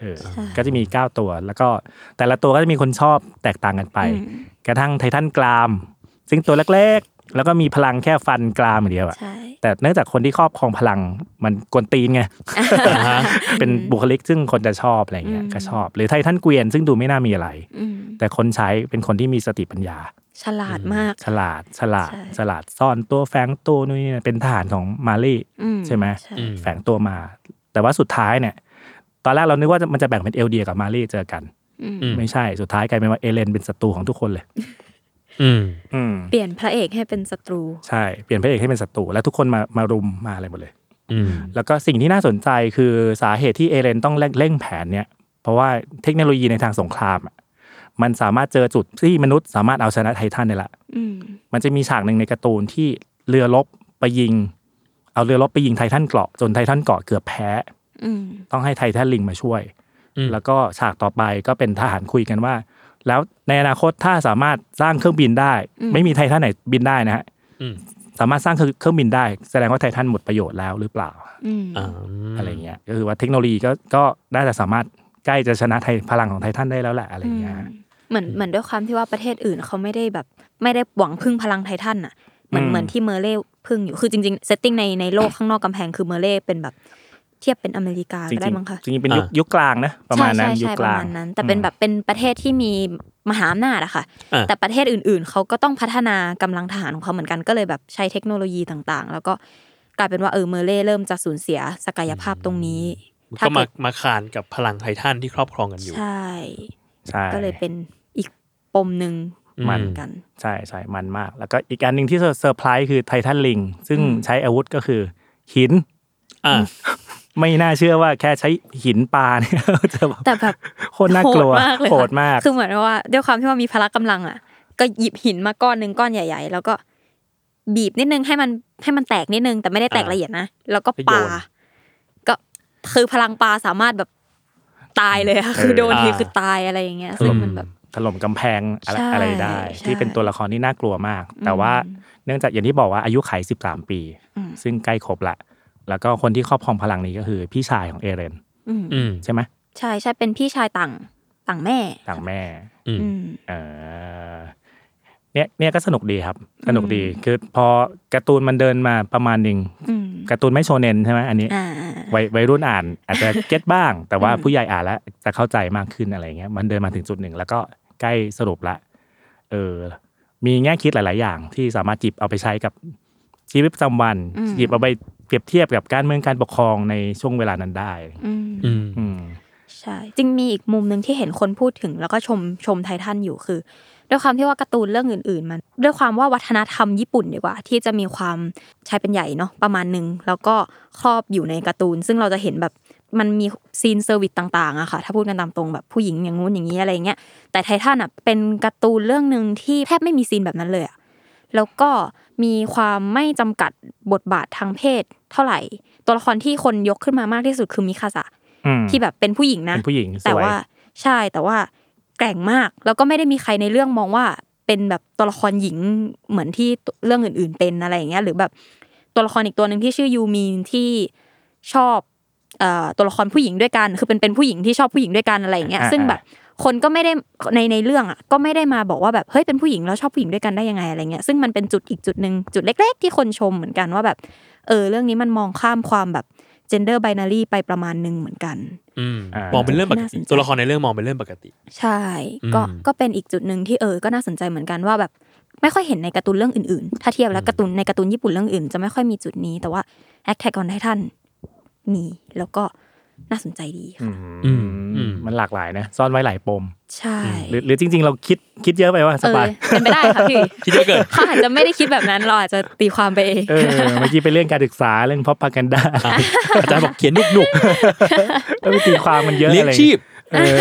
[SPEAKER 6] เออ
[SPEAKER 5] ใช่
[SPEAKER 6] ก็จะมี 9 ตัว แล้วก็แต่ละตัวก็จะมีคนชอบแตกต่างกันไป
[SPEAKER 5] อืม
[SPEAKER 6] กระทั่งไททันกราม ซึ่งตัวเล็กๆ แล้วก็มีพลังแค่ฟันกรามอย่างเดียวอะ
[SPEAKER 5] ใช่
[SPEAKER 6] แต่เนื่องจากคนที่ครอบครองพลังมันกวนตีนไง
[SPEAKER 4] อ่าฮะ
[SPEAKER 6] เป็นบุคลิกซึ่งคนจะชอบอะไรเงี้ยก็ชอบ หรือไททันเกวียนซึ่งดูไม่น่ามีอะไร
[SPEAKER 5] อืม
[SPEAKER 6] แต่คนใช้เป็นคนที่มีสติปัญญา
[SPEAKER 5] ฉลาดมาก
[SPEAKER 6] ฉลาดฉลาด
[SPEAKER 5] ใช่
[SPEAKER 6] ฉลาดซ่อนตัวแฝงตัวนู่นนี่นั่นเป็นทหารของมาลี
[SPEAKER 5] อื
[SPEAKER 6] ใช่ไหม
[SPEAKER 5] ใช่
[SPEAKER 4] อืม
[SPEAKER 6] แฝงตัวมา แต่ว่าสุดท้ายเนี่ย ตอนแรกเรานึกว่ามันจะแบ่งเป็นเอลเดียกับมาลีเจอกัน
[SPEAKER 5] อืม
[SPEAKER 4] อืม
[SPEAKER 6] ไม่ใช่สุดท้ายกลายเป็นว่าเอเลนเป็นศัตรูของทุกคนเลย
[SPEAKER 4] อืม
[SPEAKER 6] อืม
[SPEAKER 5] เปลี่ยนพระเอกให้เป็นศัตรู
[SPEAKER 6] ใช่เปลี่ยนพระเอกให้เป็นศัตรูแล้วทุกคนมามารุมมาอะไรหมดเลย
[SPEAKER 4] อืม
[SPEAKER 6] แล้วก็สิ่งที่น่าสนใจคือสาเหตุที่เอเลนต้องเร่งเร่งแผนเนี่ยเพราะว่าเทคโนโลยีในทางสงครามอะมันสามารถเจอจุดที่มนุษย์สามารถเอาชนะไททันได้ละ
[SPEAKER 5] อืม
[SPEAKER 6] มันจะมีฉากหนึ่งในการ์ตูนที่เรือรบไปยิง เอาเรือรบไปยิงไททันเกราะจนไททันเกราะเกือบแพ้
[SPEAKER 5] อืม
[SPEAKER 6] ต้องให้ไททันลิงมาช่วย
[SPEAKER 4] อืม
[SPEAKER 6] แล้วก็ฉากต่อไปก็เป็นทหารคุยกันว่า แล้วในอนาคตถ้าสามารถสร้างเครื่องบินได้ ไม่มีไททันไหนบินได้นะฮะ
[SPEAKER 4] อืม
[SPEAKER 6] สามารถสร้างเครื่องเครื่องบินได้ แสดงว่าไททันหมดประโยชน์แล้วหรือเปล่า
[SPEAKER 5] อืม
[SPEAKER 4] อ่า
[SPEAKER 6] อะไรเงี้ย ก็คือว่าเทคโนโลยีก็ก็น่าจะสามารถใกล้จะชนะไทพลังของไททันได้แล้วแหละอะไรเงี้ย
[SPEAKER 5] เหมือนเหมือนด้วยความที่ว่าประเทศอื่นเขาไม่ได้แบบไม่ได้หวังพึ่งพลังไททันอ่ะ เหมือน
[SPEAKER 6] อืม
[SPEAKER 5] เหมือนที่เมอร์เล่พึ่งอยู่คือจริงๆเซตติ้งในในโลกข้างนอกกำแพงคือเมอร์เล่เป็นแบบเทียบเป็นอเมริกา
[SPEAKER 6] จริ
[SPEAKER 5] ก็
[SPEAKER 6] ง
[SPEAKER 5] ได้มั้งคะ
[SPEAKER 6] ๆจริงๆเป็นยุคยุคกลางนะประมาณนั้น
[SPEAKER 5] ใช่ใช่
[SPEAKER 6] ยุค
[SPEAKER 5] ใช่
[SPEAKER 6] ก
[SPEAKER 5] ประ
[SPEAKER 6] ลาง
[SPEAKER 5] มาณนั้น แต่เป็นแบบเป็นประเทศที่มีมหาอำนาจอะค่ะ
[SPEAKER 4] อ่ะ
[SPEAKER 5] แต่ประเทศอื่นๆ เขาก็ต้องพัฒนากำลังทหารของเขาเหมือนกันก็เลยแบบใช้เทคโนโลยีต่างๆ แล้วก็กลายเป็นว่าเออเมอร์เล่เริ่มจะสูญเสียศักยภาพตรงนี้
[SPEAKER 4] ก็มา
[SPEAKER 5] เกิด
[SPEAKER 4] มาคานกับพลังไททันที่ครอบครองกันอยู่
[SPEAKER 5] ใช่
[SPEAKER 6] ใช่
[SPEAKER 5] ก็เลยเป็นอีกปมหนึ่ง
[SPEAKER 6] มัน
[SPEAKER 5] เหมือนกัน
[SPEAKER 6] ใช่ใช่มันมาก แล้วก็อีกอันหนึ่งที่เซอร์ไพรส์คือไททันลิงซึ่ง
[SPEAKER 5] อืม
[SPEAKER 6] ใช้อาวุธก็คือหิน
[SPEAKER 4] อ่า
[SPEAKER 6] ไม่น่าเชื่อว่าแค่ใช้หินปลาเนี่ย จะแบบ
[SPEAKER 5] แต่แบบ
[SPEAKER 6] โคตรน่ากลัว
[SPEAKER 5] โหดมากเลย
[SPEAKER 6] โห
[SPEAKER 5] ค่ะ
[SPEAKER 6] ดมาก
[SPEAKER 5] คือเหมือนว่าด้วยความที่ว่ามีพละกำลังอ่ะ ก็หยิบหินมาก้อนหนึ่งก้อนใหญ่ ๆ แล้วก็บีบนิดนึงให้มันให้มันแตกนิดนึง แต่ไม่ได้แตก
[SPEAKER 4] อ่า
[SPEAKER 5] ละเอียดนะแล้วก็
[SPEAKER 4] ให้โยน
[SPEAKER 5] ปาก็คือพลังปลาสามารถแบบตายเลยอะคือโดน
[SPEAKER 4] อ่า
[SPEAKER 5] ทีคือตายอะไรอย่างเงี้ยซึ่งมันแบบ
[SPEAKER 6] ถล่มกำแพงอะไร
[SPEAKER 5] ใช่
[SPEAKER 6] อะไรได้
[SPEAKER 5] ใช่
[SPEAKER 6] ที่เป็นตัวละครที่น่ากลัวมาก แต่ว่าเนื่องจากอย่างที่บอกว่าอายุไข 13 ปี
[SPEAKER 5] อืม
[SPEAKER 6] ซึ่งใกล้ครบละ แล้วก็คนที่ครอบครองพลังนี้ก็คือพี่ชายของเอเรน
[SPEAKER 5] อืม
[SPEAKER 4] อืม
[SPEAKER 6] ใช่ไหม
[SPEAKER 5] ใช่ใช่เป็นพี่ชายต่างต่างแม่
[SPEAKER 6] ต่างแม่
[SPEAKER 4] อืม
[SPEAKER 5] อืม
[SPEAKER 6] เอ่อเนี่ยเนี่ยก็สนุกดีครับ สนุกดีคือพอการ์ตูนมันเดินมาประมาณหนึ่ง
[SPEAKER 5] อืม
[SPEAKER 6] การ์ตูนไม่โชเนนใช่ไหมอันนี้
[SPEAKER 5] อ่า
[SPEAKER 6] วัยวัยรุ่นอ่าน อาจจะเก็ตบ้าง แต่ว่า
[SPEAKER 5] อืม
[SPEAKER 6] ผู้ใหญ่อ่านแล้วจะเข้าใจมากขึ้นอะไรเงี้ยมันเดินมาถึงจุดหนึ่งแล้วก็ใกล้สรุปละเออ มีแง่คิดหลาย ๆ อย่างที่สามารถจิบเอาไปใช้กับชีวิตประจำวัน
[SPEAKER 5] อืม
[SPEAKER 6] หยิบเอาไปเปรียบเทียบกับการเมืองการปกครองในช่วงเวลานั้นได้
[SPEAKER 5] อืม
[SPEAKER 4] อืม
[SPEAKER 6] อืม
[SPEAKER 5] ใช่จริงมีอีกมุมหนึ่งที่เห็นคนพูดถึงแล้วก็ชมชมไททันอยู่คือ ด้วยความที่ว่าการ์ตูนเรื่องอื่น ๆ มัน ด้วยความว่าวัฒนธรรมญี่ปุ่นดีกว่า ที่จะมีความชายเป็นใหญ่เนาะประมาณหนึ่งแล้วก็ครอบอยู่ในการ์ตูน ซึ่งเราจะเห็นแบบมันมีซีนเซอร์วิสต่างๆอะค่ะ ถ้าพูดกันตามตรงแบบผู้หญิงอย่างงู้นอย่างนี้อะไรเงี้ยแต่ไททันอะเป็นการ์ตูนเรื่องหนึ่งที่แทบไม่มีซีนแบบนั้นเลยอะแล้วก็มีความไม่จำกัดบทบาททางเพศเท่าไหร่ ตัวละครที่คนยกขึ้นมามากที่สุดคือมิคาสะ
[SPEAKER 6] อืม
[SPEAKER 5] ที่แบบเป็นผู้หญิงนะ
[SPEAKER 6] เป็นผู้หญิงส
[SPEAKER 5] แต่
[SPEAKER 6] วย
[SPEAKER 5] ว่าใช่แต่ว่าแกร่งมากแล้วก็ไม่ได้มีใครในเรื่องมองว่าเป็นแบบตัวละครหญิงเหมือนที่ตัวเรื่องอื่น ๆ เป็นอะไรอย่างเงี้ย หรือแบบตัวละครอีกตัวหนึ่งที่ชื่อยูมีนที่ชอบเอ่อตัวละครผู้หญิงด้วยกัน คือเป็นเป็นผู้หญิงที่ชอบผู้หญิงด้วยกันอะไรอย่างเงี้ย
[SPEAKER 6] อ่า
[SPEAKER 5] ซึ่งแบบคนก็ไม่ได้ในในเรื่องอ่ะก็ไม่ได้มาบอกว่าแบบเฮ้ยเป็นผู้หญิงแล้วชอบผู้หญิงด้วยกันได้ยังไงอะไรเงี้ยซึ่งมันเป็นจุดอีกจุดหนึ่งจุดเล็ก ๆ ที่คนชมเหมือนกันว่าแบบเออเรื่องนี้มันมองข้ามความแบบ gender binary ไปประมาณหนึ่งเหมือนกัน
[SPEAKER 4] อืม
[SPEAKER 6] อ่าม
[SPEAKER 4] มองเป็นเรื่องปกติ
[SPEAKER 5] น่าสนใจ
[SPEAKER 4] ตัวละครในเรื่องมองเป็นเรื่องปกติ
[SPEAKER 5] ใช่ก็
[SPEAKER 4] อืม
[SPEAKER 5] ก็เป็นอีกจุดหนึ่งที่เออ ก็น่าสนใจเหมือนกันว่าแบบไม่ค่อยเห็นในการ์ตูนเรื่องอื่นๆ ถ้าเทียบแล้วการ์ตูนในการ์ตูนญี่ปุ่นเรื่องอื่น จะไม่ค่อยมีจุดนี้ แต่ว่า Attack on Titan มี แล้วก็น่าสนใจดีค่ะ
[SPEAKER 4] อื
[SPEAKER 6] อื
[SPEAKER 4] มอื
[SPEAKER 6] ม
[SPEAKER 4] ม
[SPEAKER 6] มันหลากหลายนะซ่อนไว้หลายปม
[SPEAKER 5] ใช่
[SPEAKER 6] หรือหรือจริง ๆ เราคิดคิดเยอะไปว่าส
[SPEAKER 5] เออบ
[SPEAKER 6] าย
[SPEAKER 5] เป็นไปได้ค่ะพี่
[SPEAKER 4] คิดเยอะเกิน
[SPEAKER 5] เขาอาจจะไม่ได้คิดแบบนั้นเราอาจจะตีความไปเอง
[SPEAKER 6] เออเมื่อกี้เป็นเรื่องการศึกษาเรื่องพ่อพักันดา
[SPEAKER 4] อ่ะอาจารย์บอกเขียนหนุกหนุก
[SPEAKER 6] แล้วไปตีความมันเยอะ
[SPEAKER 4] เลี้ย
[SPEAKER 6] อะ
[SPEAKER 4] ง
[SPEAKER 6] ไร
[SPEAKER 4] ชีพ
[SPEAKER 6] เออ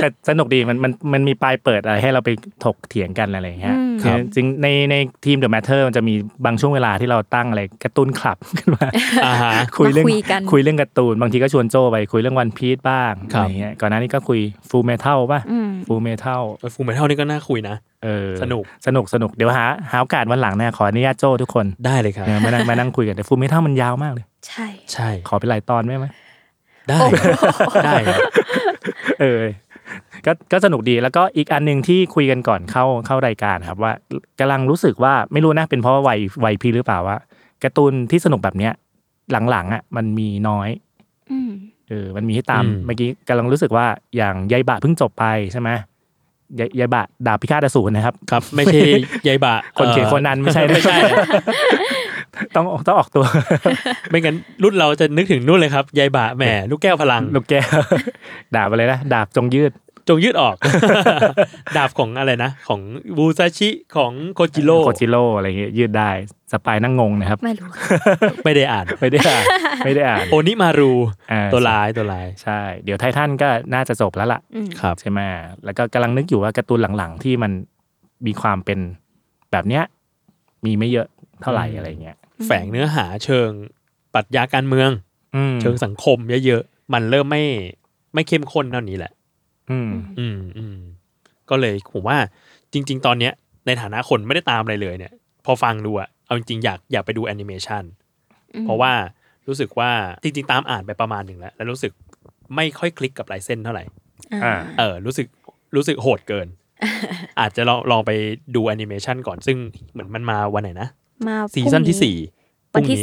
[SPEAKER 6] แต่สนุกดีมันมันมันมีปลายเปิดอะไรให้เราไปถกเถียงกันอะไรอย่างเงี้ย
[SPEAKER 4] ครับ
[SPEAKER 6] จริงๆในในทีมเดอะแมทเทอร์มันจะมีบางช่วงเวลาที่เราตั้งอะไรการ์ตูนคลับขึ้นมา
[SPEAKER 4] อ่าฮะ
[SPEAKER 6] คุยเรื่อง
[SPEAKER 5] มากัน
[SPEAKER 6] คุยเรื่องการ์ตูน บางทีก็ชวนโจไปคุยเรื่องวันพีซบ้าง
[SPEAKER 4] ครั
[SPEAKER 6] อะ
[SPEAKER 4] บ
[SPEAKER 6] ไรเงี้ยก่อนหน้านี้ก็คุยฟูลเมทัลป่ะ
[SPEAKER 5] อืม
[SPEAKER 6] ฟูลเมทัล
[SPEAKER 4] ฟูเมทัลนี่ก็น่าคุยนะ
[SPEAKER 6] เออ
[SPEAKER 4] สนุก
[SPEAKER 6] สนุกสนุกเดี๋ยวหาหาโอกาสวันหลังนะขออนุญาตโจทุกคน
[SPEAKER 4] ได้เลยครับ
[SPEAKER 6] เออมานั่งมานั่งคุยกันแต่ฟูลเมทัลมันยาวมากเลย
[SPEAKER 5] ใช่
[SPEAKER 4] ใช่
[SPEAKER 6] ขอเป็นหลายตอนได้ไหม
[SPEAKER 4] ได้ได้ครับ
[SPEAKER 6] เออก็ก็สนุกดีแล้วก็อีกอันหนึ่งที่คุยกันก่อนเข้าเข้ารายการครับ ว่ากำลังรู้สึกว่าไม่รู้นะเป็นเพราะว่าวัยวัยพี่หรือเปล่าว่าการ์ตูนที่สนุกแบบเนี้ยหลังๆอ่ะมันมีน้อย
[SPEAKER 5] อืม
[SPEAKER 6] เออมันมีให้ตามเมื่อกี้กำลังรู้สึกว่าอย่างยายบะเพิ่งจบไปใช่ไหมยายยายบะดาบพิฆาตอสูรนะครับ
[SPEAKER 4] ครับ ไม่ใช่ยายบะ
[SPEAKER 6] คนเขียนคนนั้นไม่ใช่
[SPEAKER 4] ไม่ใช่นะ
[SPEAKER 6] ต้องต้องออกตัว
[SPEAKER 4] ไม่งั้นรุ่นเราจะนึกถึงนู่นเลยครับยายบะแหมลูกแก้วพลัง
[SPEAKER 6] ลูกแก้วดาบอะไรนะดาบจงยืด
[SPEAKER 4] จงยืดออก ดาบของอะไรนะ ของบูซาชิของโคจิโร่
[SPEAKER 6] โคจิโร่อะไรเงี้ยยืดได้สปายนั่งงงนะครับ
[SPEAKER 5] ไม่รู้ค่ะ
[SPEAKER 4] ไม่ได้อ่าน
[SPEAKER 6] ไม่ได้อ่านไม่ได้อ่าน
[SPEAKER 4] โอนิมารู
[SPEAKER 6] อ่
[SPEAKER 4] ตัวลายตัวลาย
[SPEAKER 6] ใช่ เดี๋ยวไททันก็น่าจะจบแล้วล่ะ
[SPEAKER 5] อืม
[SPEAKER 4] ครับ
[SPEAKER 6] ใช่ไหมแล้วก็กำลังนึกอยู่ว่าการ์ตูนหลังๆ ที่มันมีความเป็นแบบเนี้ยมีไม่เยอะเท่าไหร่
[SPEAKER 4] อืม
[SPEAKER 6] อะไรเงี้ย
[SPEAKER 4] แฝงเนื้อหาเชิงปรัชญาการเมือง
[SPEAKER 6] อืม
[SPEAKER 4] เชิงสังคมเยอะๆ มันเริ่มไม่ไม่เข้มข้นเท่านี้แหละ
[SPEAKER 6] อืม
[SPEAKER 4] อืมอืมก็เลยผมว่าจริง ๆ ตอนเนี้ยในฐานะคนไม่ได้ตามอะไรเลยเนี่ย พอฟังดูอะเอาจริงๆอยากอยากไปดูแอนิเมชันเพราะว่ารู้สึกว่าจริง ๆ ตามอ่านไปประมาณหนึ่งแล้ว แล้วรู้สึกไม่ค่อยคลิกกับลายเส้นเท่าไหร่
[SPEAKER 5] อ่า
[SPEAKER 4] เออรู้สึกรู้สึกโหดเกิน อาจจะลองลองไปดูแอนิเมชันก่อนซึ่งเหมือนมันมาวันไหนนะ
[SPEAKER 5] มา
[SPEAKER 4] ซีซั่นที่สี่
[SPEAKER 5] พรุ่งนี้วันที่
[SPEAKER 4] พรุ่ง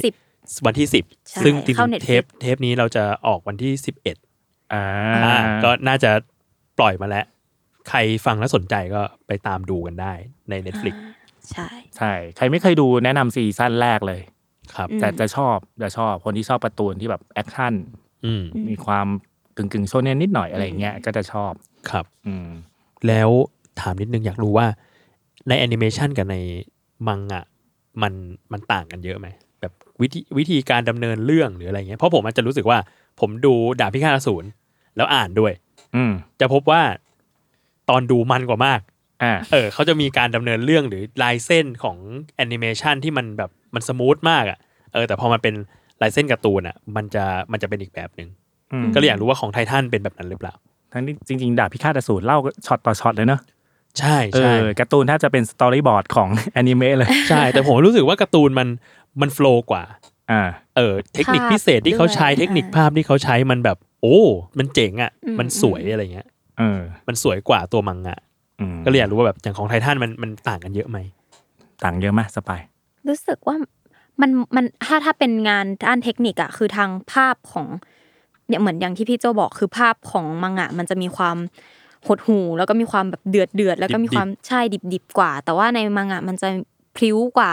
[SPEAKER 5] สิบ
[SPEAKER 4] วันที่สิบ
[SPEAKER 5] ใช่
[SPEAKER 4] ซึ่งจริง
[SPEAKER 5] เข้า
[SPEAKER 4] ๆ
[SPEAKER 5] Netflix
[SPEAKER 4] เทปเทปนี้เราจะออกวันที่สิบเอ็ด
[SPEAKER 6] อ่า
[SPEAKER 4] อ่าก็น่าจะปล่อยมาแล้ว ใครฟังแล้วสนใจก็ไปตามดูกันได้ใน Netflix
[SPEAKER 5] ใช่
[SPEAKER 6] ใช่ใครไม่เคยดูแนะนำซีซั่นแรกเลย
[SPEAKER 4] ครับ
[SPEAKER 5] อืม
[SPEAKER 6] แต่จะชอบจะชอบคนที่ชอบการ์ตูนที่แบบแอคชั่น
[SPEAKER 4] อืม
[SPEAKER 6] มีความกึ่งกึ่งๆโซเนนนิดหน่อยอะไรเงี้ยก็จะชอบ
[SPEAKER 4] ครับ
[SPEAKER 6] อืม
[SPEAKER 4] แล้วถามนิดนึงอยากรู้ว่าในแอนิเมชันกับในมังงะมันมันต่างกันเยอะไหมแบบ วิธีวิธีการดำเนินเรื่องหรืออะไรเงี้ยเพราะผมอาจจะรู้สึกว่า ผมดูดาบพิฆาตอสูรแล้วอ่านด้วย
[SPEAKER 6] อืม
[SPEAKER 4] จะพบว่าตอนดูมันกว่ามาก
[SPEAKER 6] อ่า
[SPEAKER 4] เออเขาจะมีการดำเนินเรื่องหรือลายเส้นของแอนิเมชันที่มันแบบมันสมูทมากอะ่ะเออแต่พอมันเป็นลายเส้นการ์ตูนอะ่ะมันจะมันจะเป็นอีกแบบหนึ่ง
[SPEAKER 6] อืม
[SPEAKER 4] ก็เลยอยากรู้ว่าของไททันเป็นแบบนั้นหรือเปล่า
[SPEAKER 6] ทั้งที่จริง ๆ ดาบพิฆาตอสูรเล่าช็อตต่อช็อตเลยเนอะ
[SPEAKER 4] ใช่
[SPEAKER 6] เอ
[SPEAKER 4] ใช่
[SPEAKER 6] อการ์ตูนแทบจะเป็นสตอรี่บอร์ดของ แอนิเมะเลย
[SPEAKER 4] ใช่ แต่ผมรู้สึกว่าการ์ตูนมันมันโฟล์กว่า
[SPEAKER 6] อ่า
[SPEAKER 4] เออเทคนิคพิเศษที่เขาใช้
[SPEAKER 5] ภาพด้วย
[SPEAKER 4] เทคนิคภาพที่เขาใช้มันแบบ โอ้ มันเจ๋งอะ่ะมันสวยอะไรเงี้ย
[SPEAKER 6] เออ
[SPEAKER 4] มันสวยกว่าตัวมังงะ
[SPEAKER 6] อืม
[SPEAKER 4] ก็เลยอยากรู้ว่าแบบอย่างของไททันมันมันต่างกันเยอะไหม
[SPEAKER 6] ต่างเยอะมากสปาย
[SPEAKER 5] รู้สึกว่ามันมันถ้าถ้าเป็นงานด้านเทคนิคอะคือทางภาพของเนี่ยเหมือนอย่างที่พี่โจบอกคือภาพของมังงะมันจะมีความหดหูแล้วก็มีความแบบเดือดเดือดแล้วก็มีความใช่ดิบดิบกว่า แต่ว่าในมังงะมันจะพริ้วกว่า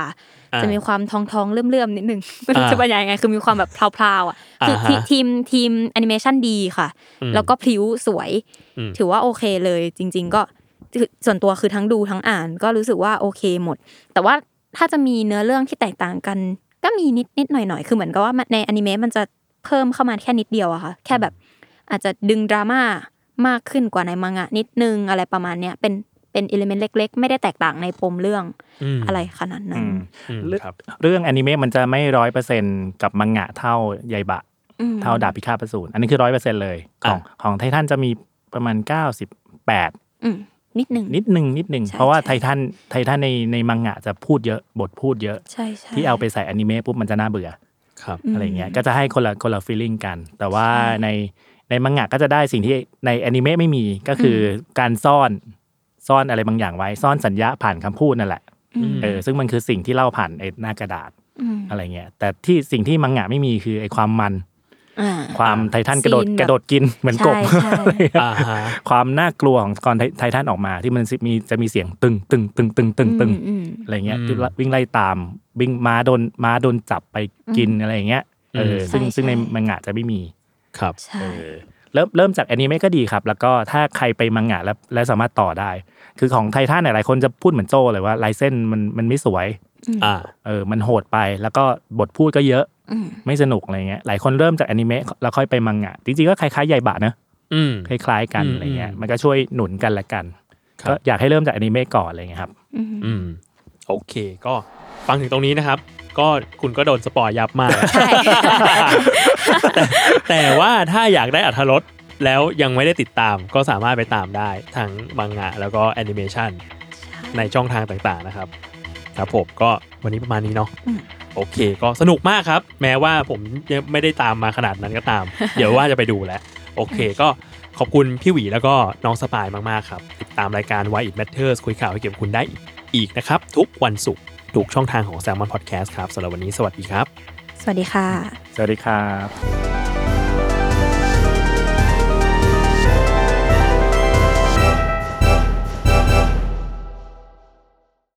[SPEAKER 4] อ่า
[SPEAKER 5] จะมีความทองทองๆเลื่อมเลื่อมๆนิดนึง ไม่รู้
[SPEAKER 4] อ่า
[SPEAKER 5] จะบรรยายยังไงคือมีความแบบพราวๆอ่ะคือ
[SPEAKER 4] อ่าฮะ
[SPEAKER 5] ทีทีมทีมแอนิเมชันดีค่ะ
[SPEAKER 4] อืม
[SPEAKER 5] แล้วก็พลิ้วสวย
[SPEAKER 4] อืม
[SPEAKER 5] ถือว่าโอเคเลยจริง ๆ ก็คือส่วนตัวคือทั้งดูทั้งอ่านก็รู้สึกว่าโอเคหมด แต่ว่าถ้าจะมีเนื้อเรื่องที่แตกต่างกัน ก็มีนิดนิดๆหน่อยหน่อยๆคือเหมือนกับว่ามันในอนิเมะมันจะเพิ่มเข้ามาแค่นิดเดียวอะค่ะแค่แบบอาจจะดึงดราม่ามากขึ้นกว่าในมังงะนิดนึงอะไรประมาณเนี้ยเป็นเป็นอิเลเมนต์เล็ก ๆ ไม่ได้แตกต่างในปมเรื่อง
[SPEAKER 4] ม
[SPEAKER 5] อะไรขนาดนั้น
[SPEAKER 4] อืม
[SPEAKER 6] เลือก
[SPEAKER 4] ครับ
[SPEAKER 6] เรื่องแอนิเมะมันจะไม่ร้อยเปอร์เซ็นกับมังงะเท่าใยบะ
[SPEAKER 5] อืม
[SPEAKER 6] เท่าดาบพิฆาตประสูนอันนี้คือร้อยเปอร์เซ็นเลย ของของไททันจะมีประมาณเก้าสิบแปด
[SPEAKER 5] อืมนิดหนึ่ง
[SPEAKER 6] นิดหนึ่งนิดหนึ่ง
[SPEAKER 5] ใช่
[SPEAKER 6] เพราะว่า
[SPEAKER 5] ใช่
[SPEAKER 6] ไททันไททันในในมังงะจะพูดเยอะบทพูดเยอะ
[SPEAKER 5] ใช่ใช่
[SPEAKER 6] ที่เอาไปใส่แอนิเมะปุ๊บมันจะน่าเบื่อ
[SPEAKER 4] ครับ
[SPEAKER 5] ม
[SPEAKER 6] อะไรเงี้ยก็จะให้คนละคนละฟีลลิ่งกัน แต่ว่า
[SPEAKER 5] ใช่
[SPEAKER 6] ในในมังงะก็จะได้สิ่งที่ในแอนิเมะไม่มีก็คืออการซ่อนซ่อนอะไรบางอย่างไว้ ซ่อนสัญญาผ่านคำพูดนั่นแหละ
[SPEAKER 5] อืม
[SPEAKER 6] เออซึ่งมันคือสิ่งที่เล่าผ่านไอ้หน้ากระดาษ
[SPEAKER 5] อืม
[SPEAKER 6] อะไรเงี้ยแต่ที่สิ่งที่มังงะไม่มีคือไอ้ความมัน
[SPEAKER 5] อ่า
[SPEAKER 6] ความไททันกระโดด
[SPEAKER 5] ซีนแบบ
[SPEAKER 6] กระโดดกินเหมือนกบ
[SPEAKER 5] ใช่ใช่
[SPEAKER 4] อ่าฮะ
[SPEAKER 6] ความน่ากลัวของกรไททันออกมาที่มันจะมีจะมีเสียงตึงตึงตึงตึงตึงตึง
[SPEAKER 5] อืม
[SPEAKER 6] อะไรเงี้ย
[SPEAKER 4] อืม
[SPEAKER 6] ที่วิ่งไล่ตามวิ่งม้าโดนม้าโดนจับไปกินอะไรอย่างเงี้ยเออ
[SPEAKER 4] อืม
[SPEAKER 6] ซึ่ง
[SPEAKER 5] ใช่
[SPEAKER 6] ซึ่งใน
[SPEAKER 5] ใช่
[SPEAKER 6] มังงะจะไม่มี
[SPEAKER 4] ครับ
[SPEAKER 5] ใช่
[SPEAKER 6] เออเริ่มเริ่มจากแอนิเมะก็ดีครับ แล้วก็ถ้าใครไปมังงะแล้วและสามารถต่อได้ คือของไททันเนี่ยหลายคนจะพูดเหมือนโจ้เลยว่าลายเส้นมันมันไม่สวย
[SPEAKER 4] อ่า
[SPEAKER 6] เออมันโหดไปแล้วก็บทพูดก็เยอะ
[SPEAKER 5] อืม
[SPEAKER 6] ไม่สนุกอะไรเงี้ยหลายคนเริ่มจากแอนิเมะแล้วค่อยไปมังงะจริงๆก็คล้ายๆใหญ่บะเนอะ
[SPEAKER 4] อืม
[SPEAKER 6] คล้ายๆกัน
[SPEAKER 4] อืม
[SPEAKER 6] อะไรเงี้ย
[SPEAKER 4] อืม
[SPEAKER 6] มันก็ช่วยหนุนกันและกัน
[SPEAKER 4] ครับ
[SPEAKER 6] ก็อยากให้เริ่มจากแอนิเมะก่อนอะไรเงี้ยครับ
[SPEAKER 5] อืม
[SPEAKER 4] อืม โอเค ก็ฟังถึงตรงนี้นะครับ ก็คุณก็โดนสปอยยับมาก แล้ว
[SPEAKER 5] ใช่
[SPEAKER 4] แต่แต่ว่าถ้าอยากได้อัธรสแล้วยังไม่ได้ติดตาม ก็สามารถไปตามได้ทั้งมังงะ แล้วก็แอนิเมชันในช่องทางต่างๆนะครับ ครับผมก็วันนี้ประมาณนี้เนาะ
[SPEAKER 5] อืม
[SPEAKER 4] โอเค ก็สนุกมากครับ แม้ว่าผมยังไม่ได้ตามมาขนาดนั้นก็ ตาม เดี๋ยวว่าจะไปดูแล้ว โอเค ก็ขอบคุณพี่หวีแล้วก็น้องสปายมาก ๆ ครับ ติดตามรายการ Why It Matters คุยข่าวให้เกี่ยวกับคุณได้อีกนะครับ ทุกวันศุกร์ทุกช่องทางของ Salmon Podcast ครับสำหรับวันนี้สวัสดีครับ
[SPEAKER 5] สวัสดีค่ะ
[SPEAKER 6] สวัสดีครับ